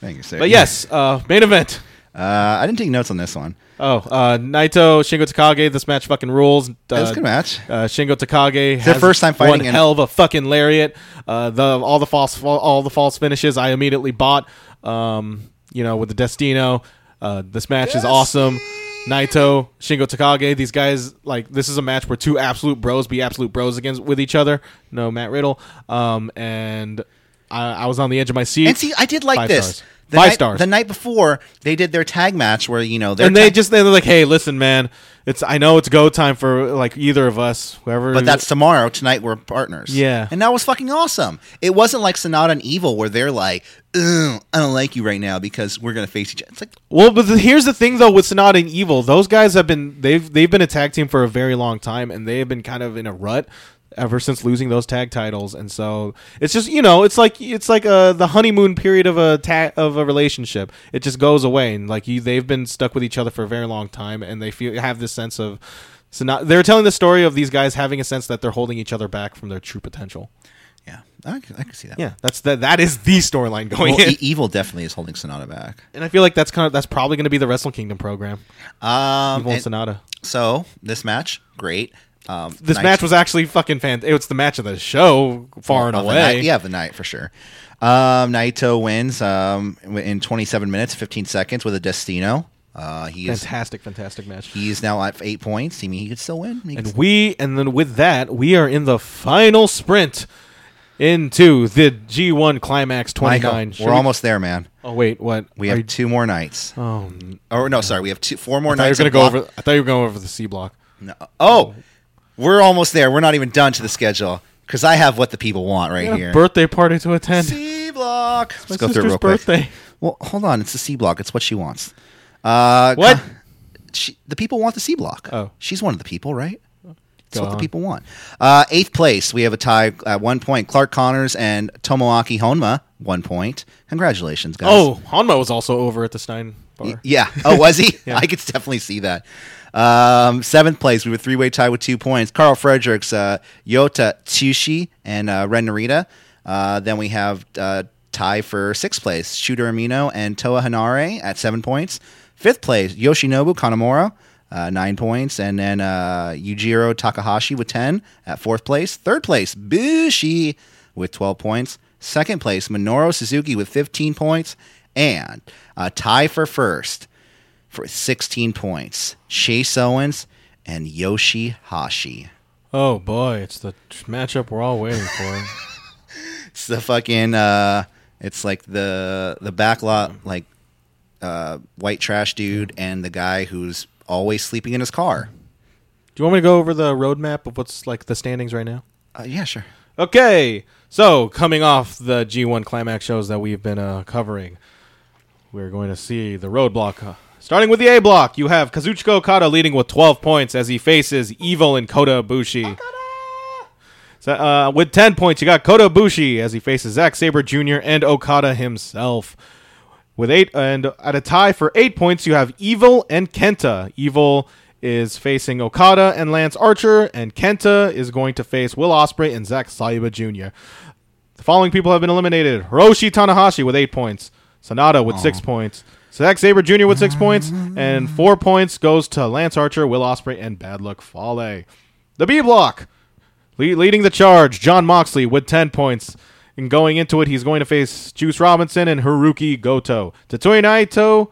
[SPEAKER 2] Thank you, sir.
[SPEAKER 3] But yes, uh, main event.
[SPEAKER 2] uh, I didn't take notes on this one.
[SPEAKER 3] Oh, uh, Naito, Shingo Takagi. This match fucking rules. Uh,
[SPEAKER 2] was a good match.
[SPEAKER 3] Uh, Shingo Takagi.
[SPEAKER 2] their
[SPEAKER 3] has
[SPEAKER 2] first time fighting
[SPEAKER 3] One
[SPEAKER 2] in-
[SPEAKER 3] hell of a fucking lariat. Uh, the all the false all the false finishes I immediately bought. Um, you know, with the Destino. Uh, this match is awesome. Naito, Shingo Takagi. These guys like this is a match where two absolute bros be absolute bros against with each other. No Matt Riddle. Um, and I, I was on the edge of my seat.
[SPEAKER 2] And see, I did like
[SPEAKER 3] Five
[SPEAKER 2] this.
[SPEAKER 3] stars.
[SPEAKER 2] The
[SPEAKER 3] Five
[SPEAKER 2] night,
[SPEAKER 3] stars.
[SPEAKER 2] The night before, they did their tag match where, you know, their
[SPEAKER 3] and they
[SPEAKER 2] tag-
[SPEAKER 3] just they're like, hey, listen, man, it's I know it's go time for like either of us, whoever.
[SPEAKER 2] But that's tomorrow. Tonight we're partners.
[SPEAKER 3] Yeah.
[SPEAKER 2] and that was fucking awesome. It wasn't like Sonata and Evil where they're like, "Ugh, "I don't like you right now because we're gonna face each other." It's like,
[SPEAKER 3] well. But the, here's the thing, though, with Sonata and Evil, those guys have been they've they've been a tag team for a very long time, and they have been kind of in a rut ever since losing those tag titles, and so it's just you know it's like it's like uh the honeymoon period of a ta- of a relationship. It just goes away, and like you, they've been stuck with each other for a very long time, and they feel have this sense of. So now they're telling the story of these guys having a sense that they're holding each other back from their true potential.
[SPEAKER 2] yeah, I, c- I can see that.
[SPEAKER 3] Yeah, that's that. That is the storyline going
[SPEAKER 2] Well,
[SPEAKER 3] in,
[SPEAKER 2] E- Evil definitely is holding Sonata back.
[SPEAKER 3] and I feel like that's kind of that's probably going to be the Wrestle Kingdom program.
[SPEAKER 2] Um,
[SPEAKER 3] Evil and
[SPEAKER 2] and-
[SPEAKER 3] Sonata.
[SPEAKER 2] so this match, great. Um,
[SPEAKER 3] This
[SPEAKER 2] nice-
[SPEAKER 3] match was actually fucking fan. It was the match of the show, far and
[SPEAKER 2] of the
[SPEAKER 3] away.
[SPEAKER 2] night- oh, yeah, of the night for sure. Um, Naito wins um, in 27 minutes, 15 seconds with a Destino. Uh, he is
[SPEAKER 3] fantastic, fantastic match.
[SPEAKER 2] he is now at eight points. I mean, he could still win. He could
[SPEAKER 3] And we, and then with that, we are in the final sprint into the G1 Climax Twenty
[SPEAKER 2] Michael,
[SPEAKER 3] Nine.
[SPEAKER 2] we're almost there, man.
[SPEAKER 3] Oh wait, what?
[SPEAKER 2] We
[SPEAKER 3] Are
[SPEAKER 2] have
[SPEAKER 3] you-
[SPEAKER 2] two more nights.
[SPEAKER 3] oh,
[SPEAKER 2] Or no, sorry, we have two four more
[SPEAKER 3] I
[SPEAKER 2] nights.
[SPEAKER 3] thought you were going to
[SPEAKER 2] of
[SPEAKER 3] go
[SPEAKER 2] block-
[SPEAKER 3] over. I thought you were going over the C block.
[SPEAKER 2] No. Oh, we're almost there. We're not even done to the schedule because I have what the people want right
[SPEAKER 3] Got a
[SPEAKER 2] here.
[SPEAKER 3] Birthday party to attend.
[SPEAKER 2] C block. Let's
[SPEAKER 3] My
[SPEAKER 2] go through it
[SPEAKER 3] sister's
[SPEAKER 2] real
[SPEAKER 3] birthday.
[SPEAKER 2] quick. Well, hold on. It's the C block. It's what she wants. Uh,
[SPEAKER 3] What?
[SPEAKER 2] co- She, the people want the C block.
[SPEAKER 3] Oh.
[SPEAKER 2] she's one of the people, right? That's
[SPEAKER 3] Go
[SPEAKER 2] what
[SPEAKER 3] on.
[SPEAKER 2] the people want. Uh, eighth place, we have a tie at one point. Clark Connors and Tomoaki Honma, one point. Congratulations, guys.
[SPEAKER 3] Oh, Hanma was also over at the Stein bar.
[SPEAKER 2] Y- Yeah. Oh, was he? I could definitely see that. Um, seventh place, we were three way tie with two points. Carl Fredericks, uh, Yota Tsushi, and uh, Ren Narita. Uh, then we have uh, tie for sixth place, Shooter Amino and Toa Hanare at seven points. Fifth place, Yoshinobu Kanamura. Uh, nine points, and then uh, Yujiro Takahashi with ten at fourth place. Third place, Bushi with 12 points. Second place, Minoru Suzuki with 15 points. And a tie for first for 16 points. Chase Owens and Yoshi Hashi.
[SPEAKER 3] Oh boy, it's the t- matchup we're all waiting for.
[SPEAKER 2] It's the fucking, uh, it's like the, the backlot, like, uh, white trash dude and the guy who's always sleeping in his car.
[SPEAKER 3] Do you want me to go over the roadmap of what's like the standings right now?
[SPEAKER 2] Uh, yeah, sure.
[SPEAKER 3] Okay, so coming off the G1 climax shows that we've been uh, covering, we're going to see the roadblock. Uh, starting with the A block, you have Kazuchika Okada leading with 12 points as he faces Evil and Kota Ibushi. So, uh, with 10 points, you got Kota Ibushi as he faces Zack Sabre Jr. and Okada himself. With eight and at a tie for eight points, you have Evil and Kenta. Evil is facing Okada and Lance Archer, and Kenta is going to face Will Osprey and Zack Saiba Jr. The following people have been eliminated: Hiroshi Tanahashi with eight points, Sonata with six points, Zack Saber Jr. with six points, and four points goes to Lance Archer, Will Osprey, and Bad Luck Fale. The B block. Le- leading the charge, John Moxley with 10 points. And going into it, he's going to face Juice Robinson and Haruki Goto. Tatsuya Naito.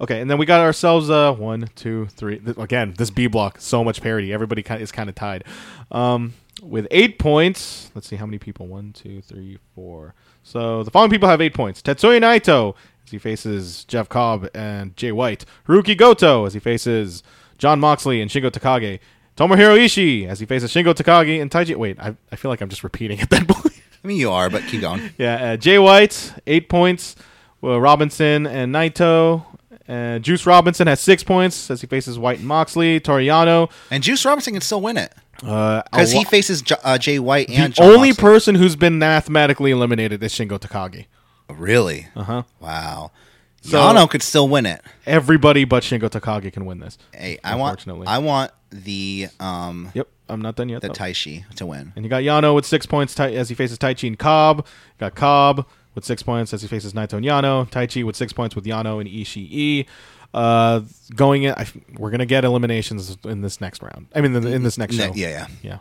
[SPEAKER 3] Okay, and then we got ourselves uh, one, two, three. Th- again, this B block, so much parity. Everybody ki- is kind of tied. Um, with eight points, let's see how many people. One, two, three, four. So the following people have eight points Tetsuya Naito, as he faces Jeff Cobb and Jay White. Haruki Goto, as he faces John Moxley and Shingo Takagi. Tomohiro Ishii as he faces Shingo Takagi and Taiji. Wait, I, I feel like I'm just repeating at that point.
[SPEAKER 2] I mean, you are, but keep going.
[SPEAKER 3] yeah, uh, Jay White, eight points. Well, Robinson and Naito. Uh, Juice Robinson has six points as he faces White and Moxley. Toriano.
[SPEAKER 2] And Juice Robinson can still win it
[SPEAKER 3] Because
[SPEAKER 2] because he faces J- uh, Jay White
[SPEAKER 3] the
[SPEAKER 2] and John
[SPEAKER 3] only
[SPEAKER 2] Moxley.
[SPEAKER 3] person who's been mathematically eliminated is Shingo Takagi.
[SPEAKER 2] Really? Uh
[SPEAKER 3] Uh-huh.
[SPEAKER 2] Wow.
[SPEAKER 3] So-
[SPEAKER 2] Yano could still win it.
[SPEAKER 3] Everybody but Shingo Takagi can win this.
[SPEAKER 2] Hey, I want.
[SPEAKER 3] Unfortunately. Oh.
[SPEAKER 2] I want the um
[SPEAKER 3] Yep, I'm not done yet.
[SPEAKER 2] the
[SPEAKER 3] though.
[SPEAKER 2] Taishi to win.
[SPEAKER 3] And you got Yano with six points Tai- as he faces Taichi and Cobb. You got Cobb with six points as he faces Naito and Yano. Taichi with six points with Yano and Ishii. Uh, going in, I, f- we're gonna get eliminations in this next round. I mean, in, in this next
[SPEAKER 2] Ne-
[SPEAKER 3] show.
[SPEAKER 2] yeah, yeah.
[SPEAKER 3] yeah.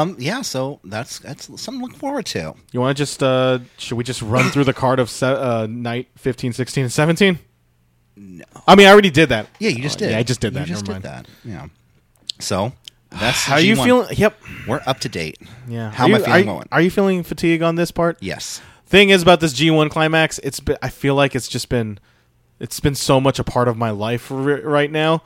[SPEAKER 2] Um, yeah. So that's that's something to look forward to.
[SPEAKER 3] You want to just? Uh, should we just run through the card of se- uh, night 15, 16, and seventeen? No. I mean, I already did that.
[SPEAKER 2] Yeah, you just
[SPEAKER 3] Uh,
[SPEAKER 2] did.
[SPEAKER 3] Yeah, I just did that.
[SPEAKER 2] You just
[SPEAKER 3] Never
[SPEAKER 2] did
[SPEAKER 3] mind.
[SPEAKER 2] that. Yeah. So that's
[SPEAKER 3] How are you
[SPEAKER 2] G1.
[SPEAKER 3] feeling? Yep.
[SPEAKER 2] We're up to date.
[SPEAKER 3] Yeah.
[SPEAKER 2] How
[SPEAKER 3] Are
[SPEAKER 2] am I
[SPEAKER 3] you-
[SPEAKER 2] feeling?
[SPEAKER 3] Are,
[SPEAKER 2] Owen?
[SPEAKER 3] are you feeling fatigue on this part?
[SPEAKER 2] yes.
[SPEAKER 3] thing is about this G1 climax, it's been, I feel like it's just been it's been so much a part of my life r- right now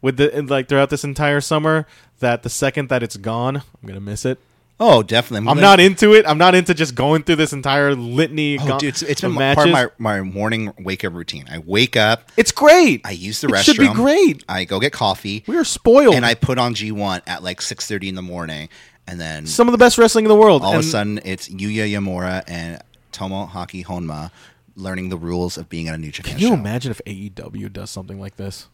[SPEAKER 3] with the and, like throughout this entire summer that the second that it's gone, I'm going to miss it.
[SPEAKER 2] Oh, definitely.
[SPEAKER 3] I'm
[SPEAKER 2] gonna-
[SPEAKER 3] not into it. I'm not into just going through this entire litany
[SPEAKER 2] Oh,
[SPEAKER 3] go-
[SPEAKER 2] dude, it's, it's
[SPEAKER 3] of
[SPEAKER 2] been my- part of my, my morning wake up routine. I wake up.
[SPEAKER 3] It's great.
[SPEAKER 2] I use the restroom.
[SPEAKER 3] It should be great.
[SPEAKER 2] I go get coffee,
[SPEAKER 3] We are spoiled.
[SPEAKER 2] and I put on G1 at like 6:30 in the morning, and then
[SPEAKER 3] some of the best wrestling in the world.
[SPEAKER 2] all of
[SPEAKER 3] and
[SPEAKER 2] a sudden it's Yuya Yamura and Tomo Haki Honma learning the rules of being at a New Japan
[SPEAKER 3] can you
[SPEAKER 2] show.
[SPEAKER 3] imagine if AEW does something like this?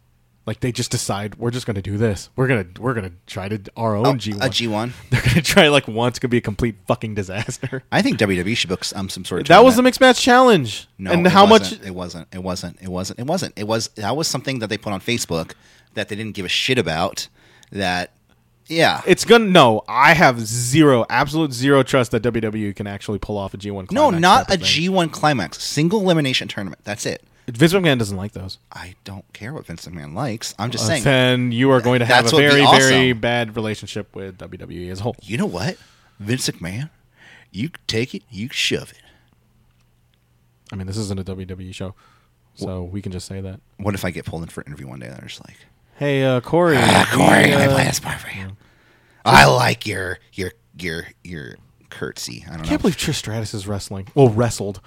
[SPEAKER 3] Like they just decide we're just going to do this. We're going to we're going to try to our own G1.
[SPEAKER 2] Oh, A G1.
[SPEAKER 3] They're going to try like once could be a complete fucking disaster.
[SPEAKER 2] I think WWE should book um, some sort of
[SPEAKER 3] That was the
[SPEAKER 2] tournament.
[SPEAKER 3] mixed match challenge.
[SPEAKER 2] no,
[SPEAKER 3] and
[SPEAKER 2] it
[SPEAKER 3] how
[SPEAKER 2] wasn't.
[SPEAKER 3] much?
[SPEAKER 2] it wasn't it wasn't it wasn't it wasn't it was that was something that they put on Facebook that they didn't give a shit about that yeah
[SPEAKER 3] It's gonna no. I have zero, absolute zero trust that WWE can actually pull off a G one.
[SPEAKER 2] no not a G1 climax single elimination tournament that's it
[SPEAKER 3] Vince McMahon doesn't like those.
[SPEAKER 2] I don't care what Vince McMahon likes I'm just
[SPEAKER 3] Uh,
[SPEAKER 2] saying
[SPEAKER 3] then you are going to have a
[SPEAKER 2] That's what'd be
[SPEAKER 3] very,
[SPEAKER 2] awesome.
[SPEAKER 3] very bad relationship with WWE as a whole.
[SPEAKER 2] you know what Vince McMahon you take it you shove it
[SPEAKER 3] I mean, this isn't a WWE show, so we can just say that.
[SPEAKER 2] what if I get pulled in for an interview one day and they're just like
[SPEAKER 3] Hey, uh, Corey.
[SPEAKER 2] Ah,
[SPEAKER 3] we,
[SPEAKER 2] Corey, I
[SPEAKER 3] uh,
[SPEAKER 2] play this part for you. I like your your your your curtsy. I don't
[SPEAKER 3] I can't
[SPEAKER 2] know.
[SPEAKER 3] believe Trish Stratus is wrestling. Well, wrestled.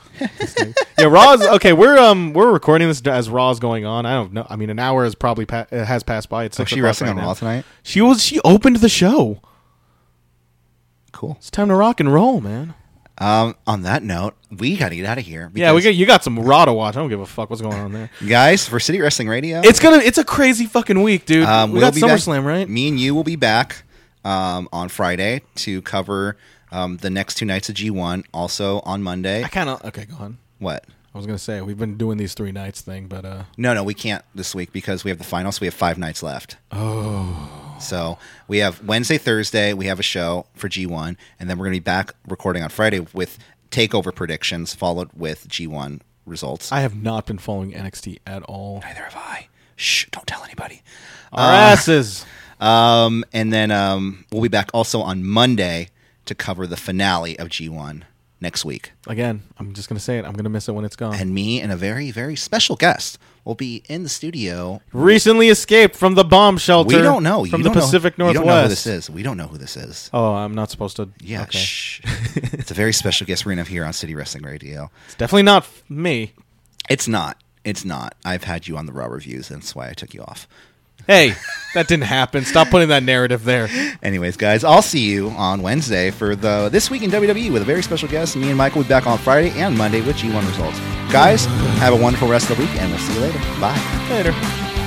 [SPEAKER 3] yeah, Raw's okay. We're um we're recording this as Raw's going on. I don't know. I mean, an hour is probably pa- uh, has passed by. It's six
[SPEAKER 2] Oh, she
[SPEAKER 3] o'clock
[SPEAKER 2] wrestling
[SPEAKER 3] right
[SPEAKER 2] on
[SPEAKER 3] now.
[SPEAKER 2] Raw tonight?
[SPEAKER 3] She was. She opened the show.
[SPEAKER 2] cool.
[SPEAKER 3] It's time to rock and roll, man.
[SPEAKER 2] Um, on that note, we got to get out of here.
[SPEAKER 3] Yeah, we
[SPEAKER 2] because-
[SPEAKER 3] got you got some Raw to watch. I don't give a fuck what's going on there.
[SPEAKER 2] guys for City Wrestling Radio.
[SPEAKER 3] It's gonna. It's a crazy fucking week, dude.
[SPEAKER 2] um,
[SPEAKER 3] we got
[SPEAKER 2] be back-
[SPEAKER 3] SummerSlam, right?
[SPEAKER 2] Me and you will be back um, on Friday to cover um, the next two nights of G1. Also on Monday,
[SPEAKER 3] I kind of okay. Go on.
[SPEAKER 2] what?
[SPEAKER 3] I was gonna say we've been doing these three nights thing, but uh,
[SPEAKER 2] No, no, we can't this week because we have the finals. we have five nights left. Oh. So we have Wednesday, Thursday, we have a show for G1, and then we're going to be back recording on Friday with takeover predictions, followed with G1 results.
[SPEAKER 3] I have not been following NXT at all.
[SPEAKER 2] Neither have I. Shh, don't tell anybody.
[SPEAKER 3] Our asses.
[SPEAKER 2] Um, and then um, we'll be back also on Monday to cover the finale of G1 next week.
[SPEAKER 3] Again, I'm just gonna say it. I'm gonna miss it when it's gone.
[SPEAKER 2] And me and a very, very special guest will be in the studio
[SPEAKER 3] recently escaped from the bomb shelter.
[SPEAKER 2] We don't know. You
[SPEAKER 3] from
[SPEAKER 2] don't
[SPEAKER 3] the
[SPEAKER 2] know-
[SPEAKER 3] Pacific
[SPEAKER 2] You
[SPEAKER 3] Northwest.
[SPEAKER 2] don't know who this is. We don't know who this is.
[SPEAKER 3] Oh, I'm not supposed to.
[SPEAKER 2] Yeah,
[SPEAKER 3] okay.
[SPEAKER 2] shh. it's a very special guest we're gonna have here on City Wrestling Radio.
[SPEAKER 3] it's definitely not f- me.
[SPEAKER 2] It's not. It's not. I've had you on the raw reviews. That's why I took you off.
[SPEAKER 3] Hey, that didn't happen. Stop putting that narrative there.
[SPEAKER 2] Anyways, guys, I'll see you on Wednesday for the This Week in WWE with a very special guest. Me and Mike will be back on Friday and Monday with G1 results. Guys, have a wonderful rest of the week, and we'll see you later. Bye.
[SPEAKER 3] Later.